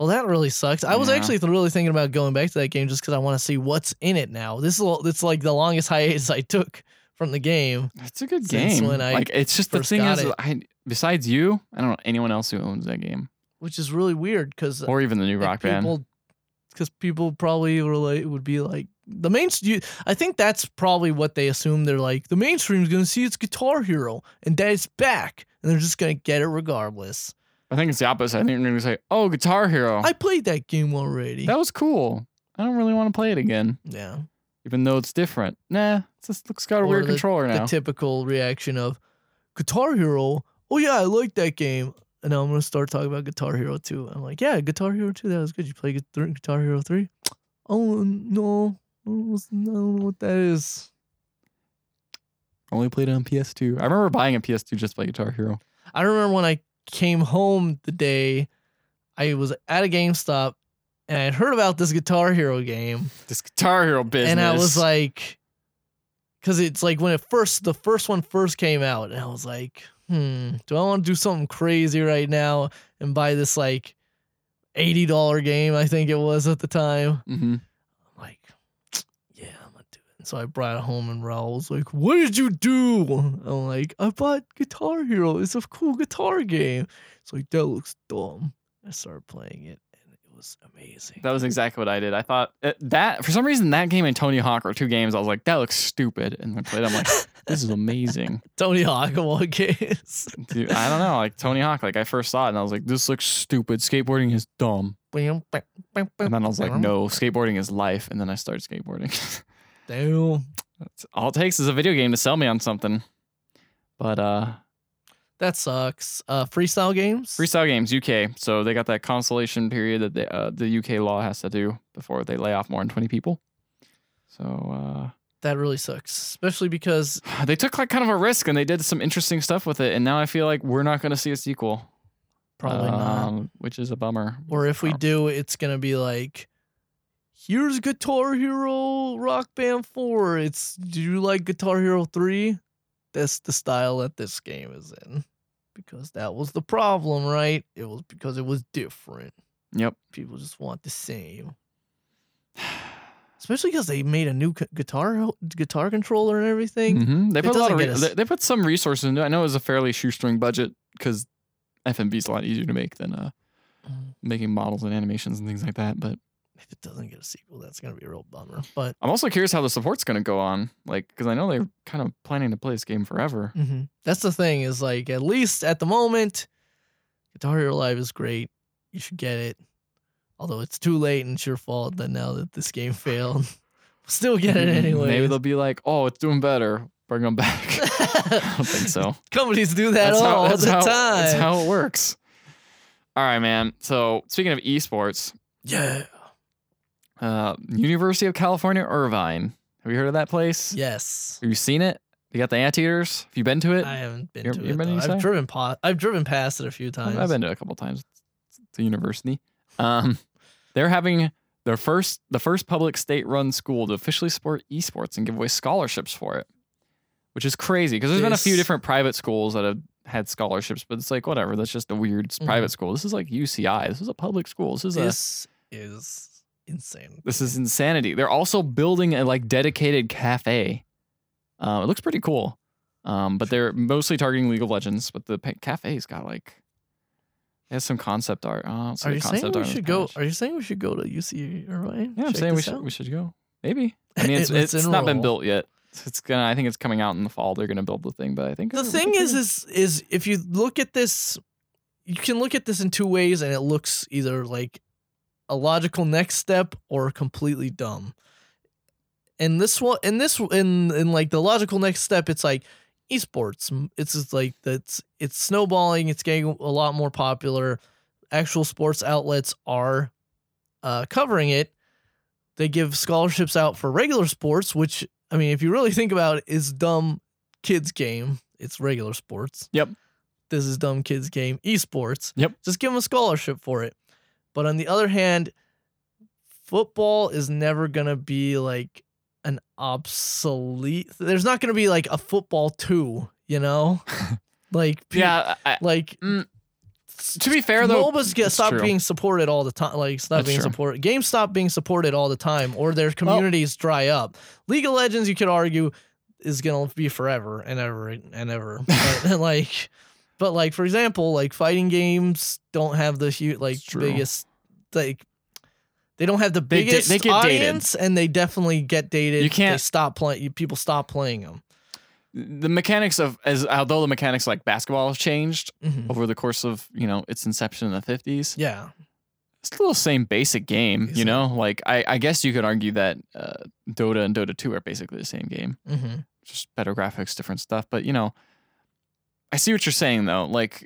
Speaker 1: Well, that really sucks. I was
Speaker 2: Yeah.
Speaker 1: actually th- really thinking about going back to that game just because I want to see what's in it now. This is l- it's like the longest (laughs) hiatus I took from the game.
Speaker 2: It's a good
Speaker 1: Since
Speaker 2: game.
Speaker 1: when I
Speaker 2: like it's just the
Speaker 1: first
Speaker 2: thing
Speaker 1: got
Speaker 2: is,
Speaker 1: it.
Speaker 2: I besides you, I don't know anyone else who owns that game
Speaker 1: which is really weird because
Speaker 2: or even the new Rock Band.
Speaker 1: because people probably relate would be like the main. You, I think that's probably what they assume. They're like the mainstream's gonna see it's Guitar Hero and that it's back, and they're just gonna get it regardless.
Speaker 2: I think it's the opposite. I think they're gonna say, "Oh, Guitar Hero,
Speaker 1: I played that game already.
Speaker 2: that was cool. I don't really want to play it again,
Speaker 1: yeah,
Speaker 2: even though it's different." Nah, it's just looks got a
Speaker 1: Or
Speaker 2: weird controller
Speaker 1: the
Speaker 2: now.
Speaker 1: typical reaction of Guitar Hero. Oh yeah, I like that game. And now I'm gonna start talking about Guitar Hero 2. I'm like, yeah, Guitar Hero 2, that was good. You play Gu- thr- Guitar Hero 3? Oh no, I don't know what that is.
Speaker 2: Only played it on PS2. I remember buying a PS2 just to play Guitar Hero.
Speaker 1: I remember when I came home the day I was at a GameStop and I had heard about this Guitar Hero game.
Speaker 2: This Guitar Hero business,
Speaker 1: And I was like, because it's like when it first, the first one first came out, and I was like, hmm, do I want to do something crazy right now and buy this like $80 game? I think it was at the time.
Speaker 2: hmm
Speaker 1: I'm like, yeah, I'm gonna do it. And so I brought it home, and Raul was like, "What did you do?" (laughs) I'm like, "I bought Guitar Hero. It's a cool guitar game." It's like that looks dumb. I started playing it, and it was amazing.
Speaker 2: That was exactly what I did. I thought uh, that for some reason that game and Tony Hawk were two games. I was like, that looks stupid, and I played. it, I'm like, (laughs) this is amazing.
Speaker 1: (laughs) Tony Hawk of all (laughs) games.
Speaker 2: Dude, I don't know. Like Tony Hawk, like I first saw it and I was like, this looks stupid. Skateboarding is dumb. And then I was like, no, skateboarding is life. And then I started skateboarding. (laughs)
Speaker 1: Damn.
Speaker 2: That's all it takes is a video game to sell me on something. But uh
Speaker 1: That sucks. Uh, freestyle games.
Speaker 2: freestyle games, UK. So they got that consolation period that they, uh, the UK law has to do before they lay off more than 20 people. So
Speaker 1: that really sucks, especially because
Speaker 2: uh (sighs) they took like kind of a risk and they did some interesting stuff with it. And now I feel like we're not going to see a sequel.
Speaker 1: probably not.
Speaker 2: um, Which is a bummer.
Speaker 1: Or if we
Speaker 2: Um,
Speaker 1: do, it's gonna be like, here's Guitar Hero Rock Band 4. It's do you like Guitar Hero 3? That's the style that this game is in. Because that was the problem, right? It was because it was different. (sighs)
Speaker 2: Yep.
Speaker 1: People just want the same. Especially because they made a new c- guitar guitar controller and everything.
Speaker 2: hmm They
Speaker 1: It
Speaker 2: put a lot
Speaker 1: doesn't
Speaker 2: of
Speaker 1: get
Speaker 2: re-
Speaker 1: us-
Speaker 2: they, they put some resources into. it. I know it was a fairly shoestring budget because FMB is a lot easier to make than uh,
Speaker 1: Mm.
Speaker 2: making models and animations and things like that. But
Speaker 1: If it doesn't get a sequel, that's gonna be a real bummer. But
Speaker 2: I'm also curious how the support's going to go on, like because I know they're kind of planning to play this game forever.
Speaker 1: Mhm. That's the thing is like at least at the moment, Guitar Hero Live is great. You should get it. Although it's too late and it's your fault that now that this game failed, (laughs) we'll still get it anyway.
Speaker 2: Mm-hmm. Maybe they'll be like, "Oh, it's doing better. Bring
Speaker 1: (laughs)
Speaker 2: them back." (laughs) I don't think so.
Speaker 1: Companies do that all the
Speaker 2: how,
Speaker 1: time.
Speaker 2: That's how it works. All right, man. So speaking of esports,
Speaker 1: yeah.
Speaker 2: uh, University of California Irvine. Have you heard of that place?
Speaker 1: Yes.
Speaker 2: Have you seen it? You got the anteaters? Have you been to it?
Speaker 1: I haven't been
Speaker 2: You're-
Speaker 1: to
Speaker 2: you're
Speaker 1: it.
Speaker 2: been
Speaker 1: though. I've
Speaker 2: inside?
Speaker 1: driven po- I've driven past it a few times.
Speaker 2: I've been to it a couple times to university. Um, they're having their first the first public state run school to officially support esports and give away scholarships for it, which is crazy because there's been a few
Speaker 1: This-
Speaker 2: different private schools that have had scholarships, but it's like whatever. That's just a weird s-
Speaker 1: Mhm.
Speaker 2: private school. This is like UCI. This is a public school. This is a
Speaker 1: this is insane.
Speaker 2: this is insanity. They're also building a like dedicated cafe. Uh, it looks pretty cool. Um, but they're mostly targeting League of Legends, but the pa- cafe's got like it has some concept art. Oh, I don't see
Speaker 1: Are
Speaker 2: the
Speaker 1: you
Speaker 2: concept
Speaker 1: saying
Speaker 2: art
Speaker 1: we
Speaker 2: on this
Speaker 1: should go?
Speaker 2: page.
Speaker 1: Are you saying we should go to UC Irvine?
Speaker 2: yeah, I'm
Speaker 1: Check
Speaker 2: saying we
Speaker 1: this
Speaker 2: should
Speaker 1: out?
Speaker 2: we should go. Maybe. I
Speaker 1: (laughs)
Speaker 2: mean, it's
Speaker 1: It's
Speaker 2: it's,
Speaker 1: in
Speaker 2: not been
Speaker 1: roll.
Speaker 2: built yet. It's gonna. I think it's coming out in the fall. They're gonna build the thing, but I think
Speaker 1: the
Speaker 2: it'll be
Speaker 1: thing is
Speaker 2: good.
Speaker 1: is is if you look at this you can look at this in two ways and it looks either like a logical next step or completely dumb and this one and this in in like the logical next step it's like esports m- it's just like that's it's snowballing it's getting a lot more popular actual sports outlets are uh, covering it they give scholarships out for regular sports which i mean if you really think about it is dumb kids game It's regular sports.
Speaker 2: Yep.
Speaker 1: This is dumb kids game esports.
Speaker 2: Yep.
Speaker 1: Just give them a scholarship for it. But on the other hand, football is never going to be like an obsolete. There's not going to be like a football 2, you
Speaker 2: (laughs)
Speaker 1: know? like pe-
Speaker 2: Yeah. I,
Speaker 1: like
Speaker 2: Mm, to be fair though,
Speaker 1: MOBAs get
Speaker 2: it's
Speaker 1: stop
Speaker 2: true.
Speaker 1: being supported all the time. Like stop
Speaker 2: That's
Speaker 1: being
Speaker 2: true.
Speaker 1: supported. Games stop being supported all the time, or their communities dry up. League of Legends, you could argue, is gonna be forever and ever and
Speaker 2: (laughs)
Speaker 1: ever. But (laughs) like, but like for example, like fighting games don't have the huge like
Speaker 2: It's true.
Speaker 1: biggest like. They don't have the
Speaker 2: They da-
Speaker 1: biggest
Speaker 2: they get dated.
Speaker 1: audience, and they definitely get dated.
Speaker 2: You can't-
Speaker 1: they stop playing. People stop playing them.
Speaker 2: the mechanics of as although the mechanics like basketball have changed
Speaker 1: Mm-hmm.
Speaker 2: over the course of you know its inception in the 50s
Speaker 1: Yeah,
Speaker 2: it's still the same basic game you
Speaker 1: Basic.
Speaker 2: know like i, I guess you could argue that uh, dota and dota 2 are basically the same game
Speaker 1: hmm
Speaker 2: just better graphics different stuff but you know i see what you're saying though like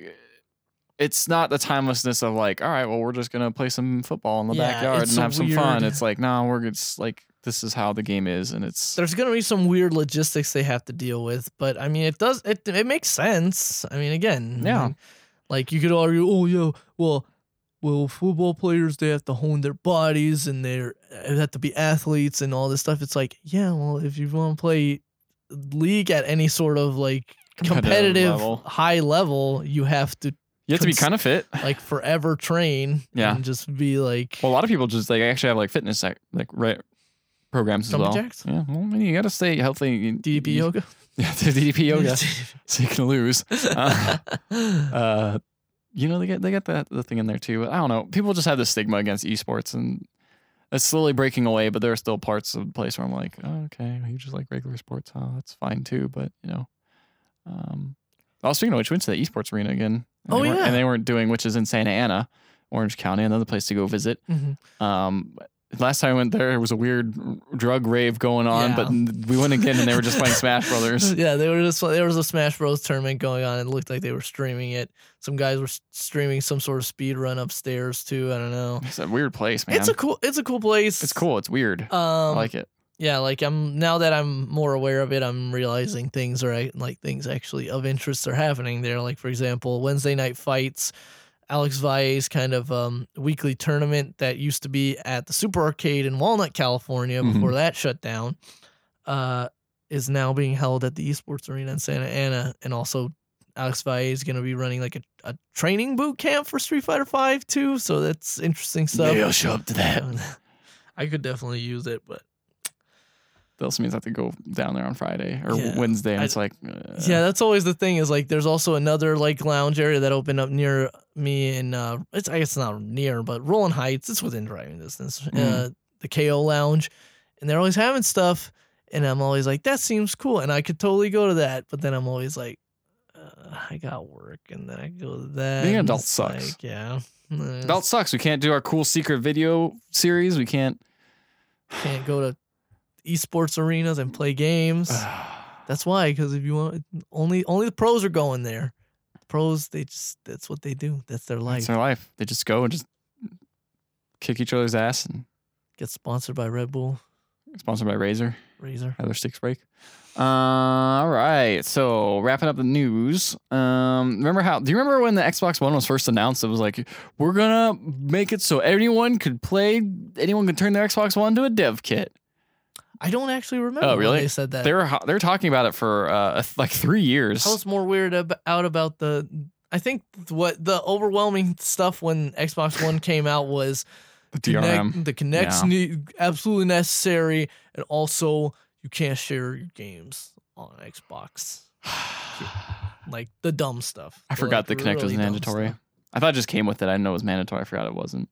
Speaker 2: it's not the timelessness of like all right well we're just gonna play some football in the
Speaker 1: Yeah,
Speaker 2: backyard
Speaker 1: it's
Speaker 2: and
Speaker 1: a
Speaker 2: have some
Speaker 1: weird-
Speaker 2: fun it's like no we're just like this is how the game is and it's
Speaker 1: there's going to be some weird logistics they have to deal with, but I mean, it does it it makes sense. I mean, again, I
Speaker 2: Yeah.
Speaker 1: mean, like you could argue, oh yeah, well, well, football players they have to hone their bodies and they're they have to be athletes and all this stuff. It's like, yeah, well, if you want to play league at any sort of like
Speaker 2: Competitive
Speaker 1: competitive
Speaker 2: level.
Speaker 1: high level, you have to
Speaker 2: you have to be
Speaker 1: cons-
Speaker 2: kind of fit (sighs)
Speaker 1: like forever train
Speaker 2: Yeah.
Speaker 1: and just be like
Speaker 2: Well, a lot of people just like actually have like fitness like, like re- programs as well.
Speaker 1: Jumping jacks?
Speaker 2: Yeah, well, I mean, you got to stay healthy. You-
Speaker 1: DDP
Speaker 2: you-
Speaker 1: yoga.
Speaker 2: (laughs) Yeah,
Speaker 1: (laughs)
Speaker 2: DDP yoga, so you can lose. Uh, uh, you know, they get they got that the thing in there too. I don't know. People just have this stigma against esports, and it's slowly breaking away. But there are still parts of the place where I'm like, oh, okay, you just like regular sports, huh? That's fine too. But you know, um, oh, speaking of which, we went to the esports arena again. and
Speaker 1: Oh,
Speaker 2: they weren't-
Speaker 1: yeah.
Speaker 2: and they weren't doing which is in Santa Ana, Orange County, another place to go visit.
Speaker 1: Mhm.
Speaker 2: Um, last time I went there, there was a weird r- drug rave going on,
Speaker 1: Yeah.
Speaker 2: but n- we went again and they were just playing Smash Brothers.
Speaker 1: (laughs) Yeah, they were just there was a Smash Bros tournament going on. It looked like they were streaming it. Some guys were s- streaming some sort of speed run upstairs too. I don't know.
Speaker 2: It's a weird place, man.
Speaker 1: It's a cool. It's a cool place.
Speaker 2: It's cool. It's weird.
Speaker 1: Um,
Speaker 2: I like it.
Speaker 1: yeah, like I'm now that I'm more aware of it, I'm realizing things are act- like things actually of interest are happening there. Like for example, Wednesday night fights, Alex Valle's kind of um, weekly tournament that used to be at the Super Arcade in Walnut, California,
Speaker 2: Mhm.
Speaker 1: before that shut down, uh, is now being held at the Esports Arena in Santa Ana, and also. Alex Valle is going to be running like a, a training boot camp for Street Fighter Five too, so that's interesting stuff.
Speaker 2: I'll show up to that.
Speaker 1: (laughs) I could definitely use it, but
Speaker 2: That also means I have to go down there on Friday or
Speaker 1: Yeah.
Speaker 2: Wednesday. And
Speaker 1: I-
Speaker 2: it's like, uh,
Speaker 1: Yeah, that's always the thing. Is like there's also another like lounge area that opened up near me, and uh, it's I guess not near, but Rolling Heights. It's within driving distance. Uh,
Speaker 2: Mm.
Speaker 1: the KO Lounge, and they're always having stuff, and I'm always like, that seems cool, and I could totally go to that. But then I'm always like, uh, I got work, and then I go to that.
Speaker 2: Being an
Speaker 1: and
Speaker 2: adult
Speaker 1: it's
Speaker 2: sucks.
Speaker 1: Like, yeah,
Speaker 2: Adult sucks. We can't do our cool secret video series. We (sighs) can't.
Speaker 1: can't go to esports arenas and play games. That's why, because if you want, only only the pros are going there. The pros, they just that's what they do. That's their life.
Speaker 2: it's their life. They just go and just kick each other's ass and
Speaker 1: Get sponsored by Red Bull
Speaker 2: sponsored by Razor.
Speaker 1: Razor.
Speaker 2: Another sticks break. Uh, all right. So wrapping up the news. Um, remember how? Do you remember when the Xbox One was first announced? It was like we're gonna make it so anyone could play. Anyone could turn their Xbox One to a dev kit.
Speaker 1: I don't actually remember.
Speaker 2: Oh,
Speaker 1: when
Speaker 2: really?
Speaker 1: they said that.
Speaker 2: They were ho- they were talking about it for uh like three years.
Speaker 1: I was more weird ab- out about the. I think what the overwhelming stuff when Xbox One came out
Speaker 2: (laughs)
Speaker 1: was
Speaker 2: DRM.
Speaker 1: Kinect- the Kinect's
Speaker 2: Yeah.
Speaker 1: ne- absolutely necessary, and also you can't share your games on Xbox. Like the dumb stuff.
Speaker 2: (sighs) I forgot the connect was mandatory. I thought it just came with it. I didn't know it was mandatory. I forgot it wasn't.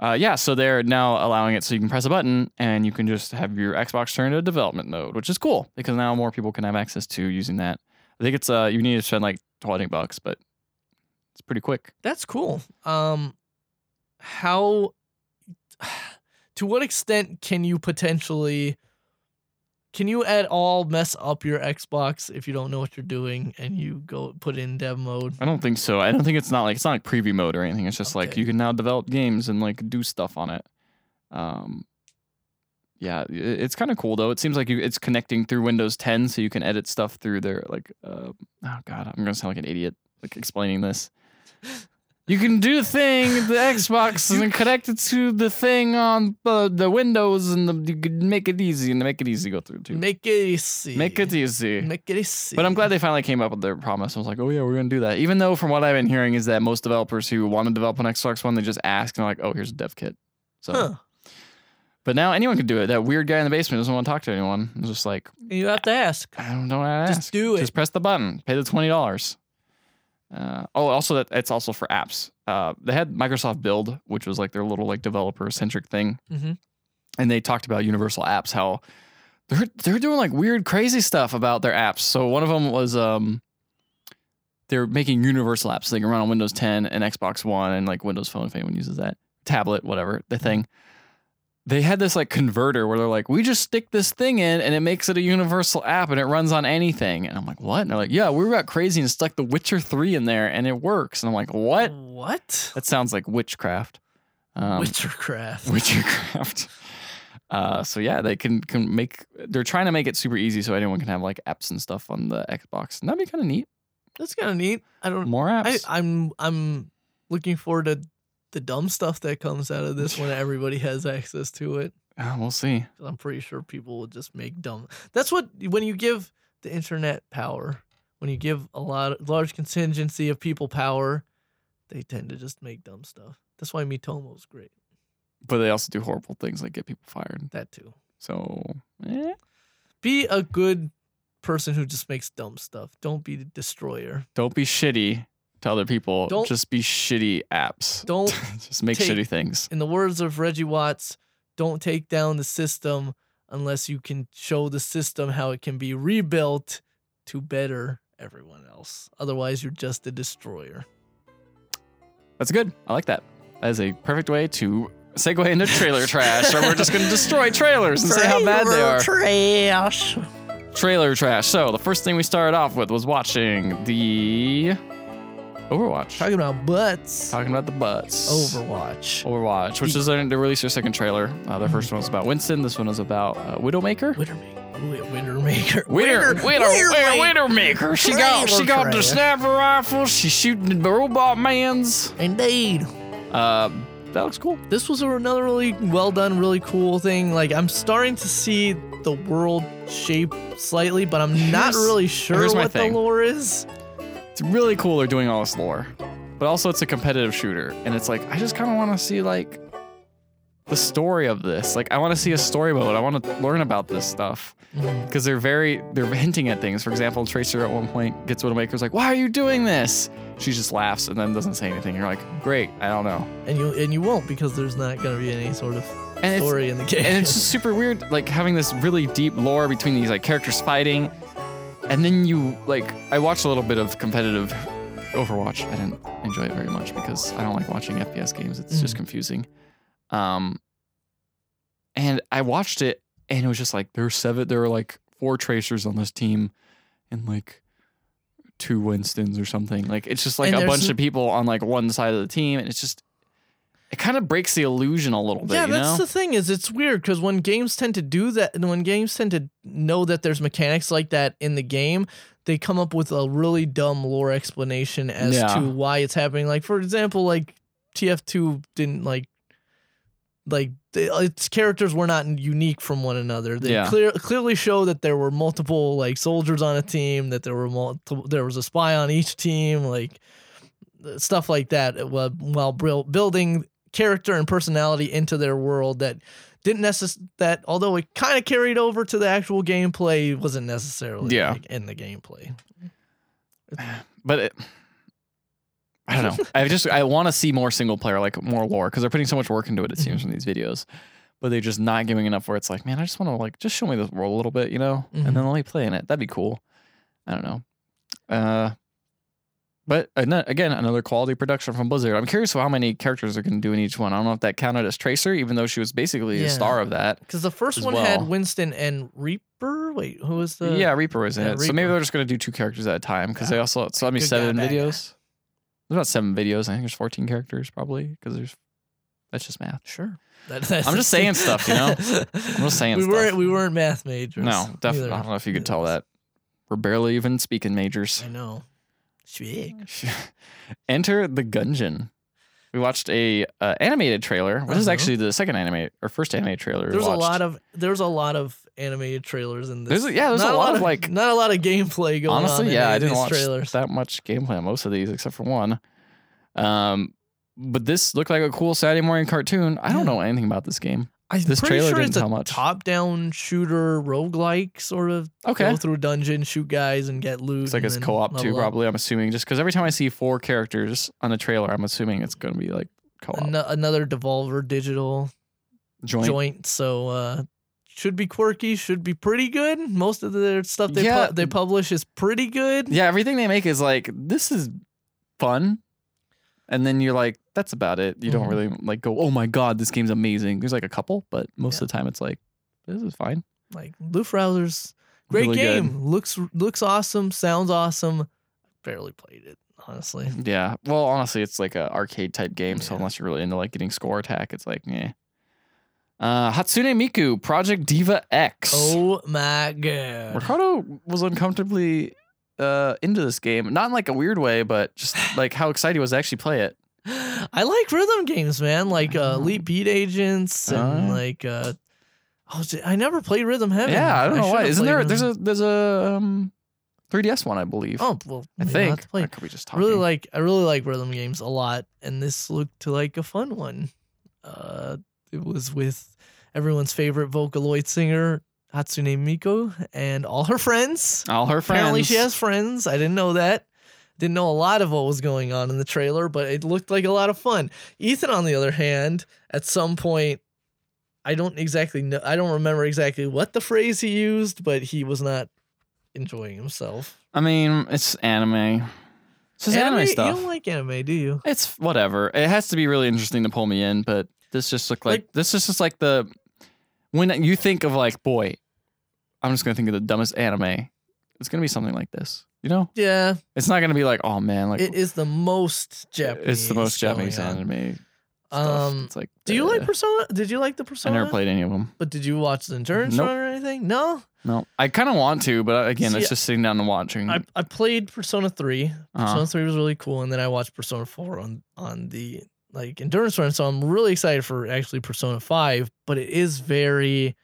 Speaker 2: Uh, yeah, so they're now allowing it so you can press a button and you can just have your Xbox turn to development mode, which is cool because now more people can have access to using that. I think it's uh you need to spend like twenty bucks, but it's pretty quick.
Speaker 1: That's cool. Um, how, (sighs) to what extent can you potentially, can you at all mess up your Xbox if you don't know what you're doing and you go put in dev mode?
Speaker 2: I don't think so. I don't think it's not like it's not like preview mode or anything. It's just like
Speaker 1: Okay.
Speaker 2: you can now develop games and like do stuff on it. Um, yeah, i- it's kind of cool though. It seems like you, it's connecting through Windows 10, so you can edit stuff through there. Like, uh, oh god, I'm gonna sound like an idiot like explaining this. You can do the thing the Xbox and then connect it to the thing on the, the Windows, and the, you can make it easy and make it easy to go through too.
Speaker 1: Make it easy.
Speaker 2: Make it easy.
Speaker 1: Make it easy.
Speaker 2: But I'm glad they finally came up with their promise. I was like, oh yeah, we're gonna do that. Even though from what I've been hearing is that most developers who want to develop an Xbox One, they just ask and they're like, oh, here's a dev kit. So,
Speaker 1: Huh.
Speaker 2: but now anyone can do it. That weird guy in the basement doesn't want to talk to anyone. It's just like,
Speaker 1: You have to ask.
Speaker 2: I don't know how to
Speaker 1: Just
Speaker 2: ask.
Speaker 1: do it.
Speaker 2: Just press the button. Pay the twenty dollars. Uh, oh, also that it's also for apps. Uh, they had Microsoft Build, which was like their little like developer centric thing,
Speaker 1: Mhm.
Speaker 2: and they talked about universal apps. How they're they're doing like weird, crazy stuff about their apps. So one of them was um, they're making universal apps. They can run on Windows 10 and Xbox One and like Windows Phone if anyone uses that tablet, whatever the thing. They had this like converter where they're like, we just stick this thing in and it makes it a universal app and it runs on anything. And I'm like, what? And they're like, yeah, we got crazy and stuck The Witcher 3 in there and it works. And I'm like, what?
Speaker 1: What?
Speaker 2: That sounds like witchcraft. Um,
Speaker 1: Witchercraft.
Speaker 2: (laughs) Witchcraft. Uh, so yeah, they can can make. They're trying to make it super easy so anyone can have like apps and stuff on the Xbox. And that'd be kind of neat.
Speaker 1: That's kind of neat. I don't.
Speaker 2: More apps.
Speaker 1: Hmm. I, I'm I'm looking forward to the dumb stuff that comes out of this when everybody has access to it.
Speaker 2: Uh, we'll see.
Speaker 1: 'Cause I'm pretty sure people will just make dumb. That's what when you give the internet power, when you give a lot large contingency of people power, they tend to just make dumb stuff. That's why Mitomo's great.
Speaker 2: But they also do horrible things like get people fired.
Speaker 1: That too.
Speaker 2: So eh.
Speaker 1: Be a good person who just makes dumb stuff. Don't be the destroyer.
Speaker 2: don't be shitty to other people.
Speaker 1: Don't-
Speaker 2: just be shitty apps. (laughs)
Speaker 1: Don't
Speaker 2: just make
Speaker 1: take-
Speaker 2: shitty things.
Speaker 1: in the words of Reggie Watts, don't take down the system unless you can show the system how it can be rebuilt to better everyone else. Otherwise, you're just a destroyer.
Speaker 2: That's good. I like that. That is a perfect way to segue into trailer trash. Or we're just going to destroy trailers and say how bad they are.
Speaker 1: Trash.
Speaker 2: trailer trash. So the first thing we started off with was watching the Overwatch.
Speaker 1: Talking about butts.
Speaker 2: Talking about the butts. Oh.
Speaker 1: Overwatch.
Speaker 2: Overwatch, which is their, they released their second trailer. Uh,
Speaker 1: Mm-hmm.
Speaker 2: their first one was about Winston. This one is about uh, Widowmaker.
Speaker 1: Wintermaker. Wintermaker. Winter-
Speaker 2: Winner, winner,
Speaker 1: Wintermaker.
Speaker 2: winner maker. She got, she got
Speaker 1: Trailer.
Speaker 2: the sniper rifle. She's shooting the robot man's.
Speaker 1: Indeed.
Speaker 2: Uh, that looks cool.
Speaker 1: This was another really well done, really cool thing. Like I'm starting to see the world shape slightly, but I'm not
Speaker 2: Here's-
Speaker 1: really sure
Speaker 2: here's my
Speaker 1: what the
Speaker 2: thing.
Speaker 1: lore is.
Speaker 2: It's really cool. They're doing all this lore, but also it's a competitive shooter, and it's like I just kind of want to see like the story of this. Like I want to see a story mode. I want to learn about this stuff
Speaker 1: Mm.
Speaker 2: because they're very they're hinting at things. For example, Tracer at one point gets Widowmaker's like, "Why are you doing this?" She just laughs and then doesn't say anything. You're like, "Great, I don't know."
Speaker 1: and you and you won't because there's not going to be any sort of
Speaker 2: And it's,
Speaker 1: story in the game.
Speaker 2: and it's just super weird like having this really deep lore between these like characters fighting and then you like i watched a little bit of competitive overwatch i didn't enjoy it very much because i don't like watching fps games it's just
Speaker 1: Mhm.
Speaker 2: confusing um and i watched it and it was just like there were seven there were like four tracers on this team and like two winstons or something like it's just like
Speaker 1: And
Speaker 2: a
Speaker 1: there's
Speaker 2: bunch
Speaker 1: n-
Speaker 2: of people on like one side of the team and it's just it kind of breaks the illusion a little bit
Speaker 1: yeah,
Speaker 2: you
Speaker 1: that's
Speaker 2: know
Speaker 1: the thing is it's weird because when games tend to do that, and when games tend to know that there's mechanics like that in the game, they come up with a really dumb lore explanation as
Speaker 2: Yeah.
Speaker 1: to why it's happening. Like for example, like TF2 didn't like like the, its characters were not unique from one another. They
Speaker 2: Yeah.
Speaker 1: clear, clearly show that there were multiple like soldiers on a team, that there were multiple, there was a spy on each team, like stuff like that. While while buil- building character and personality into their world that didn't necess that although it kind of carried over to the actual gameplay wasn't necessarily
Speaker 2: Yeah.
Speaker 1: like, in the gameplay.
Speaker 2: but it, I don't know. I just I want to see more single player, like more lore, because they're putting so much work into it. It seems from these videos, but they're just not giving enough. Where it's like, man, I just want to like just show me this world a little bit, you know,
Speaker 1: Mhm.
Speaker 2: and then let me play in it. That'd be cool. I don't know. Uh, but ano- again, another quality production from Blizzard. I'm curious how many characters they're going to do in each one. I don't know if that counted as Tracer, even though she was basically
Speaker 1: Yeah.
Speaker 2: a star of that.
Speaker 1: Because the first
Speaker 2: As
Speaker 1: one
Speaker 2: well.
Speaker 1: had Winston and Reaper. Wait, who was the
Speaker 2: yeah, Reaper was in
Speaker 1: yeah,
Speaker 2: it. So maybe
Speaker 1: Reaper.
Speaker 2: they're just going to do two characters at a time because they
Speaker 1: Yeah.
Speaker 2: also, so I mean,
Speaker 1: Good guy,
Speaker 2: seven
Speaker 1: bad guy.
Speaker 2: videos. There's about seven videos. I think there's 14 characters probably because there's That's just math.
Speaker 1: Sure. That, that's
Speaker 2: I'm just saying stuff, you know? I'm just saying
Speaker 1: we
Speaker 2: stuff.
Speaker 1: weren't we weren't math majors.
Speaker 2: No, definitely.
Speaker 1: either.
Speaker 2: I don't know if you could tell that. We're barely even speaking majors.
Speaker 1: I know. Shig.
Speaker 2: (laughs) Enter the Gungeon. We watched a uh, animated trailer, which is
Speaker 1: Uh-huh.
Speaker 2: actually the second animate or first animated trailer.
Speaker 1: There's
Speaker 2: we
Speaker 1: a
Speaker 2: watched.
Speaker 1: lot of there's a lot of animated trailers in this.
Speaker 2: There's a- yeah, there's a
Speaker 1: not
Speaker 2: lot of, like-
Speaker 1: not a lot of gameplay going on.
Speaker 2: honestly,
Speaker 1: in
Speaker 2: yeah,
Speaker 1: any
Speaker 2: I
Speaker 1: of
Speaker 2: didn't
Speaker 1: these
Speaker 2: watch
Speaker 1: trailers.
Speaker 2: that much gameplay on most of these except for one. Um, but this looked like a cool Saturday morning cartoon. I don't
Speaker 1: Yeah.
Speaker 2: know anything about this game.
Speaker 1: I'm
Speaker 2: this
Speaker 1: pretty
Speaker 2: trailer
Speaker 1: sure
Speaker 2: didn't
Speaker 1: it's a
Speaker 2: tell much.
Speaker 1: top-down shooter roguelike sort of
Speaker 2: Okay,
Speaker 1: go through dungeon, shoot guys, and get loot.
Speaker 2: it's like
Speaker 1: and
Speaker 2: it's
Speaker 1: then
Speaker 2: co-op too,
Speaker 1: level up.
Speaker 2: probably. I'm assuming just because every time I see four characters on a trailer, I'm assuming it's going to be like co-op
Speaker 1: Ano- another Devolver Digital
Speaker 2: joint.
Speaker 1: joint, so uh, should be quirky. Should be pretty good. Most of the stuff they pu-
Speaker 2: Yeah.
Speaker 1: they publish is pretty good.
Speaker 2: Yeah, everything they make is like this is fun, and then you're like, that's about it. You don't
Speaker 1: Mhm.
Speaker 2: really like go, oh my god, this game's amazing. There's like a couple, but most of the time it's like this is fine.
Speaker 1: Like Lufrauser's great
Speaker 2: Really good.
Speaker 1: game. Looks looks awesome. Sounds awesome. Barely played it
Speaker 2: (laughs)
Speaker 1: honestly.
Speaker 2: Yeah. Well, honestly, it's like a arcade type game, so
Speaker 1: Yeah.
Speaker 2: unless you're really into like getting score attack, it's like, yeah. Uh, Hatsune Miku Project Diva X.
Speaker 1: Oh my god.
Speaker 2: Ricardo was uncomfortably uh into this game, not in like a weird way, but just
Speaker 1: (sighs)
Speaker 2: like how excited he was to actually play it.
Speaker 1: I like rhythm games, man. Like uh,
Speaker 2: Oh.
Speaker 1: Elite Beat Agents and
Speaker 2: Oh.
Speaker 1: like uh, I, was, I never played Rhythm Heaven.
Speaker 2: Yeah, I don't know why.
Speaker 1: should've
Speaker 2: Isn't
Speaker 1: played
Speaker 2: there?
Speaker 1: Rhythm-
Speaker 2: There's a there's a um, 3ds one, I believe.
Speaker 1: Oh well,
Speaker 2: I
Speaker 1: maybe I'll have
Speaker 2: think.
Speaker 1: to play.
Speaker 2: I could be
Speaker 1: I
Speaker 2: just talking.
Speaker 1: really like I really like rhythm games a lot, and this looked like a fun one. Uh, it was with everyone's favorite Vocaloid singer Hatsune Miku and all her friends.
Speaker 2: all her friends.
Speaker 1: Apparently, she has friends. I didn't know that. Didn't know a lot of what was going on in the trailer, but it looked like a lot of fun. Ethan, on the other hand, at some point, I don't exactly know. I don't remember exactly what the phrase he used, but he was not enjoying himself.
Speaker 2: I mean, it's anime. It's just anime,
Speaker 1: You
Speaker 2: stuff.
Speaker 1: don't like anime, do you?
Speaker 2: it's whatever. It has to be really interesting to pull me in, but this just looked like,
Speaker 1: Like-
Speaker 2: this is just like the when you think of like boy, I'm just gonna think of the dumbest anime. It's gonna be something like this. You know,
Speaker 1: Yeah,
Speaker 2: it's not gonna be like oh man, like
Speaker 1: it is the most Japanese.
Speaker 2: it's the most
Speaker 1: going
Speaker 2: Japanese
Speaker 1: on.
Speaker 2: anime. Stuff.
Speaker 1: Um,
Speaker 2: it's like
Speaker 1: do you
Speaker 2: eh.
Speaker 1: like Persona? Did you like the
Speaker 2: I
Speaker 1: Persona?
Speaker 2: never played any of them.
Speaker 1: But did you watch the Endurance
Speaker 2: Nope.
Speaker 1: Run or anything? No,
Speaker 2: No, I kind of want to, but uh, again,
Speaker 1: See,
Speaker 2: it's just sitting down and watching.
Speaker 1: I, I played Persona Three.
Speaker 2: Uh-huh.
Speaker 1: Persona Three was really cool, and then I watched Persona Four on on the like Endurance Run. So I'm really excited for actually Persona Five, but it is very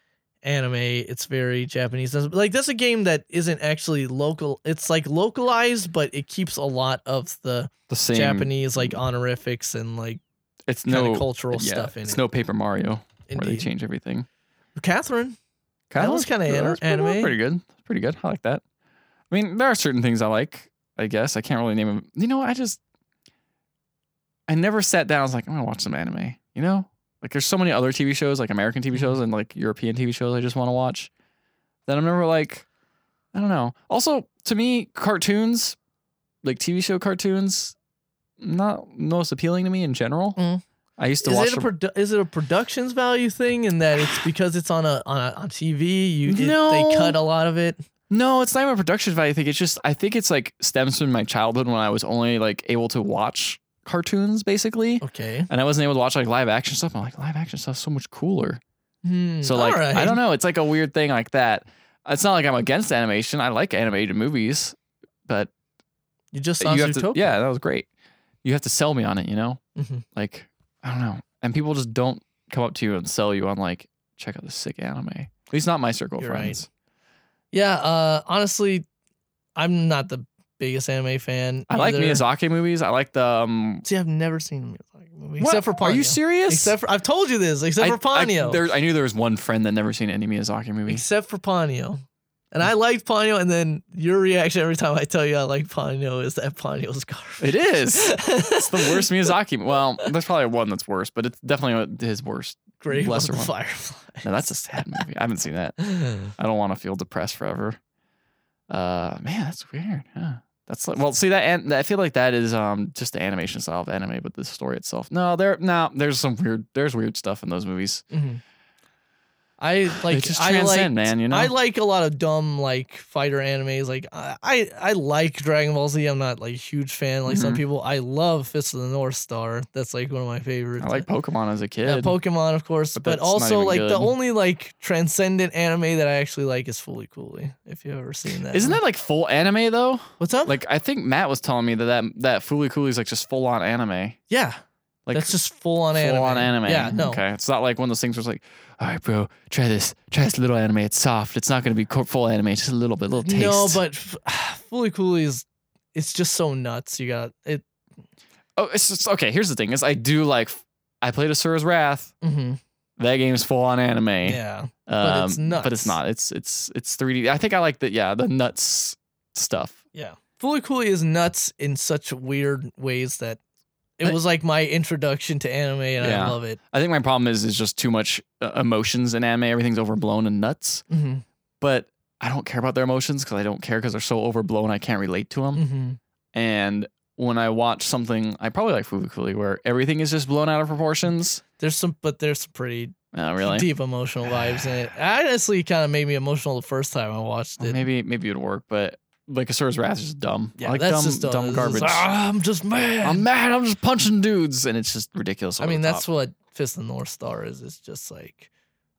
Speaker 1: anime. It's very Japanese. That's- Like that's a game that isn't actually local. It's like localized, but it keeps a lot of the
Speaker 2: the same
Speaker 1: Japanese like honorifics and like
Speaker 2: It's
Speaker 1: kind
Speaker 2: no
Speaker 1: of cultural
Speaker 2: yeah,
Speaker 1: stuff in
Speaker 2: it's
Speaker 1: it.
Speaker 2: no Paper Mario where they
Speaker 1: Indeed.
Speaker 2: change everything.
Speaker 1: Catherine. That was kinda
Speaker 2: that
Speaker 1: an-
Speaker 2: was pretty- that was
Speaker 1: anime.
Speaker 2: Pretty good. Pretty good. I like that. I mean, there are certain things I like. I guess I can't really name them. You know, I just I never sat down. I was like, I'm gonna watch some anime. You know, like there's so many other TV shows, like American TV shows and like European TV shows. I just want to watch. That I'm never like, I don't know. Also, to me, cartoons, like TV show cartoons, not most appealing to me in general.
Speaker 1: Mm.
Speaker 2: I used to
Speaker 1: Is
Speaker 2: watch
Speaker 1: it, a
Speaker 2: them-
Speaker 1: produ- is it a productions value thing in that it's because it's on a on a, on TV? You it-
Speaker 2: No.
Speaker 1: they cut a lot of it.
Speaker 2: No, it's not even production value. I think it's just I think it's like stems from my childhood when I was only like able to watch cartoons basically,
Speaker 1: Okay.
Speaker 2: and I wasn't able to watch like live action stuff. I'm like live action stuff's so much cooler.
Speaker 1: Hmm,
Speaker 2: So like
Speaker 1: all right.
Speaker 2: I don't know, it's like a weird thing like that. It's not like I'm against animation. I like animated movies, but
Speaker 1: You just saw
Speaker 2: Uh, you have to,
Speaker 1: Zootopia.
Speaker 2: yeah, that was great. You have to sell me on it, you know.
Speaker 1: Mhm.
Speaker 2: Like I don't know, and people just don't come up to you and sell you on like check out this sick anime. At least not my circle of
Speaker 1: You're right.
Speaker 2: friends.
Speaker 1: Yeah. Uh, honestly, I'm not the biggest anime fan.
Speaker 2: I like
Speaker 1: either.
Speaker 2: Miyazaki movies. I like the um,
Speaker 1: See, I've never seen a Miyazaki movie
Speaker 2: What?
Speaker 1: except for Ponyo.
Speaker 2: Are you serious?
Speaker 1: Except for I've told you this. Except for
Speaker 2: I,
Speaker 1: Ponyo.
Speaker 2: I, there, I knew there was one friend that never seen any Miyazaki movie.
Speaker 1: except for Ponyo. And
Speaker 2: Mm.
Speaker 1: I liked Ponyo, and then your reaction every time I tell you I like Ponyo is that Ponyo's garbage.
Speaker 2: It is. It's the worst Miyazaki. mo- Well, there's probably one that's worse, but it's definitely his worst.
Speaker 1: (laughs) Grave of
Speaker 2: Lesser
Speaker 1: the
Speaker 2: one.
Speaker 1: Firefly. (laughs) Mm-hmm.
Speaker 2: No, that's a sad movie. I haven't seen that. I don't want to feel depressed forever. Uh, man, that's weird. Huh? That's like, well, see that. An- I feel like that is um just the animation style of anime, but the story itself. No, there, no, there's some weird. There's weird stuff in those movies.
Speaker 1: Mhm. I like
Speaker 2: just
Speaker 1: I like
Speaker 2: transcend, man, you know?
Speaker 1: I like a lot of dumb like fighter animes. Like I I, I like Dragon Ball Z. I'm not like a huge fan like some
Speaker 2: Mhm.
Speaker 1: people. I love Fist of the North Star. That's like one of my favorites. Uh,
Speaker 2: I like Pokemon as a kid.
Speaker 1: Yeah, Pokemon, of course,
Speaker 2: But
Speaker 1: but,
Speaker 2: that's not
Speaker 1: also
Speaker 2: even
Speaker 1: like the
Speaker 2: good.
Speaker 1: only like transcendent anime that I actually like is Fully Cooley. If you've ever seen that,
Speaker 2: Isn't that like full anime though?
Speaker 1: what's up?
Speaker 2: Like I think Matt was telling me that that, that Fooly Cooley's like just full on anime.
Speaker 1: yeah,
Speaker 2: Like
Speaker 1: that's just full on
Speaker 2: full
Speaker 1: anime.
Speaker 2: on anime.
Speaker 1: Yeah, no,
Speaker 2: Okay. It's not like one of those things where it's like, all right, bro, try this. Try this little anime. It's soft. It's not gonna be cor- full anime, just a little bit, little taste.
Speaker 1: no, but (sighs) Fully Cooley is it's just so nuts. You got it.
Speaker 2: oh it's just okay, here's the thing is I do like I played Asura's Wrath.
Speaker 1: mhm,
Speaker 2: That game's full on anime. Um,
Speaker 1: Yeah, but it's
Speaker 2: But
Speaker 1: nuts.
Speaker 2: it's not. It's it's it's 3D. I think I like the yeah, the nuts stuff.
Speaker 1: yeah. Fully Cooley is nuts in such weird ways that it
Speaker 2: But-
Speaker 1: was like my introduction to anime, and I
Speaker 2: Yeah.
Speaker 1: love it.
Speaker 2: I think my problem is is just too much uh, emotions in anime. Everything's overblown and nuts.
Speaker 1: hmm
Speaker 2: But I don't care about their emotions because I don't care because they're so overblown. I can't relate to them.
Speaker 1: hmm
Speaker 2: And when I watch something, I probably like Fulu Cooley, where everything is just blown out of proportions.
Speaker 1: There's some, but there's some pretty
Speaker 2: Oh, really?
Speaker 1: deep emotional vibes in it. Honestly, kind of made me emotional the first time I watched
Speaker 2: Well,
Speaker 1: it.
Speaker 2: maybe maybe it'd work, but like Asura's Wrath is just dumb. I
Speaker 1: Yeah,
Speaker 2: like
Speaker 1: that's
Speaker 2: dumb,
Speaker 1: just uh, dumb,
Speaker 2: dumb
Speaker 1: It's just,
Speaker 2: garbage.
Speaker 1: "Ah, I'm just mad.
Speaker 2: I'm mad. I'm just punching dudes, and it's just ridiculous.
Speaker 1: I
Speaker 2: over
Speaker 1: mean,
Speaker 2: the
Speaker 1: that's
Speaker 2: top.
Speaker 1: what Fist of the North Star is. It's just like,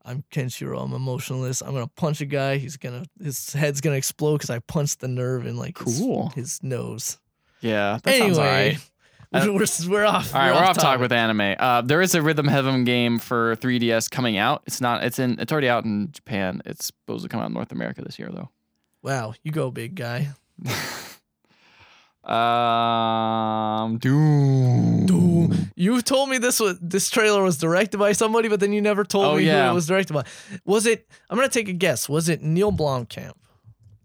Speaker 1: I'm Kenshiro. I'm emotionless. I'm gonna punch a guy. He's gonna his head's gonna explode because I punched the nerve in like his-
Speaker 2: cool.
Speaker 1: (laughs) his, nose.
Speaker 2: Yeah, that sounds all right.
Speaker 1: anyway,
Speaker 2: I (laughs) don't-
Speaker 1: we're, we're off.
Speaker 2: All right, we're off
Speaker 1: topic.
Speaker 2: talk with anime. Uh, there is a Rhythm Heaven game for 3DS coming out. It's not. It's in. It's already out in Japan. It's supposed to come out in North America this year, though.
Speaker 1: Wow, you go, big guy.
Speaker 2: um, Doom.
Speaker 1: Doom. You told me this was this trailer was directed by somebody, but then you never told
Speaker 2: Oh,
Speaker 1: me
Speaker 2: yeah.
Speaker 1: who it was directed by. Was it? I'm gonna take a guess. Was it Neil Blomkamp?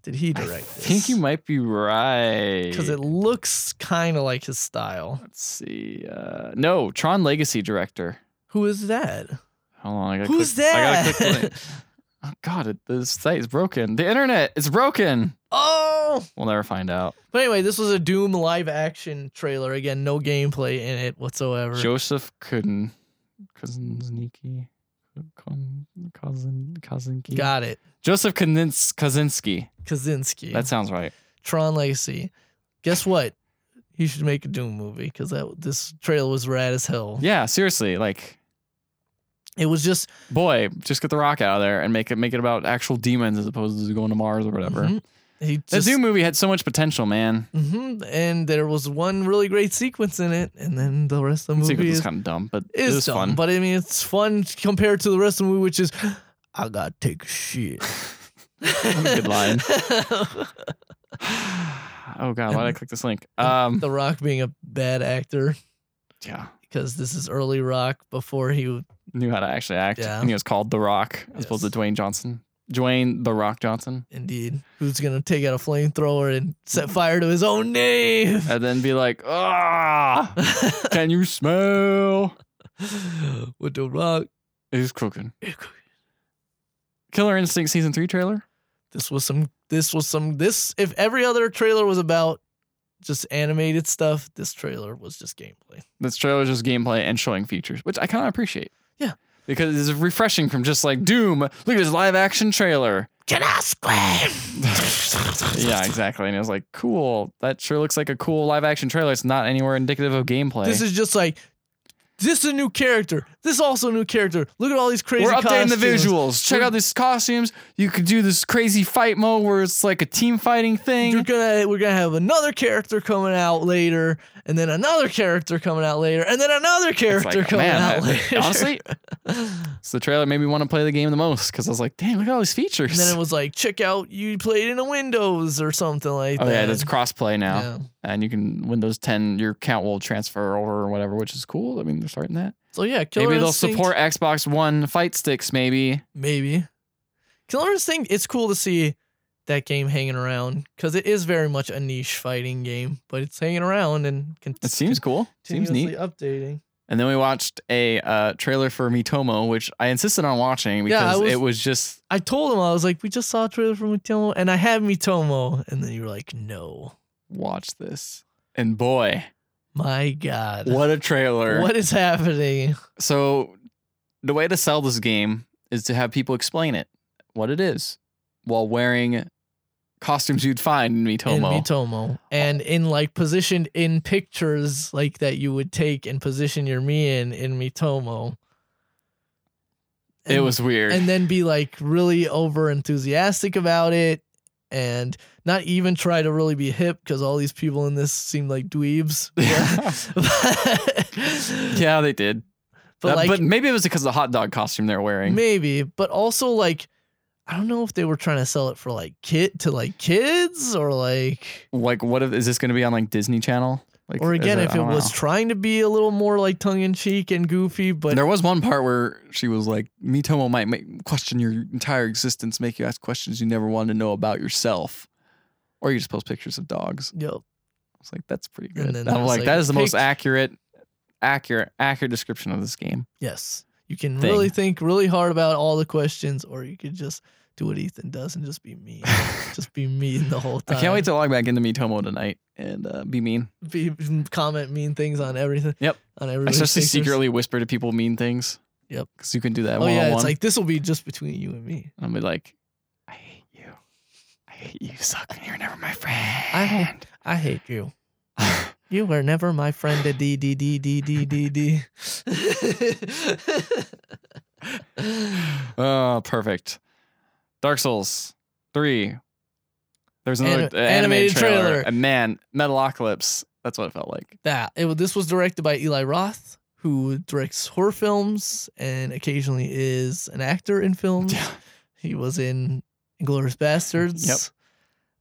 Speaker 1: Did he direct?
Speaker 2: I think you might be right.
Speaker 1: because it looks kind of like his style.
Speaker 2: Let's see. Uh, no, Tron Legacy director.
Speaker 1: Who is that?
Speaker 2: Hold on. I gotta
Speaker 1: Who's
Speaker 2: click- I gotta
Speaker 1: that? (laughs)
Speaker 2: click the link. oh God, it, this site is broken. The internet is broken.
Speaker 1: Oh,
Speaker 2: We'll never find out.
Speaker 1: but anyway, this was a Doom live action trailer. Again, no gameplay in it whatsoever.
Speaker 2: Joseph Kudin. Kazinski. Kazin, Kazinski.
Speaker 1: Got it.
Speaker 2: Joseph Kazins- Kazinski.
Speaker 1: Kaczynski.
Speaker 2: That sounds right.
Speaker 1: Tron Legacy. Guess what? He should make a Doom movie because that this trailer was rad as hell.
Speaker 2: Yeah, seriously. Like,
Speaker 1: It was just
Speaker 2: boy, just get the rock out of there and make it make it about actual demons as opposed to going to Mars or whatever.
Speaker 1: Mhm. He
Speaker 2: The
Speaker 1: just-
Speaker 2: Doom movie had so much potential, man.
Speaker 1: Mhm. And there was one really great sequence in it, and then the rest of the
Speaker 2: The
Speaker 1: movie
Speaker 2: sequel was
Speaker 1: is,
Speaker 2: kind of dumb, but it
Speaker 1: is
Speaker 2: was
Speaker 1: dumb.
Speaker 2: fun.
Speaker 1: But I mean, it's fun compared to the rest of the movie, which is, I gotta take a shit.
Speaker 2: (laughs) Good line. (sighs) oh god, why did I click this link? Um,
Speaker 1: (laughs) the Rock being a bad actor
Speaker 2: yeah,
Speaker 1: because this is early Rock before he. would-
Speaker 2: knew how to actually act,
Speaker 1: Yeah.
Speaker 2: and he was called The Rock as opposed to
Speaker 1: Yes.
Speaker 2: Dwayne Johnson. Dwayne The Rock Johnson.
Speaker 1: Indeed, who's gonna take out a flamethrower and set fire to his own name?
Speaker 2: and then be like,
Speaker 1: (laughs)
Speaker 2: ah, can you smell?
Speaker 1: With the Rock,
Speaker 2: He's cooking. Killer Instinct season three trailer.
Speaker 1: this was some this was some this if every other trailer was about just animated stuff this trailer was just gameplay
Speaker 2: This trailer is just gameplay and showing features, which I kind of appreciate.
Speaker 1: Yeah.
Speaker 2: because it's refreshing from just like Doom. Look at this live action trailer.
Speaker 1: can i scream
Speaker 2: (laughs) Yeah, exactly. And it was like, cool. That sure looks like a cool live action trailer. It's not anywhere indicative of gameplay.
Speaker 1: this is just like this is a new character this is also a new character look at all these crazy
Speaker 2: We're updating the
Speaker 1: costumes.
Speaker 2: visuals. Check out these costumes. You could do this crazy fight mode where it's like a team fighting thing.
Speaker 1: you're gonna we're gonna have another character coming out later and then another character coming out later and then another
Speaker 2: It's
Speaker 1: character
Speaker 2: like,
Speaker 1: coming
Speaker 2: man,
Speaker 1: out
Speaker 2: I-
Speaker 1: later
Speaker 2: honestly,
Speaker 1: (laughs)
Speaker 2: So the trailer made me want to play the game the most because I was like, "Damn, look at all these features!"
Speaker 1: and then it was like check out you played in a windows or something like
Speaker 2: oh
Speaker 1: that
Speaker 2: yeah, that's crossplay now,
Speaker 1: Yeah.
Speaker 2: and you can Windows 10 your account will transfer over or whatever, which is cool. I mean, they're starting that.
Speaker 1: so yeah Killer
Speaker 2: maybe they'll
Speaker 1: Instinct-
Speaker 2: support Xbox One fight sticks. Maybe
Speaker 1: Maybe. Killer Instinct, it's cool to see that game hanging around because it is very much a niche fighting game, but it's hanging around and con-
Speaker 2: it seems cool. Seems
Speaker 1: continuously
Speaker 2: neat.
Speaker 1: updating.
Speaker 2: And then we watched a uh, trailer for Mitomo, which I insisted on watching
Speaker 1: Yeah, I
Speaker 2: because
Speaker 1: was-
Speaker 2: it was just
Speaker 1: I told him, I was like, we just saw a trailer for Mitomo, and I had Mitomo. And then you were like, no,
Speaker 2: watch this, and boy,
Speaker 1: my God.
Speaker 2: what a trailer!
Speaker 1: What is happening?
Speaker 2: So the way to sell this game is to have people explain it, what it is, while wearing costumes you'd find in
Speaker 1: in
Speaker 2: Mitomo.
Speaker 1: Mitomo and in like positioned in pictures like that you would take and position your me in in Mitomo.
Speaker 2: it
Speaker 1: And-
Speaker 2: was weird.
Speaker 1: and then be like really over enthusiastic about it and not even try to really be hip because all these people in this seem like
Speaker 2: (laughs)
Speaker 1: dweebs. (laughs) but
Speaker 2: yeah, they did. That- But,
Speaker 1: like
Speaker 2: maybe it was because of the hot dog costume they're wearing.
Speaker 1: maybe, but also like I don't know if they were trying to sell it for like kid to like kids or like
Speaker 2: like, what if is this going to be on like Disney Channel? Like,
Speaker 1: or
Speaker 2: is
Speaker 1: again if
Speaker 2: I
Speaker 1: it
Speaker 2: don't
Speaker 1: was
Speaker 2: know.
Speaker 1: trying to be a little more like tongue in cheek and goofy, but
Speaker 2: there was one part where she was like, "Mitomo might make question your entire existence, make you ask questions you never wanted to know about yourself." Or you just post pictures of dogs.
Speaker 1: you know,
Speaker 2: I was like, "That's pretty
Speaker 1: And
Speaker 2: good."
Speaker 1: then
Speaker 2: I'm
Speaker 1: there's,
Speaker 2: like,
Speaker 1: like,
Speaker 2: "That
Speaker 1: a
Speaker 2: is the most
Speaker 1: pic-
Speaker 2: accurate, accurate, accurate description of this game."
Speaker 1: Yes. You can
Speaker 2: thing.
Speaker 1: really think really hard about all the questions, or you could just do what Ethan does and just be
Speaker 2: (laughs)
Speaker 1: mean. just be mean the whole
Speaker 2: I
Speaker 1: time.
Speaker 2: can't wait to log back into Mitomo tonight and uh, be mean.
Speaker 1: be, comment mean things on everything.
Speaker 2: Yep.
Speaker 1: On everything.
Speaker 2: Especially secretly whisper to people mean things.
Speaker 1: Yep.
Speaker 2: Because you can do that
Speaker 1: Oh
Speaker 2: one on
Speaker 1: yeah,
Speaker 2: one.
Speaker 1: it's like this will be just between you and me.
Speaker 2: I'll be like, I hate you. I hate you. You suck. and You're never my friend.
Speaker 1: hate- I hate you. You were never my friend. A D D D D D D D.
Speaker 2: (laughs) (laughs)
Speaker 1: (laughs)
Speaker 2: oh, perfect. Dark Souls 3. There's another
Speaker 1: Ani-
Speaker 2: uh, animated
Speaker 1: animated
Speaker 2: trailer.
Speaker 1: trailer.
Speaker 2: And man, Metalocalypse. That's what it felt like.
Speaker 1: that it, wa- this was directed by Eli Roth, who directs horror films and occasionally is an actor in films.
Speaker 2: Yeah.
Speaker 1: He was in Inglorious Bastards.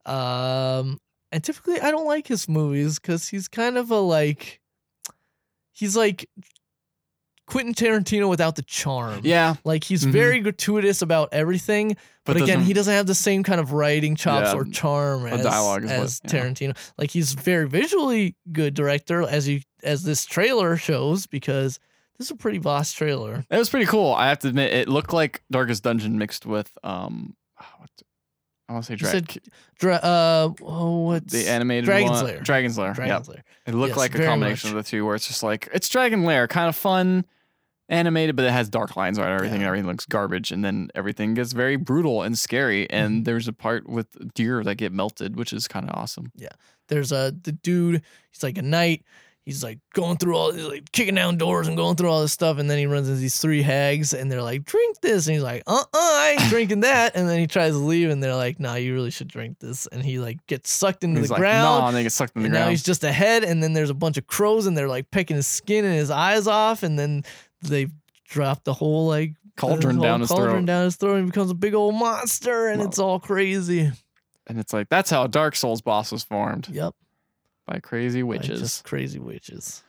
Speaker 1: Yep. Um, and typically I don't like his movies because he's kind of a like, he's like Quentin Tarantino without the charm.
Speaker 2: Yeah.
Speaker 1: Like he's
Speaker 2: Mhm.
Speaker 1: very gratuitous about everything, but, again, he doesn't have the same kind of writing chops
Speaker 2: Yeah,
Speaker 1: or charm as,
Speaker 2: dialogue is what-
Speaker 1: as
Speaker 2: yeah.
Speaker 1: Tarantino. Like he's very visually good director, as you as this trailer shows, because this is a pretty boss trailer.
Speaker 2: It was pretty cool. I have to admit, it looked like Darkest Dungeon mixed with um, what, I want to say
Speaker 1: You
Speaker 2: Drag-
Speaker 1: said Dra- uh, oh, what's
Speaker 2: the animated
Speaker 1: Dragon
Speaker 2: one.
Speaker 1: Slayer.
Speaker 2: Dragon Slayer.
Speaker 1: Dragon
Speaker 2: Yep.
Speaker 1: Slayer?
Speaker 2: It looked
Speaker 1: Yes,
Speaker 2: like a
Speaker 1: very
Speaker 2: combination
Speaker 1: much.
Speaker 2: of the two, where it's just like it's Dragon Lair, kind of fun, animated, but it has dark lines on everything, and
Speaker 1: Yeah.
Speaker 2: everything looks garbage, and then everything gets very brutal and scary.
Speaker 1: Mm-hmm.
Speaker 2: And there's a part with deer that get melted, which is kind of awesome.
Speaker 1: There's a the dude. He's like a knight. He's like going through all, he's like kicking down doors and going through all this stuff, and then he runs into these three hags, and they're like, "Drink this," and he's like, "Uh, uh I
Speaker 2: (laughs)
Speaker 1: ain't drinking that." And then he tries to leave, and they're like, "Nah, you really should drink this." And he like gets sucked into
Speaker 2: And he's
Speaker 1: the
Speaker 2: like,
Speaker 1: ground,
Speaker 2: nah, and they get sucked in the
Speaker 1: and now
Speaker 2: ground.
Speaker 1: he's just a head, and then there's a bunch of crows, and they're like picking his skin and his eyes off, and then they drop the whole like
Speaker 2: Cauldron
Speaker 1: the
Speaker 2: down
Speaker 1: whole
Speaker 2: his
Speaker 1: cauldron
Speaker 2: throat,
Speaker 1: down his throat, and he becomes a big old monster, and
Speaker 2: Wow.
Speaker 1: it's all crazy.
Speaker 2: and it's like that's how a Dark Souls boss was formed
Speaker 1: Yep,
Speaker 2: by crazy
Speaker 1: like,
Speaker 2: witches.
Speaker 1: just crazy witches.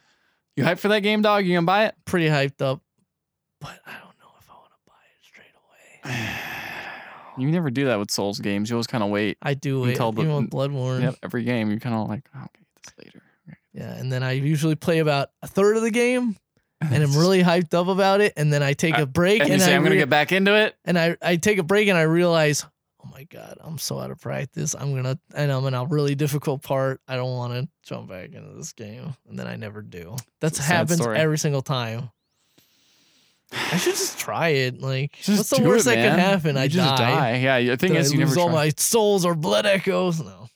Speaker 2: You hype for that game, dog? You gonna buy
Speaker 1: (sighs)
Speaker 2: it?
Speaker 1: Pretty hyped up, but I don't know if I want to buy it straight away.
Speaker 2: You never do that with Souls games. You always kind of wait.
Speaker 1: I do
Speaker 2: You
Speaker 1: it
Speaker 2: called
Speaker 1: even
Speaker 2: the-
Speaker 1: with Bloodborne.
Speaker 2: Yep. Every game, you kind of like, oh, I'll get this later.
Speaker 1: Yeah, and then I usually play about a third of the game, and I'm
Speaker 2: (laughs) It's-
Speaker 1: really hyped up about it, and then I take
Speaker 2: Uh,
Speaker 1: a break,
Speaker 2: And you
Speaker 1: and
Speaker 2: say,
Speaker 1: I
Speaker 2: I'm gonna
Speaker 1: re-
Speaker 2: get back into it.
Speaker 1: and I, I take a break and I realize, oh my god, I'm so out of practice. I'm gonna and I'm in a really difficult part. I don't want to jump back into this game, and then I never do. That's
Speaker 2: It's a sad
Speaker 1: happens
Speaker 2: story.
Speaker 1: every single time. I should just try it. Like,
Speaker 2: Just
Speaker 1: what's the
Speaker 2: do
Speaker 1: worst
Speaker 2: it,
Speaker 1: that
Speaker 2: man.
Speaker 1: could happen? I
Speaker 2: You just
Speaker 1: die.
Speaker 2: die. Yeah, the thing
Speaker 1: Did I
Speaker 2: is, you never
Speaker 1: lose all
Speaker 2: try.
Speaker 1: my souls or blood echoes. No,
Speaker 2: I don't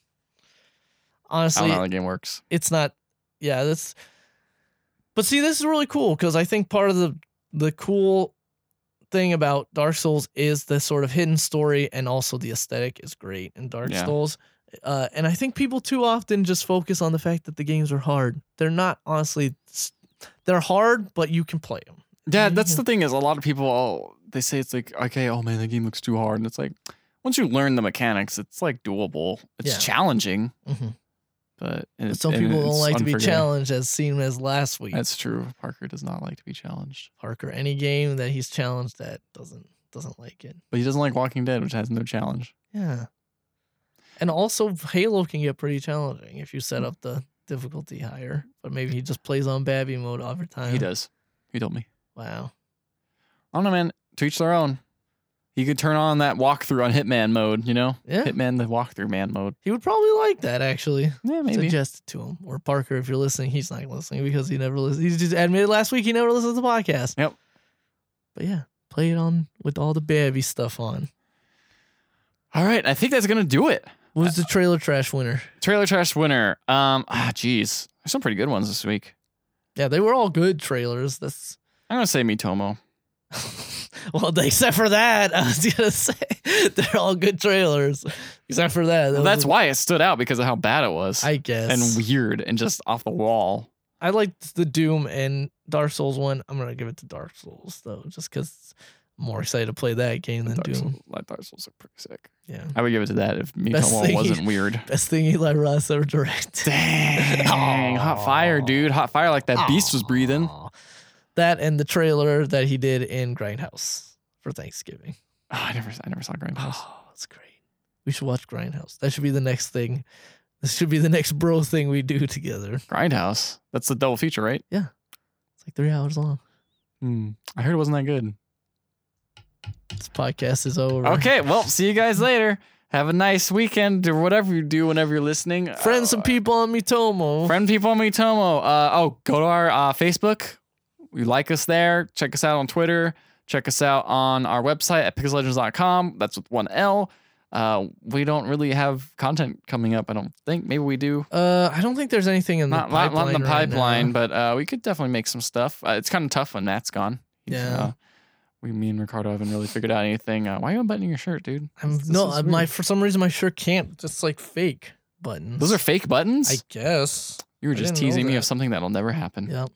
Speaker 1: honestly,
Speaker 2: know how the game works.
Speaker 1: it's not yeah that's but see this is really cool because i think part of the the cool thing about dark souls is the sort of hidden story and also the aesthetic is great in dark
Speaker 2: Yeah.
Speaker 1: souls uh, and i think people too often just focus on the fact that the games are hard they're not honestly s- they're hard but you can play them
Speaker 2: Yeah, that's the thing is, a lot of people all they say it's like, okay, oh man, the game looks too hard, and it's like, once you learn the mechanics, it's like doable. It's
Speaker 1: Yeah.
Speaker 2: challenging,
Speaker 1: mm-hmm.
Speaker 2: but and
Speaker 1: but
Speaker 2: it's-
Speaker 1: some
Speaker 2: and
Speaker 1: people
Speaker 2: it's
Speaker 1: don't like to be
Speaker 2: unforgiving.
Speaker 1: challenged as seen as last week
Speaker 2: That's true. Parker does not like to be challenged,
Speaker 1: parker any game that he's challenged at doesn't doesn't like it
Speaker 2: but he doesn't like Walking Dead, which has no challenge.
Speaker 1: Yeah. And also, Halo can get pretty challenging if you set up the difficulty higher. But maybe he just plays on Babby mode over time.
Speaker 2: He does. He told me.
Speaker 1: Wow.
Speaker 2: I don't know, man. To each their own. He could turn on that walkthrough on Hitman mode, you know,
Speaker 1: Yeah.
Speaker 2: Hitman the walkthrough man mode.
Speaker 1: He would probably like that, actually.
Speaker 2: Yeah, maybe.
Speaker 1: Suggest it to him. Or Parker, if you're listening, he's not listening because he never listens. He just admitted last week he never listens to the podcast.
Speaker 2: Yep.
Speaker 1: But yeah, play it on with all the Babby stuff on.
Speaker 2: All right, I think that's gonna do it.
Speaker 1: What
Speaker 2: Uh,
Speaker 1: was the trailer trash winner?
Speaker 2: Trailer trash winner. Um, ah, jeez, there's some pretty good ones this week.
Speaker 1: Yeah, they were all good trailers. That's
Speaker 2: I'm gonna say Mitomo.
Speaker 1: (laughs) well, except for that, (laughs) I was gonna say they're all good trailers. Except for that,
Speaker 2: Well, that's why it stood out because of how bad it was
Speaker 1: I guess.
Speaker 2: and weird and just off the wall.
Speaker 1: I liked the Doom and Dark Souls one. I'm gonna give it to Dark Souls though, just because I'm more excited to play that game than
Speaker 2: Dark
Speaker 1: Doom.
Speaker 2: Souls, like Dark Souls are pretty sick.
Speaker 1: Yeah,
Speaker 2: I would give it to that if
Speaker 1: Best
Speaker 2: Mitomo
Speaker 1: thing-
Speaker 2: wasn't weird.
Speaker 1: best thing Eli Ross ever directed.
Speaker 2: (laughs) Dang, hot fire, dude! Hot fire, like that beast was breathing.
Speaker 1: Aw. That and the trailer that he did in Grindhouse for
Speaker 2: (sighs)
Speaker 1: Thanksgiving.
Speaker 2: Oh, I never, I never saw Grindhouse.
Speaker 1: Oh, that's great. We should watch Grindhouse. That should be the next thing. This should be the next bro thing we do together.
Speaker 2: Grindhouse. That's the double feature, right?
Speaker 1: It's like three hours long.
Speaker 2: Hmm. I heard it wasn't that good.
Speaker 1: This podcast is over.
Speaker 2: Okay, well, see you guys later. Have a nice weekend or whatever you do whenever you're listening.
Speaker 1: Friends
Speaker 2: Uh,
Speaker 1: and people on Mitomo.
Speaker 2: (laughs) Friend people on Mitomo. Uh, oh, go to our uh, Facebook. You like us there. Check us out on Twitter. Check us out on our website at pixellegends.com. That's with one L. Uh, we don't really have content coming up, I don't think. Maybe we do.
Speaker 1: uh, I don't think there's anything in the
Speaker 2: Not, not,
Speaker 1: pipeline.
Speaker 2: not in the
Speaker 1: right now.
Speaker 2: pipeline, but uh, we could definitely make some stuff. Uh, it's kind of tough when Matt's gone. He's,
Speaker 1: Yeah.
Speaker 2: uh, we, me and Ricardo haven't really figured out anything. Uh, why are you unbuttoning your shirt, dude?
Speaker 1: I'm,
Speaker 2: This
Speaker 1: no,
Speaker 2: is
Speaker 1: uh, my
Speaker 2: weird.
Speaker 1: for some reason my shirt can't. It's like fake buttons.
Speaker 2: Those are fake buttons?
Speaker 1: I guess.
Speaker 2: you were
Speaker 1: I
Speaker 2: just
Speaker 1: didn't know
Speaker 2: teasing me of
Speaker 1: that.
Speaker 2: something that'll never happen.
Speaker 1: Yeah.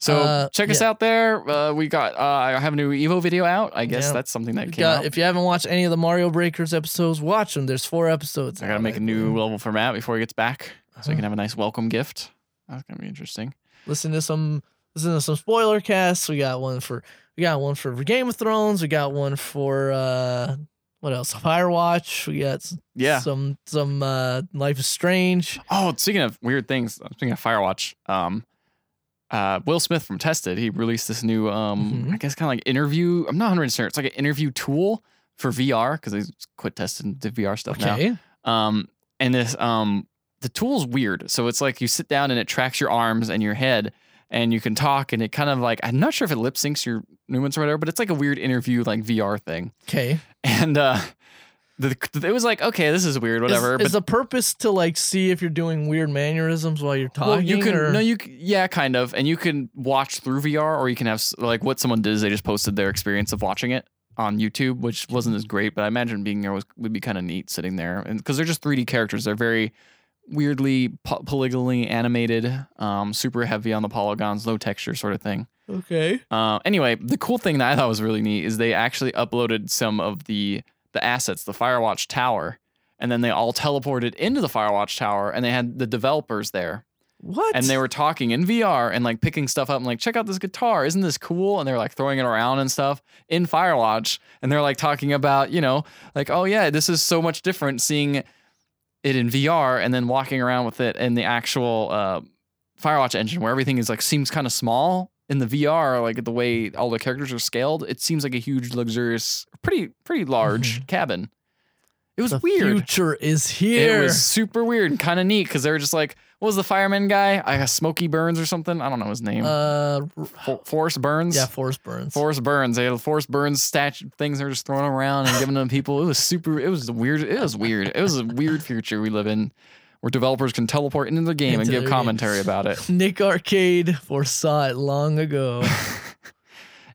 Speaker 2: So
Speaker 1: Uh,
Speaker 2: check us out there. Uh, we got. Uh, I have a new Evo video out. I guess
Speaker 1: Yeah.
Speaker 2: that's something that
Speaker 1: We
Speaker 2: came
Speaker 1: got-
Speaker 2: out.
Speaker 1: if you haven't watched any of the Mario Breakers episodes, watch them. There's four episodes.
Speaker 2: I gotta
Speaker 1: out,
Speaker 2: make a
Speaker 1: believe.
Speaker 2: new
Speaker 1: (laughs)
Speaker 2: level for Matt before he gets back, so
Speaker 1: Uh-huh.
Speaker 2: he can have a nice welcome gift. That's gonna be interesting.
Speaker 1: listen to some listen to some spoiler casts. We got one for we got one for Game of Thrones. We got one for uh what else? Firewatch. We got s-
Speaker 2: Yeah.
Speaker 1: some some uh Life is Strange.
Speaker 2: Oh, speaking of weird things, uh, speaking of Firewatch, um, uh, Will Smith from Tested, he released this new, um,
Speaker 1: Mhm.
Speaker 2: I guess, kind of like interview. I'm not 100 percent. It's like an interview tool for VR because he's quit testing the VR stuff now.
Speaker 1: Okay.
Speaker 2: Um, and this um, the tool's weird. So it's like you sit down and it tracks your arms and your head, and you can talk. And it kind of like I'm not sure if it lip syncs your movements or whatever, but it's like a weird interview like VR thing. (laughs)
Speaker 1: Okay.
Speaker 2: And uh, the, it was like okay, this is weird, whatever.
Speaker 1: Is, is the purpose to like see if you're doing weird mannerisms while you're talking?
Speaker 2: Well, you can
Speaker 1: or-
Speaker 2: no, you c- yeah, kind of, and you can watch through VR, or you can have s- like what someone did is they just posted their experience of watching it on YouTube, which wasn't as great, but I imagine being there was, would be kind of neat sitting there, and because they're just 3D characters, they're very weirdly po- polygonally animated, um, super heavy on the polygons, low texture sort of thing.
Speaker 1: okay.
Speaker 2: Uh, anyway, the cool thing that I thought was really neat is they actually uploaded some of the the assets, the Firewatch Tower, and then they all teleported into the Firewatch Tower, and they had the developers there
Speaker 1: What?
Speaker 2: and they were talking in VR and like picking stuff up and like, check out this guitar, isn't this cool? And they're like throwing it around and stuff in Firewatch, and they're like talking about, you know, like, oh yeah, this is so much different seeing it in VR and then walking around with it in the actual uh, Firewatch engine, where everything is like seems kind of small in the VR, like the way all the characters are scaled, it seems like a huge, luxurious, pretty, pretty large cabin. It was
Speaker 1: the
Speaker 2: weird.
Speaker 1: future is
Speaker 2: It
Speaker 1: here.
Speaker 2: was super weird and kind of neat because they were just like, what was the fireman guy? I got Smokey Burns or something. I don't know his name.
Speaker 1: uh, r-
Speaker 2: For- Forrest Burns.
Speaker 1: yeah, Forest Burns.
Speaker 2: Forrest Burns. They had the Forrest Burns statue things they were just throwing around and giving them to people. It was super. It was the weird. It was weird. It was a weird future we live in, where developers can teleport into the game
Speaker 1: Into
Speaker 2: and give
Speaker 1: their
Speaker 2: commentary
Speaker 1: games.
Speaker 2: about it.
Speaker 1: Nick Arcade foresaw it long ago. (laughs)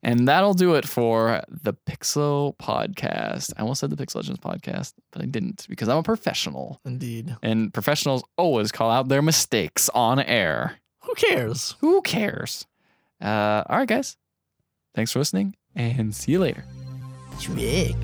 Speaker 2: And that'll do it for the Pixel Podcast. I almost said the Pixel Legends Podcast, but I didn't because I'm a professional,
Speaker 1: Indeed.
Speaker 2: and professionals always call out their mistakes on air.
Speaker 1: Who cares?
Speaker 2: Who cares? Uh, all right, guys. Thanks for listening and see you later.
Speaker 1: It's big.